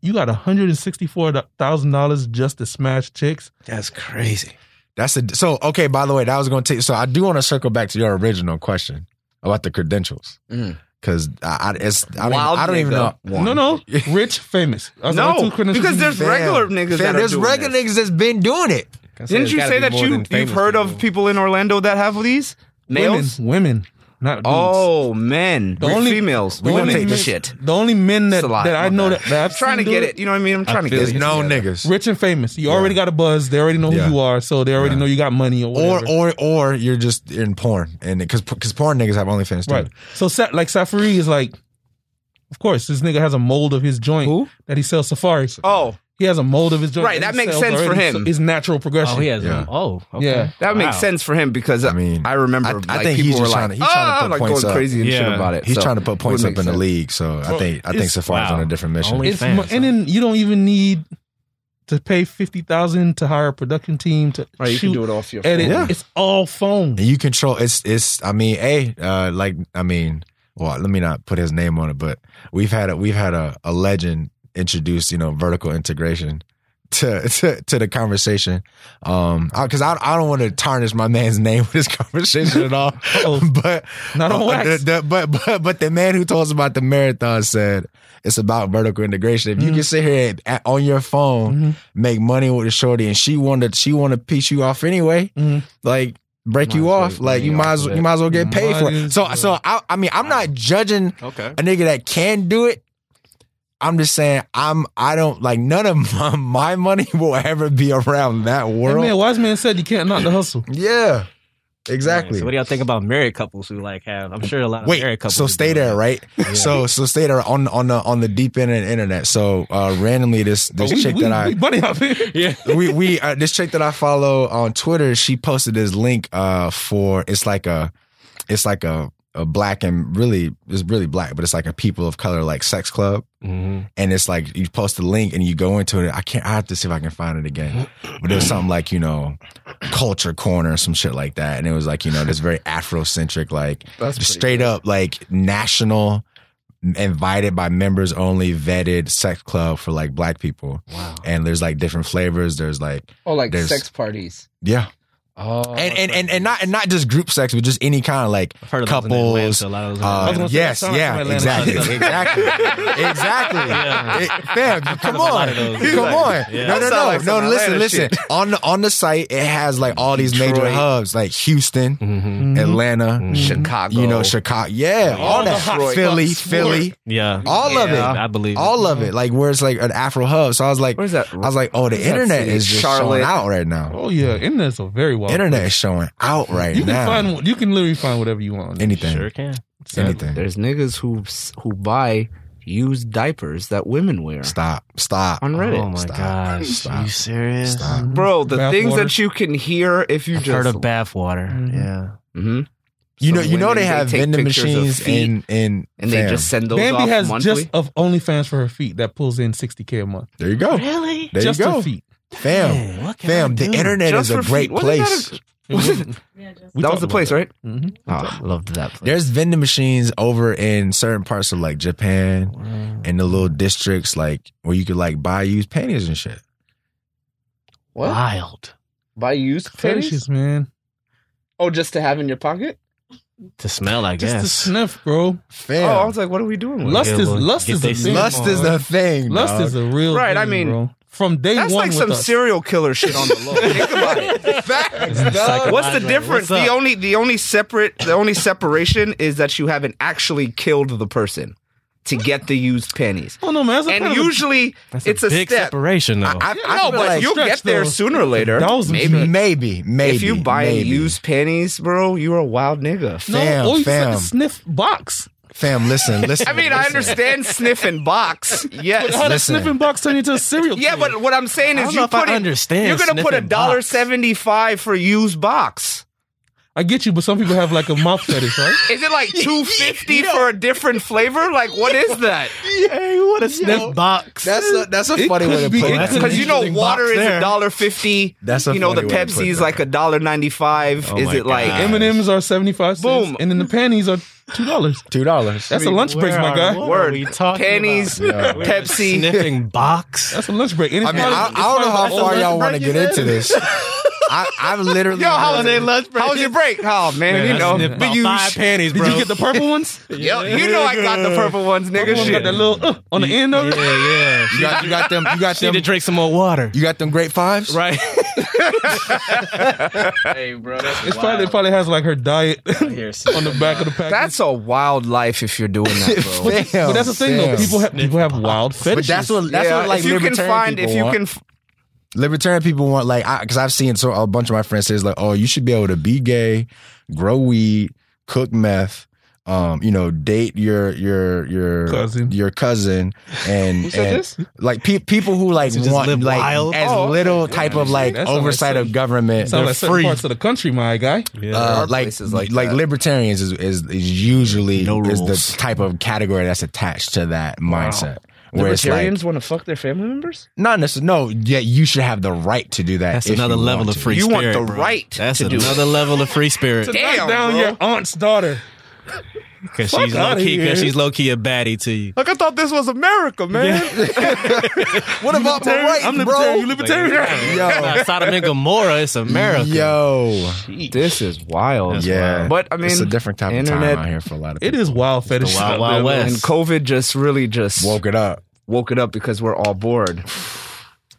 S3: You got one hundred and sixty-four thousand dollars just to smash chicks.
S4: That's crazy.
S1: That's a so okay. By the way, that was going to take. So I do want to circle back to your original question about the credentials
S5: Mm.
S1: because I, I it's I don't,
S5: Wild
S1: I don't even know.
S5: nigga one.
S3: No, no, rich, famous. That's the only
S5: No,
S3: two credentials
S5: because
S3: you
S5: there's
S1: Fam,
S5: regular niggas
S1: fam,
S5: that are
S1: there's
S5: doing
S1: regular
S5: this.
S1: niggas that's been doing it.
S5: Didn't you say that you you've heard of people in Orlando that have these males?
S3: Women, women not dudes.
S5: Oh, men.
S3: The
S5: We're
S3: only-
S5: females.
S3: the
S5: We don't
S3: only
S5: take
S3: men-
S5: this shit.
S3: The only men that,
S5: It's a lot.
S3: that I
S5: My
S3: know
S5: bad.
S3: that, that I've
S5: I'm trying to
S3: seen
S5: get
S3: do
S5: it. You know what I mean? I'm trying to get
S1: There's
S5: it.
S1: no niggas.
S3: Rich and famous. You already got a buzz. They already know who
S1: Yeah.
S3: you are, so they already know you got money or
S1: Or
S3: whatever.
S1: or or you're just in porn and because because porn niggas have OnlyFans too.
S3: right. So Sa- like Safari is like, of course, this nigga has a mold of his joint
S5: Who?
S3: that he sells Safari.
S5: Oh,
S3: He has a mold of his joint.
S5: Right, that
S3: he
S5: makes
S3: sells
S5: sense for
S3: already,
S5: him.
S3: so It's natural progression.
S4: Oh, he has.
S1: Yeah.
S4: Oh, okay.
S3: Yeah.
S5: that makes
S4: Wow.
S5: sense for him because I
S1: I
S5: mean
S1: mean,
S5: I remember.
S1: I- I
S5: like,
S1: think he's
S5: people were
S1: just trying
S5: like,
S1: to- he's trying to
S5: "Ah,"
S1: put
S5: like
S1: points
S5: going
S1: up.
S5: crazy and shit
S4: Yeah.
S5: about it.
S1: He's
S5: so
S1: trying to put points
S5: would
S1: up
S5: make
S1: in the
S5: sense.
S1: league, so I
S3: Bro,
S1: think I think
S3: it's-
S1: Safari's
S4: wow.
S1: on a different mission.
S4: Only-
S3: It's
S4: fans,
S3: mo- and then you don't even need to pay fifty thousand to hire a production team to
S5: Right, you can
S3: shoot,
S5: do it off your.
S3: edit.
S5: phone.
S1: Yeah.
S3: It's all phone.
S1: And you control it's it's I mean, a uh like I mean, well, let me not put his name on it, but we've had a we've had a, a legend introduce, you know, vertical integration to to, to the conversation. Um because I, I don't want to tarnish my man's name with this conversation at all.
S3: Uh-oh.
S1: but
S3: Not on
S1: uh,
S3: wax.
S1: the- the- but but but the man who told us about the marathon said it's about vertical integration. If you can sit here at, at- on your
S3: Mm. Mm-hmm,
S1: phone, make money with a shorty, and she wanted she want to piece you off anyway.
S3: Mhm.
S1: Like break you
S6: Might as well
S1: off. Like
S6: get
S1: you
S6: off
S1: might as
S6: of
S1: well,
S6: it.
S1: you might as well get paid for
S3: Might
S1: it.
S3: as
S1: So
S3: well.
S1: so I I mean I'm not judging
S6: Okay.
S1: a nigga that can do it. I'm just saying I'm I don't like none of my, my money will ever be around that
S3: Hey, man,
S1: world.
S3: wise man said you can't knock the hustle.
S1: Yeah. Exactly.
S4: So what do y'all think about married couples who like have? I'm sure a lot of married
S1: Wait,
S4: couples.
S1: so
S4: who
S1: stay
S4: do
S1: there,
S4: that.
S1: right? So so stay there on on the on the deep end of the internet. So uh randomly this
S3: Oh,
S1: this
S3: we,
S1: chick
S3: we,
S1: that I
S3: we buddy up here.
S6: Yeah.
S1: we we uh, this chick that I follow on Twitter, she posted this link uh for it's like a it's like a a black and really it's really black, but it's like a people of color like sex club.
S4: mm-hmm.
S1: And it's like you post the link and you go into it. I can't. I have to see if I can find it again. But it was something like you know, culture corner, or some shit like that. And it was like you know this very Afrocentric, like
S5: That's
S1: straight up like national invited by members only vetted sex club for like black people
S4: Wow.
S1: and there's like different flavors. There's like
S5: Oh, like
S1: There's-
S5: sex parties.
S1: yeah,
S6: Oh.
S1: and and and, and not and not just group sex, but just any kind of like
S4: I've heard of those in Atlanta,
S1: Couples,
S4: a lot of those.
S3: I was
S1: uh,
S3: gonna say,
S1: yes,
S3: that sound like
S1: yeah,
S3: some Atlanta
S1: exactly,
S4: shit.
S1: exactly, exactly.
S4: Yeah.
S1: It- fam,
S4: of
S1: come
S4: a lot
S1: on,
S4: of those.
S1: come on.
S4: Yeah.
S1: No, no,
S5: Sound
S1: no,
S5: like some
S1: no. Listen,
S5: Atlanta
S1: listen. On the on the site, it has like all these major
S5: Detroit.
S1: hubs, like Houston,
S4: Mhm.
S3: Mm-hmm.
S5: Mm-hmm.
S1: Atlanta,
S5: Chicago.
S1: you know, Chicago. Yeah, all
S5: All the
S1: that.
S5: hot
S1: Philly,
S5: spots.
S1: Philly,
S4: Yeah.
S1: all of
S5: Yeah. Mm-hmm.
S1: it,
S4: I believe.
S1: all of it. Like where it's like an Afro hub. So I was like,
S5: Where's that?
S1: I was like, oh, the
S5: Where's that
S1: internet
S5: city?
S1: is just
S5: Charlotte.
S1: showing out right now.
S3: Oh yeah, internet's a very wild.
S1: internet is showing out right
S3: place. You can
S1: now.
S3: find what- you can literally find whatever you want. on it.
S1: anything,
S4: Sure can.
S1: anything.
S5: There's niggas who who buy used diapers that women wear
S1: Stop, stop,
S5: on Reddit.
S4: Oh my
S1: Stop.
S4: gosh.
S1: Stop.
S4: You serious?
S1: stop.
S5: Bro, the
S3: Bath
S5: things
S3: water.
S5: that you can hear if you
S4: I've
S5: just
S4: heard of bathwater.
S3: Mhm.
S4: Yeah.
S5: Mhm.
S1: You know,
S5: Some
S1: you know
S5: women,
S1: they have
S5: take
S1: vending
S5: pictures of
S1: machines
S5: feet,
S1: and and
S5: and they
S1: fam,
S5: just send those
S3: Bambi
S5: off
S3: has
S5: monthly.
S3: just of OnlyFans for her feet that pulls in sixty k a month.
S1: there you go,
S4: Really?
S1: there
S3: just
S1: you
S3: her
S1: go,
S3: feet.
S1: fam,
S4: Man, what can I
S1: fam. The
S4: do?
S1: internet
S5: Just
S1: is a
S5: for
S1: great
S5: feet. Wasn't
S1: place.
S5: That, a-
S3: We
S5: was it-
S7: Yeah, just
S5: that was the place, right?
S3: hmm
S5: Oh, loved that place.
S1: There's vending machines over in certain parts of like Japan
S4: Wow.
S1: and the little districts like where you could like buy used panties and shit.
S5: What?
S4: Wild
S5: Buy used panties?
S3: Fetishes, man.
S5: Oh, just to have in your pocket?
S4: to smell, I
S3: Just
S4: guess.
S3: a sniff, bro.
S1: Fam,
S5: Oh, I was like, what are we doing? With
S3: Lust
S4: get
S3: is
S4: one.
S3: lust
S4: Get
S3: is a
S4: they
S3: thing.
S1: lust is the thing.
S3: lust
S1: dog.
S3: is a real
S5: Right, I
S3: thing,
S5: mean,
S3: bro. from day
S5: That's
S3: one
S5: like
S3: with
S5: some
S3: us.
S5: serial killer shit on the low. Think about it. Facts,
S4: It's
S5: dog. What's the
S4: psychological.
S5: difference?
S4: What's
S5: the
S4: up?
S5: only the only separate the only separation is that you haven't actually killed the person to get the used pennies.
S3: Oh no, man. That's a
S5: And
S3: kind of a-
S5: usually
S4: That's
S5: it's a
S4: big
S5: step.
S4: separation, though.
S1: I, I
S5: no,
S1: feel
S5: but
S1: like
S5: you'll
S3: stretch,
S5: get there
S3: though.
S5: sooner or later.
S3: Thousands
S5: Maybe.
S1: maybe, maybe
S5: if you buy
S1: maybe.
S5: used panties, bro, you're a wild nigga.
S3: no,
S1: fam,
S3: or you just like
S1: fam.
S3: a sniff box.
S1: fam, listen, listen.
S5: I mean, I
S1: listen.
S5: understand sniffing box. Yes.
S3: How does
S1: Listen.
S3: sniffing box turn into a serial?
S5: Yeah,
S3: killer?
S5: but what I'm saying
S4: I
S5: is
S4: don't know
S5: you
S4: if I
S5: put in,
S4: understand.
S5: you're gonna put a
S4: sniffing
S5: dollar
S4: box.
S5: seventy five for used box.
S3: I get you. But some people have like a mouth fetish, right?
S5: Is it like two fifty for a different flavor? Like what is that?
S4: Hey, what a sniff box.
S1: That's a that's a
S3: It
S1: funny way
S3: could
S1: to
S3: be-
S1: put
S3: it
S1: it.
S3: could
S5: Because you know
S4: Interesting
S5: water
S4: box
S5: is a
S4: there.
S5: dollar fifty.
S1: That's a
S5: you know the
S1: funny way to put
S5: Pepsi is
S1: that.
S5: like a dollar ninety five.
S4: Oh
S5: is
S4: my
S5: it like
S4: God.
S3: M and M's are seventy five cents,
S5: Boom.
S3: and then the panties are two dollars.
S1: Two dollars.
S3: That's a lunch break, my guy.
S5: Word.
S4: Word. We talking
S5: panties,
S4: about?
S1: Yeah.
S4: We're in a
S5: Pepsi?
S4: sniffing box.
S3: That's a lunch break. And
S1: I
S3: it's
S1: mean,
S3: part of-
S1: I, I
S3: it's
S1: don't
S3: part
S1: know
S3: of
S1: how
S3: the
S1: far
S3: whole-
S1: y'all want to get into this. I, I've literally.
S5: Yo, how was
S1: never-
S5: lunch break? How was your break? Oh man,
S4: Man,
S5: you
S4: I
S5: know.
S4: sniffed
S5: But
S4: about
S5: you,
S4: five panties,
S3: Did
S4: bro.
S3: you get the purple ones?
S5: yo, you know I got the purple ones, nigga.
S3: Everyone
S5: Shit.
S3: got that little uh, on the end of it.
S4: Yeah, yeah.
S1: You got, you got them. You got
S4: She need to
S1: them.
S4: drink some more water.
S1: You got them great fives.
S4: Right.
S5: Hey, bro, that's
S3: It's probably it probably has like her diet on the back of the package.
S5: That's a wild life if you're doing that, bro.
S1: Damn,
S3: but that's the thing though.
S1: damn.
S3: People have people have wild fetishes.
S1: But that's what that's
S5: Yeah,
S1: what like
S5: if you can
S1: libertarian
S5: find
S1: people
S5: if you
S1: want.
S5: can f-
S1: libertarian people want like because I've seen so a bunch of my friends says like oh you should be able to be gay, grow weed, cook meth. Um, you know, date your your your
S3: Cousin.
S1: your cousin, and, and like pe- people who like
S4: To just
S1: want
S4: live
S1: like
S4: wild?
S1: as
S5: Oh, okay.
S1: little type of like
S3: That sounds like
S1: oversight
S3: some-
S1: of government.
S3: sounds like certain
S4: free.
S3: parts of the country, my guy.
S1: Uh,
S5: are
S1: like
S5: places like
S1: like,
S5: that.
S1: libertarians is, is, is usually
S4: No
S1: is
S4: rules.
S1: the type of category that's attached to that mindset. Where it's like,
S5: want to fuck their family members?
S1: not necessarily, no, yeah, you should have the right to do that.
S4: That's
S1: if
S4: another
S1: you
S4: level
S1: want
S4: of
S1: to.
S4: free
S5: You want
S4: spirit.
S5: the
S4: bro.
S5: right
S4: That's
S5: to do it.
S4: another level of free spirit.
S5: Damn,
S3: Knock down
S5: bro.
S3: your aunt's daughter.
S4: Because she's low
S3: outta
S4: key.
S3: here.
S4: Because she's low key a baddie to you.
S5: Like I thought this was America, man.
S1: What about my right,
S3: I'm
S1: bro?
S3: libertarian. You libertarian.
S1: Yo,
S4: Nah, Sodom and Gomorrah, it's America.
S1: yo,
S5: This is wild.
S1: yeah.
S5: But I mean,
S1: it's a different type of
S5: internet-
S1: time out here for a lot of
S3: It
S1: people.
S3: is wild fetish.
S4: Wild Wild
S5: and
S4: West.
S5: COVID just really just woke,
S1: Woke it up.
S5: it up because we're all bored.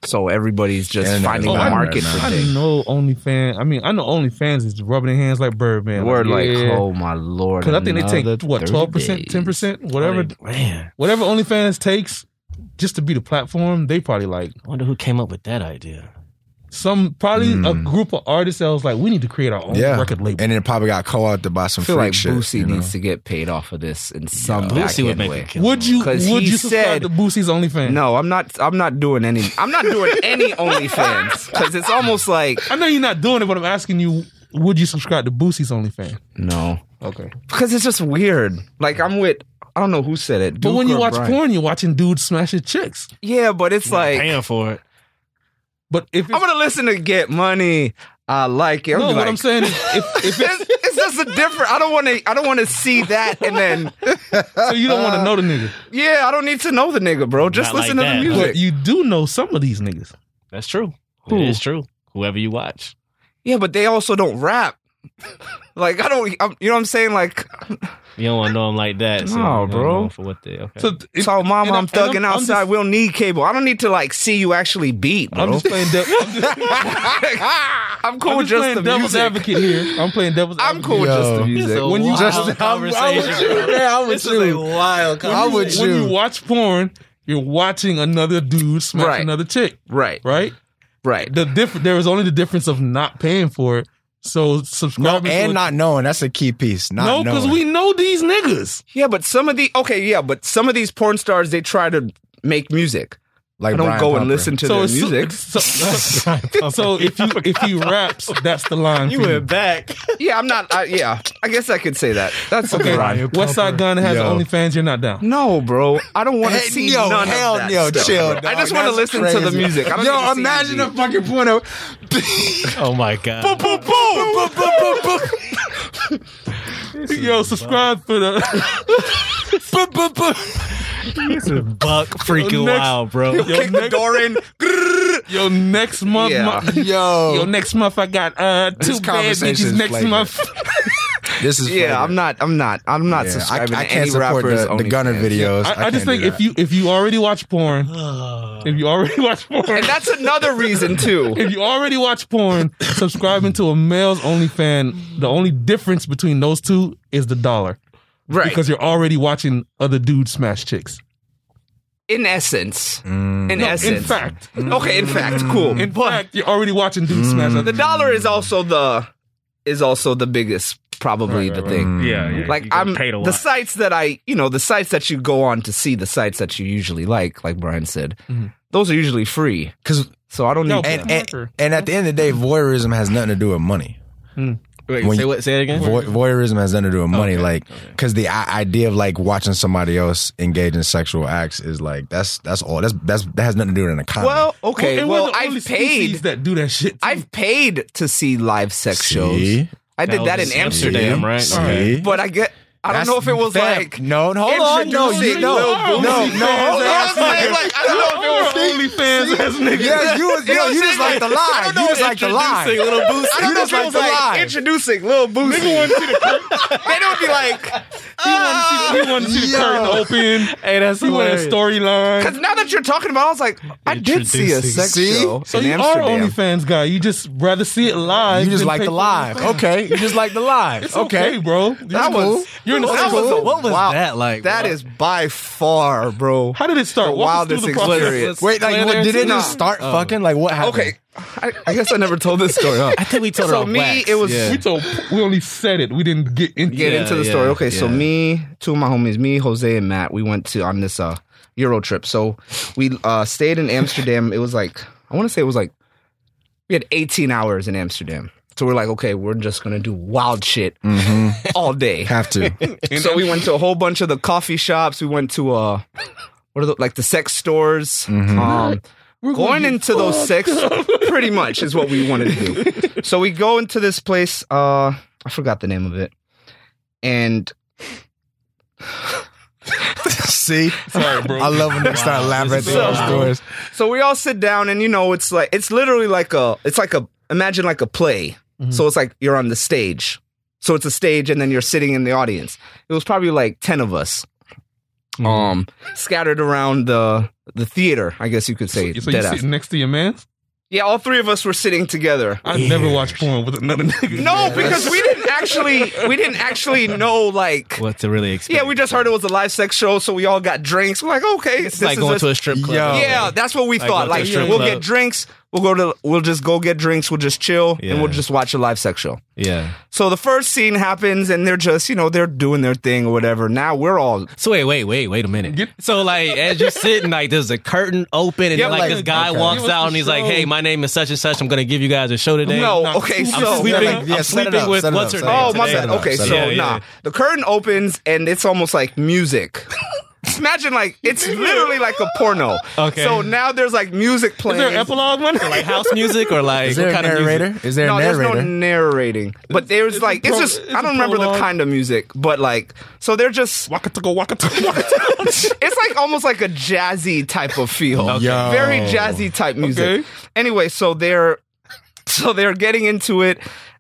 S5: So everybody's just
S1: Internet
S5: finding
S1: is
S5: the
S1: bad right
S5: market
S1: now.
S5: for
S3: I
S5: things.
S3: know OnlyFans. I mean, I know OnlyFans is rubbing their hands like Birdman.
S5: We're like,
S3: yeah.
S5: oh my lord!
S3: Because I think they
S5: another
S3: take what
S5: 30
S3: twelve percent,
S5: days.
S3: ten percent, whatever,
S4: Like, man,
S3: whatever OnlyFans takes, just to be the platform. They probably like
S4: I wonder who came up with that idea.
S3: some probably a
S5: Hmm.
S1: Mm.
S3: group of artists that was like, we need to create our own
S1: Yeah.
S3: record label.
S1: And then it probably got co-opted by some
S5: I feel
S1: freak
S5: like
S1: shit.
S5: Boosie
S1: you know?
S5: needs to get paid off of this in some
S4: Boosie
S5: back-end
S4: would make
S5: way.
S4: a killer.
S3: would you?
S5: 'Cause
S3: Would
S5: he
S3: you subscribe
S5: said-
S3: to Boosie's OnlyFans?
S5: No, I'm not. I'm not doing any. I'm not doing any OnlyFans because it's almost like
S3: I know you're not doing it, but I'm asking you: Would you subscribe to Boosie's OnlyFans?
S5: no,
S3: Okay,
S5: because it's just weird. Like I'm with. I don't know who said it.
S3: but
S5: Duke
S3: when you
S5: or
S3: watch
S5: Brian.
S3: porn, you're watching dudes smashing chicks.
S5: yeah, but it's like
S4: paying for it.
S3: But if it's,
S5: I'm gonna listen to Get Money. I like it. I'm
S3: no,
S5: gonna be
S3: what
S5: like,
S3: I'm saying is, if, if
S5: It's,
S3: it's,
S5: it's just a different. I don't want to. I don't want to see that. And then,
S3: so you don't want to know the nigga,
S5: yeah, I don't need to know the nigga, bro. Just
S4: Not
S5: listen
S4: like
S5: to the
S4: that, huh?
S5: music.
S3: but you do know some of these niggas.
S4: That's true.
S3: Who?
S4: It is true. Whoever you watch.
S5: yeah, but they also don't rap. like I don't. I'm, you know what I'm saying? Like,
S4: You don't want to know them like that. so
S5: No,
S4: you don't
S5: bro.
S4: know 'em For what they, okay.
S3: So if,
S5: so, mom,
S3: and I-
S5: I'm
S3: and
S5: thugging
S3: I'm- I'm
S5: outside.
S3: just-
S5: we don't need cable. I don't need to like see you actually beat, bro.
S3: I'm just playing. De- I'm just,
S5: I'm cool
S3: I'm
S5: with just,
S3: just playing
S5: the
S3: devil's
S5: music.
S3: advocate here. I'm playing devil's.
S5: I'm
S3: advocate.
S5: cool with just the
S1: Yo.
S5: music.
S4: a
S5: When you
S4: wild
S1: just- I'm- I would
S4: conversation.
S1: you, man, I would
S4: this is
S1: you.
S4: a wild
S1: I
S4: conversation.
S1: would
S3: when you
S1: you.
S3: watch porn, you're watching another dude smash
S5: Right.
S3: another chick,
S5: right,
S3: right?
S5: right.
S3: The diff- there was only the difference of not paying for it. So
S1: No,
S3: subscribing to
S1: and
S3: a-
S1: not knowing. That's a key piece. Not
S3: no, because we
S1: knowing.
S3: know these niggas.
S5: Yeah, but some of the okay, yeah, but some of these porn stars they try to make music.
S1: like
S5: I don't
S1: Brian
S5: go
S1: Pumper.
S5: and listen to
S3: so
S5: their
S3: it's-
S5: music.
S3: So, so, so if you if he raps, that's the line.
S4: You
S3: for you.
S4: went back.
S5: Yeah, I'm not. I, yeah, I guess I could say that. That's okay.
S3: Okay, West Side Gun has
S1: Yo.
S3: OnlyFans. You're not down.
S5: No, bro, I don't want to
S1: Hey,
S5: see
S1: yo,
S5: none
S1: hell
S5: of that
S1: yo,
S5: stuff,
S1: chill,
S5: bro. I
S1: dog.
S5: just want to
S1: That's
S5: listen to the
S1: crazy.
S5: music. I don't
S1: Yo,
S5: need to see
S1: imagine
S5: the
S1: a fucking point of
S4: Oh my god.
S5: boom, boom, boom, boom, boom, boom.
S3: Yo, subscribe for the
S4: Buck freaking
S3: Next-
S4: wild, bro.
S3: yo,
S5: Kick the
S3: next,
S5: door in.
S3: yo next month.
S5: Yeah.
S3: my-
S1: yo.
S3: yo, next month I got uh two
S1: This
S3: bad
S1: conversation
S3: bitches
S1: is
S3: next
S1: flagrant.
S3: month.
S1: this is
S5: Yeah, I'm not. I'm not. I'm not
S1: Yeah,
S5: subscribing
S1: I, I
S5: to
S1: can't
S5: any
S1: support
S5: rappers.
S1: the, the Gunner
S5: OnlyFans.
S1: videos.
S3: I, I just
S1: can't do
S3: think if
S1: that.
S3: you if you already watch porn, if you already watch porn,
S5: and that's another reason too.
S3: if you already watch porn, subscribing to a male's OnlyFan, the only difference between those two is the dollar.
S5: Right.
S3: Because you're already watching other dudes smash chicks.
S5: in essence,
S1: Mm.
S3: Mm.
S5: in essence,
S3: In fact,
S5: okay, in fact, cool.
S3: in fact, you're already watching dudes smash other
S5: the dollar is also the is also the biggest probably the thing.
S4: Yeah, yeah.
S5: like I'm the sites that I you know the sites that you go on to see the sites that you usually like like Brian said those are usually free
S1: 'Cause-
S5: so I don't
S3: Yo,
S5: need
S1: and,
S3: Sure.
S1: and, and at the end of the day, voyeurism has nothing to do with money.
S4: Wait,
S1: when
S4: say
S1: you-
S4: what? Say it again.
S1: Voy- voyeurism has nothing to do with money, like because the I- idea of like watching somebody else engage in sexual acts is like that's that's all that's that's that has nothing to do with an economy.
S5: well okay
S3: And
S5: well
S3: we're the only
S5: I've
S3: species
S5: paid
S3: that do that shit. too.
S5: I've paid to see live sex shows
S1: See?
S5: I did
S4: was
S5: that in
S4: in
S5: Amsterdam
S4: Amsterdam, right?
S1: See?
S4: Okay.
S5: but I get I don't
S1: That's
S5: know if it was
S1: theft.
S5: like
S1: no, no, hold on, no, you,
S5: introducing
S1: no,
S5: Lil
S1: no, no,
S3: Boosie fans
S1: hold
S5: I'm
S3: ass
S1: on.
S5: saying, like I don't know if it was
S3: OnlyFans ass nigga.
S1: Yeah, you was,
S5: You know
S1: yo,
S5: what I'm
S1: you just
S5: saying?
S1: like the lie. You just like the lie.
S4: Introducing Lil Boosie.
S5: I don't know
S1: You
S5: if
S1: just
S5: it
S1: like
S5: was
S1: the
S5: like
S1: lie.
S5: introducing Lil Boosie they don't be like
S3: You want to see the
S1: Yo.
S3: curtain open.
S4: Hey, that's
S3: You want a
S4: hilarious.
S3: storyline.
S5: Because now that you're talking about, it, I was like, I did see a
S4: Introducing-
S5: sex
S1: See?
S5: show
S3: So
S5: in
S3: you
S5: Amsterdam.
S3: are OnlyFans guy. You just rather see it live.
S1: You just
S3: than
S1: like
S3: pay
S1: the
S3: for
S1: live.
S3: OnlyFans.
S1: Okay, you just like the live.
S3: It's okay,
S1: Okay,
S3: bro.
S1: That
S3: You're-
S1: was-
S3: you're in the same
S1: that was
S3: boat.
S1: a-
S4: What was
S5: Wow.
S4: that like?
S5: That is by far, bro.
S3: How did it start?
S5: The
S3: Walk us
S5: wildest
S3: through the process.
S5: experience.
S1: Wait, like, what, did it just start
S4: Oh.
S1: fucking? Like, what happened?
S5: Okay, I, I guess I never told this story. Huh?
S4: I think we told her
S5: So
S4: on
S5: me,
S4: wax.
S5: it was
S3: We
S4: Yeah.
S3: told we only said it. We didn't get into
S5: Get
S4: Yeah,
S5: into the
S4: yeah,
S5: story. Okay, so
S4: yeah.
S5: me, two of my homies, me, Jose, and Matt, we went to on this uh Euro trip. So we uh stayed in Amsterdam. It was like I want to say it was like we had 18 hours in Amsterdam. So we're like, okay, we're just gonna do wild shit all day.
S1: Have to.
S5: so we went to a whole bunch of the coffee shops. We went to uh, what are the like the sex stores. Um, going into those sex pretty much is what we wanted to do. so we go into this place. Uh, I forgot the name of it, and
S1: See,
S3: Sorry, bro.
S1: I love when they start laughing at
S4: This is
S1: those
S4: so-
S1: stories.
S5: so we all sit down, and you know, it's like it's literally like a it's like a imagine like a play.
S4: Mm-hmm.
S5: So it's like you're on the stage. So it's a stage, and then you're sitting in the audience. It was probably like ten of us.
S4: Mm-hmm.
S5: um, scattered around the the theater. I guess you could say.
S3: So you
S5: dead ass.
S3: sitting next to your man?
S5: Yeah, all three of us were sitting together.
S3: I never watch porn with another nigga.
S5: No, because we didn't actually we didn't actually know like
S4: What to really expect?
S5: yeah, we just heard it was a live sex show, so we all got drinks. We're like, okay,
S4: It's like going to a strip club.
S1: Yo.
S5: yeah, that's what we
S4: Like,
S5: thought.
S4: go to
S5: Like
S4: a strip
S5: we'll
S4: club.
S5: get drinks, we'll go to we'll just go get drinks, we'll just chill, and we'll
S4: Yeah.
S5: just watch a live sex show.
S4: yeah.
S5: So the first scene happens, and they're just you know they're doing their thing or whatever. Now we're all
S4: So wait, wait, wait, wait a minute.
S3: Get-
S4: so like, as you're sitting, like there's a curtain open, and
S5: Yeah,
S4: then, like,
S5: like-
S4: this guy
S1: okay.
S4: walks
S3: Give us
S4: out,
S3: the
S4: and he's like,
S3: show.
S4: "Hey, my name is such and such. I'm gonna give you guys a show today."
S5: no
S3: not
S5: okay.
S3: cool.
S5: So
S4: I'm sleeping.
S1: Yeah, yeah,
S4: I'm
S1: set it
S4: sleeping
S1: up,
S4: with
S1: set it
S4: what's
S1: up,
S4: her
S1: set
S4: name.
S1: it up.
S5: Oh my
S1: Set
S5: bad.
S1: it up,
S5: Okay,
S1: set
S5: so
S1: it
S5: nah,
S1: up.
S4: Yeah, yeah.
S5: the curtain opens and it's almost like music. Imagine like it's literally like a porno.
S4: Okay.
S5: So now there's like music
S3: Is
S5: playing.
S3: there an epilogue one?
S4: Like house music or like
S1: Is there
S4: what
S1: a
S4: kind of music?
S1: narrator? Is there
S5: no,
S1: a
S5: there's no
S1: narrator?
S5: narrating, but there's
S3: it's a
S5: like it's
S3: pro-
S5: just
S3: it's
S5: I
S3: a
S5: don't remember the
S3: prologue.
S5: kind of music, but like so they're just
S3: Waka taka, waka taka, waka taka.
S5: it's like almost like a jazzy type of feel.
S1: Yo.
S5: Very jazzy type music.
S3: Okay.
S5: Anyway, so they're so they're getting into it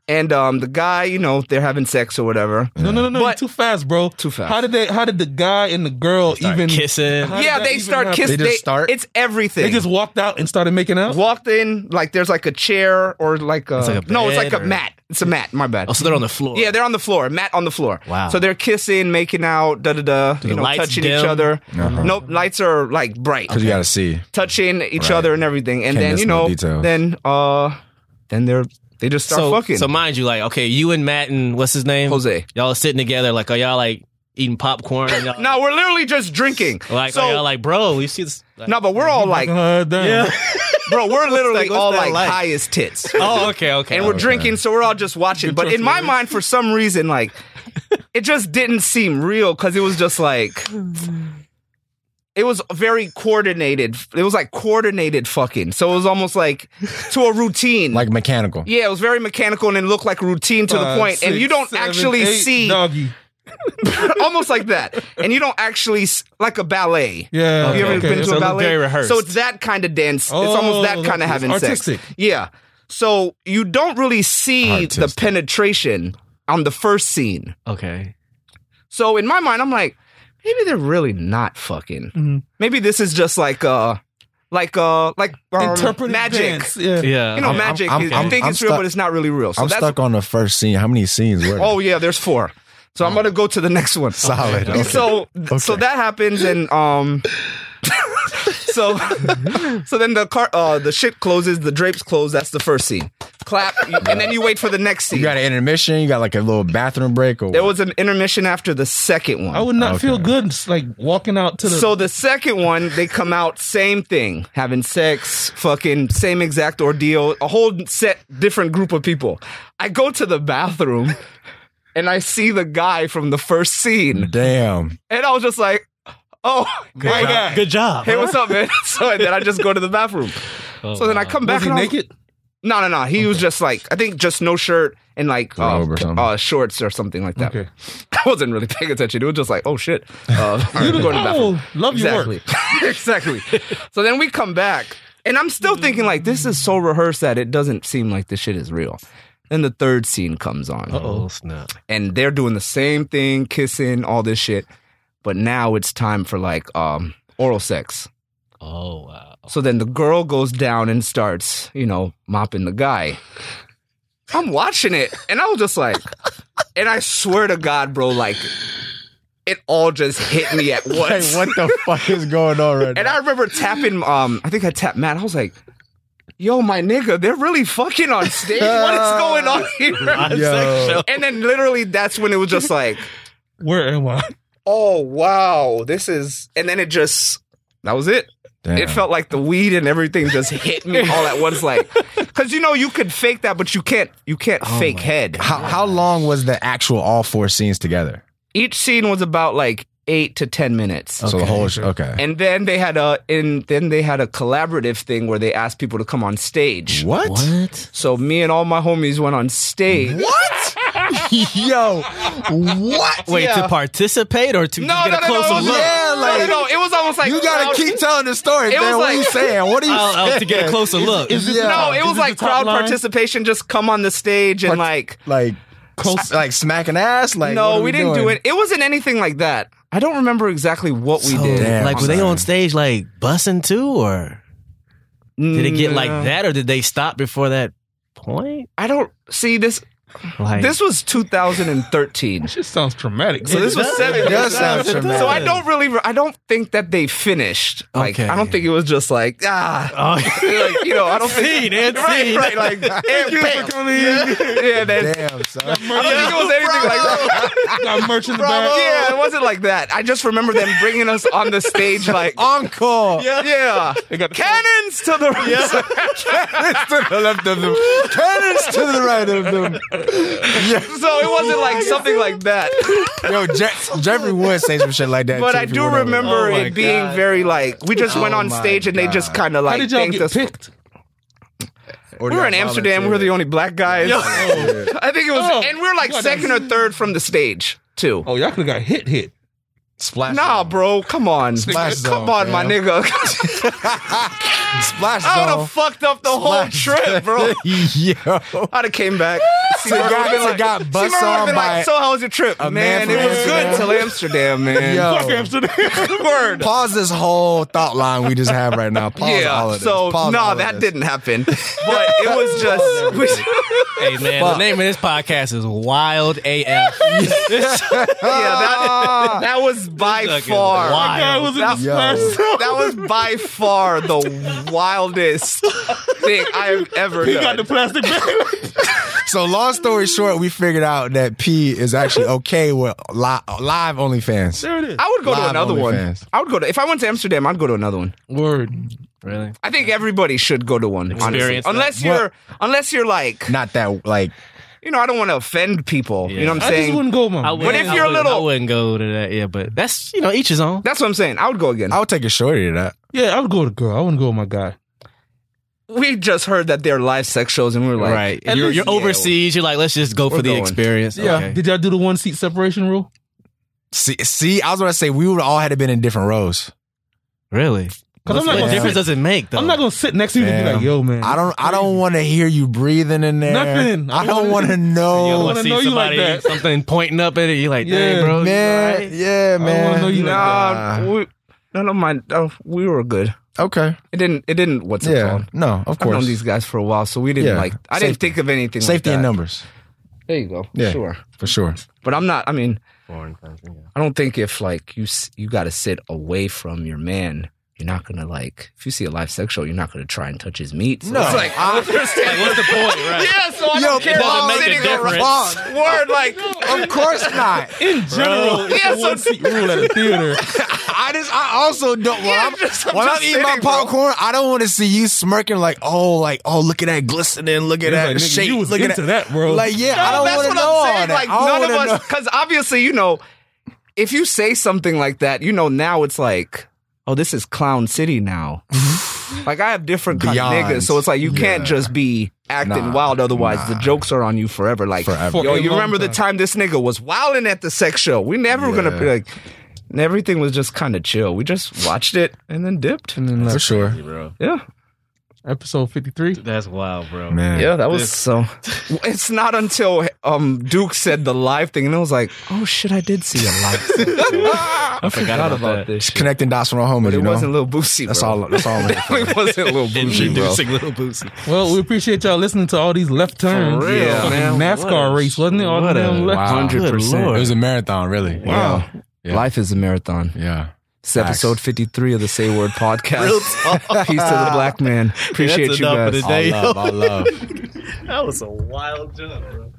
S5: and um the guy, you know, they're having sex or whatever.
S3: No, no, no, no. You're
S5: But-
S3: too fast, bro.
S5: Too fast.
S3: How did they? How did the guy and the girl even?
S4: kissing.
S3: How did
S5: Yeah,
S3: that
S5: they
S3: even
S5: start
S3: happen?
S5: kissing.
S1: They just start?
S5: It's everything.
S3: They just walked out and started making out.
S5: walked in like there's like a chair or like a,
S4: like a
S5: no it's
S4: bed
S5: like a
S4: or-
S5: mat it's a mat my bad
S4: Oh, so they're on the floor.
S5: yeah they're on the floor mat on the floor
S4: Wow.
S5: so they're kissing making out da da da you
S4: the
S5: know
S4: lights
S5: touching
S4: dim?
S5: each other
S1: Uh-huh.
S5: nope lights are like bright
S1: Because you got to see.
S5: touching each
S1: Right.
S5: other and everything and
S1: Can't
S5: then
S1: miss
S5: you
S1: no
S5: know
S1: details.
S5: then uh then they're they just start
S4: so,
S5: fucking
S4: So mind you, like, okay, you and Matt and what's his name?
S5: Jose
S4: Y'all are sitting together, like, are y'all like eating popcorn? And y'all,
S5: no we're literally just drinking
S4: like,
S5: so
S4: are y'all like, bro, you see this? Like,
S5: no but we're all like
S3: God damn. Yeah.
S5: bro we're literally
S4: what's
S5: all
S4: that
S5: like,
S4: like?
S5: high as tits
S4: Oh, okay, okay.
S5: and we're drinking, so we're all just watching. But in my mind, for some reason, like it just didn't seem real because it was just like it was very coordinated. It was like coordinated fucking. So it was almost like to a routine.
S1: Like mechanical.
S5: yeah, it was very mechanical and it looked like routine to the point, and you don't actually see
S3: doggy.
S5: almost like that, and you don't actually s- like a ballet.
S3: Yeah.
S5: Have you ever
S3: okay.
S5: been to
S4: So
S5: a
S4: it looked
S5: ballet?
S4: very rehearsed.
S5: So it's that kind of dance. it's
S3: Oh,
S5: almost that kind of
S3: that's
S5: having
S3: artistic.
S5: sex. Yeah. So you don't really see the
S1: Artistic.
S5: penetration on the first scene.
S4: okay.
S5: So in my mind, I'm like, maybe they're really not fucking.
S3: Mhm.
S5: Maybe this is just like uh like uh like um,
S3: Interpretive
S5: magic.
S3: dance. Yeah.
S4: Yeah.
S5: You know,
S1: I'm-
S5: magic.
S1: I'm-
S5: is-
S1: I'm-
S5: you think
S1: I'm
S5: it's real,
S1: stuck-
S5: but it's not really real. So
S1: I'm
S5: that's
S1: stuck on the first scene. How many scenes were there?
S5: oh yeah, there's four. So I'm gonna go to the next one.
S1: solid. Oh. Okay.
S5: So so that happens and um so so then the car uh the ship closes, the drapes close, that's the first scene. Clap you- and then you wait for the next
S1: you
S5: scene.
S1: got an intermission. You got like a little bathroom break or
S5: There
S1: what?
S5: was an intermission after the second
S3: I
S5: one.
S3: would not
S1: Okay.
S3: feel good just, like walking out to the.
S5: So the second one, they come out same thing, having sex, fucking same exact ordeal, a whole set different group of people. I go to the bathroom and I see the guy from the first scene
S1: Damn.
S5: and I was just like, "Oh, my God.
S4: Good job.
S5: hey, what's up, man? so and then I just go to the bathroom.
S4: Oh,
S5: so then I
S4: wow.
S5: come back.
S3: was he
S5: and I'm-
S3: naked?
S5: No, no, no. He was just like I think just no shirt and like uh,
S1: Robe or something.
S5: uh, shorts or something like that.
S3: Okay.
S5: I wasn't really paying attention. It was just like, oh shit, uh,
S3: You
S5: go to the bathroom.
S3: oh, love your
S5: Exactly,
S3: work.
S5: exactly. So then we come back, and I'm still thinking like this is so rehearsed that it doesn't seem like this shit is real. Then the third scene comes on,
S4: Oh snap!
S5: and they're doing the same thing, kissing, all this shit. But now it's time for like um, oral sex.
S4: Oh wow!
S5: So then the girl goes down and starts, you know, mopping the guy. I'm watching it and I was just like, and I swear to God, bro, like it all just hit me at
S1: Like,
S5: once.
S1: what the fuck is going on right
S5: And
S1: now?
S5: I remember tapping, um, I think I tapped Matt. I was like, yo, my nigga, they're really fucking on stage. What is going on here?
S1: Yo.
S5: And then literally that's when it was just like,
S3: Where am I?
S5: oh, wow, this is, and then it just, that was it.
S1: Damn.
S5: It felt like the weed and everything just hit me all at once, like because you know you could fake that, but you can't you can't
S1: Oh
S5: fake head.
S1: how, how long was the actual all four scenes together?
S5: Each scene was about like eight to ten minutes,
S1: So the whole sh- okay.
S5: and then they had a and then they had a collaborative thing where they asked people to come on stage.
S1: what?
S4: What?
S5: So me and all my homies went on stage.
S1: What? Yo, what?
S4: Wait,
S5: Yeah.
S4: to participate or to
S5: No,
S4: just
S5: no,
S4: get
S5: no,
S4: a closer
S5: no,
S4: look?
S5: yeah, like, no, no, no, it was almost like
S1: you gotta
S5: crowd-
S1: keep telling the story,
S5: It was
S1: man. what are you
S5: like-
S1: saying? What are you
S4: I'll, I'll-
S1: saying?
S4: Oh, to get a closer look.
S1: Yeah.
S5: No, it
S3: Is
S5: was
S3: this
S5: like
S3: the top
S5: crowd
S3: line?
S5: participation. Just come on the stage and like
S1: like close, like smacking ass. Like what
S5: no,
S1: are
S5: we, didn't do
S1: doing?
S5: it. It wasn't anything like that. I don't remember exactly what we
S4: So,
S5: did.
S1: Damn,
S4: like, were they
S1: son.
S4: on stage like bussing too, or
S5: Mm,
S4: did it get like
S5: No.
S4: that, or did they stop before that point?
S5: I don't see this.
S4: Like,
S5: This was 2013.
S3: This just sounds traumatic.
S5: So this was seven
S1: It does
S5: years ago.
S1: sound traumatic.
S5: So I don't really, I don't think that they finished. Like,
S4: Okay.
S5: I don't think it was just like, ah,
S4: Oh,
S5: like, you know, I don't think.
S4: scene, and
S5: Right,
S4: scene.
S5: right, like, and bam. yeah,
S4: Oh,
S5: then,
S1: Damn, son.
S5: I don't think it was anything like that.
S3: got merch in the
S5: Bravo.
S3: back.
S5: Yeah, it wasn't like that. I just remember them bringing us on the stage, like, oh,
S1: Encore.
S5: yeah,
S3: They got the
S5: cannons to the right.
S1: to the left of them. Cannons to the right of them.
S5: So it wasn't like something like that.
S1: Yo, Je- Jeffrey would say some shit like that.
S5: But
S1: too,
S5: I
S1: if he
S5: do
S1: went over.
S5: remember
S3: Oh my
S5: it being
S3: God.
S5: very like we just went on
S1: Oh my
S5: stage and they just kind of
S3: How
S5: like
S3: did y'all
S5: thanked
S3: get
S5: us.
S3: picked?
S1: Or
S5: We were
S1: y'all
S5: in Amsterdam. We were the only black guys. I think it was,
S3: Oh.
S5: and we were like
S3: What
S5: second or
S3: else?
S5: third from the stage too.
S3: Oh, y'all could have got hit hit.
S1: Splash
S5: Nah,
S1: Zone.
S5: bro, come on,
S1: Splash
S5: come
S1: zone,
S5: on, my
S1: fam.
S5: nigga.
S1: Splash
S5: I would
S1: Zone.
S5: have fucked up the whole
S1: Splash
S5: trip, bro.
S1: Yo.
S5: I'd have came back.
S1: So
S5: Seymour
S1: got-
S5: would've been
S1: so got
S5: Seymour
S1: bust
S5: would've
S1: on
S5: been
S1: by
S5: like, so how was your trip,
S1: a
S5: man?
S1: man
S5: it
S1: from
S5: was good
S1: Amsterdam.
S5: till Amsterdam, man.
S3: Fuck
S1: Yo.
S3: Amsterdam.
S5: Word.
S1: Pause this whole thought line we just have right now. Pause
S5: yeah.
S1: all of this.
S5: So no,
S1: Pause all of
S5: that
S1: this.
S5: didn't happen. But it was just.
S4: Hey man, the
S1: Fuck.
S4: name of this podcast is Wild AF.
S5: yeah, that, that was by
S4: Fucking
S5: far.
S4: wild.
S3: I was in the
S5: That-
S3: splash
S1: Yo.
S3: zone.
S5: That was by far the wildest thing I have ever
S3: He
S5: done.
S3: got the plastic bag.
S1: So long story short, we figured out that P is actually okay with li- live OnlyFans.
S3: there it is.
S5: I would go to
S1: Live
S5: another one.
S1: OnlyFans.
S5: I would go to if I went to Amsterdam, I'd go to another one.
S3: Word.
S4: really?
S5: I think everybody should go to one. honestly.
S4: Experience that.
S5: Unless you're unless you're like
S1: Not that like
S5: you know, I don't want to offend people. You know what I'm
S3: I just
S5: saying?
S3: wouldn't go, man.
S4: I would,
S5: if you're
S4: I would,
S5: little-
S4: I wouldn't go to that. Yeah, but that's you know each his own.
S5: That's what I'm saying. I would go again.
S1: I would take a shorty to that.
S3: yeah, I would go with a girl. I wouldn't go with my guy.
S5: we just heard that they're live sex shows and we were like
S4: right.
S5: at
S4: You're,
S5: least-
S4: you're
S5: yeah,
S4: overseas. You're like, let's just go
S5: We're
S4: for the
S5: going.
S4: experience.
S1: Yeah.
S4: Okay.
S3: Did y'all do the one seat separation rule?
S1: See, see, I was gonna say we would all had to been in different rows.
S4: Really?
S3: Because I'm
S4: What
S3: not gonna
S4: difference
S3: sit,
S4: does it make though?
S3: I'm not gonna sit next to you and be
S1: Damn.
S3: like, yo, man.
S1: I don't, I don't want to hear you breathing in there.
S3: Nothing.
S1: I don't want to
S4: You don't
S1: know,
S3: wanna
S4: wanna see
S3: know you like
S4: somebody-
S3: that.
S4: Something pointing up at it. You're like,
S3: Yeah,
S4: dang, bro. you
S1: man.
S4: alright?
S1: Yeah,
S3: wanna
S1: man.
S3: know you like
S5: Nah, we, none of mine. Oh, we were good.
S1: Okay.
S5: It didn't. It didn't. What's it
S1: Yeah.
S5: called?
S1: No,
S5: I've
S1: of
S5: known
S1: course.
S5: these guys for a while, so we didn't
S1: Yeah.
S5: like. I didn't
S1: Safety.
S5: think of anything. like
S1: Safety in
S5: that.
S1: numbers
S5: There you go.
S1: Yeah.
S5: Sure.
S1: for sure.
S5: But I'm not. I mean,
S4: Foreign country, yeah.
S5: I don't think if like you s- you got to sit away from your man. You're not gonna like if you see a live sex show, you're not gonna try and touch his meat. So
S1: No.
S5: it's like I don't understand.
S4: What's the point, right?
S5: yeah, so I
S1: Yo,
S5: don't care.
S1: it
S5: about
S1: doesn't make a
S5: sitting there,
S4: difference.
S5: right? Word like
S1: Of course not.
S3: in general, it's
S5: Yeah,
S3: a
S5: so-
S3: one seat rule at a theater.
S1: I just, I also don't. When
S5: Yeah,
S1: I'm,
S5: just- I'm
S1: when
S5: just
S1: I'm eating my
S5: sitting, bro.
S1: popcorn, I don't want to see you smirking like, oh, like, oh, look at that glistening, look at that
S3: Like, nigga,
S1: shape,
S3: you was
S1: look at
S3: into
S1: that.
S3: that, bro.
S1: Like, yeah, I
S5: No,
S1: don't want to know all that.
S5: Like
S1: I don't
S5: none of
S1: wanna
S5: us, because obviously, you know, if you say something like that, you know, now it's like, oh, this is Clown City now. like I have different kind of
S1: Beyond.
S5: niggas, so it's like you can't just be acting
S1: Nah,
S5: wild. Otherwise, the
S1: nah.
S5: jokes are on you forever. Like,
S1: Forever.
S5: yo,
S3: For a
S5: you
S3: long
S5: remember the time this nigga was wilding at the sex show? We never were gonna
S1: Yeah.
S5: be like. And everything was just kind of chill. We just watched it and then dipped.
S3: and then
S1: know. For
S3: like,
S1: sure,
S5: Yeah,
S3: episode fifty three.
S4: That's wild, bro.
S1: man.
S5: yeah, that was so. It's not until um Duke said the live thing, and I was like, "Oh shit, I did see a live."
S4: I forgot about, that.
S5: this. shit.
S1: Connecting dots from our home,
S5: But
S1: you
S5: it
S1: know.
S5: wasn't Lil Boosie.
S1: that's
S5: bro.
S1: all. That's all. I'm looking for.
S5: it wasn't Lil Boosie, bro.
S4: Introducing Lil Boosie.
S3: Well, we appreciate y'all listening to all these left turns.
S5: For real,
S3: Yeah, fucking
S5: man.
S3: NASCAR
S4: What a-
S3: race, wasn't it? All
S4: what a-
S3: them left.
S1: Wow.
S4: Good
S5: 100%.
S4: Lord.
S1: It was a marathon, really.
S5: Wow.
S1: Yeah.
S5: Life is a marathon.
S1: Yeah. yeah.
S5: It's episode 53 of the Say Word podcast. Peace to the black man. Appreciate
S4: That's
S5: you
S4: enough of
S5: guys.
S4: this. All love,
S1: all love.
S4: That was a wild jump, bro.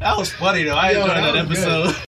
S4: That was funny though. I enjoyed that episode.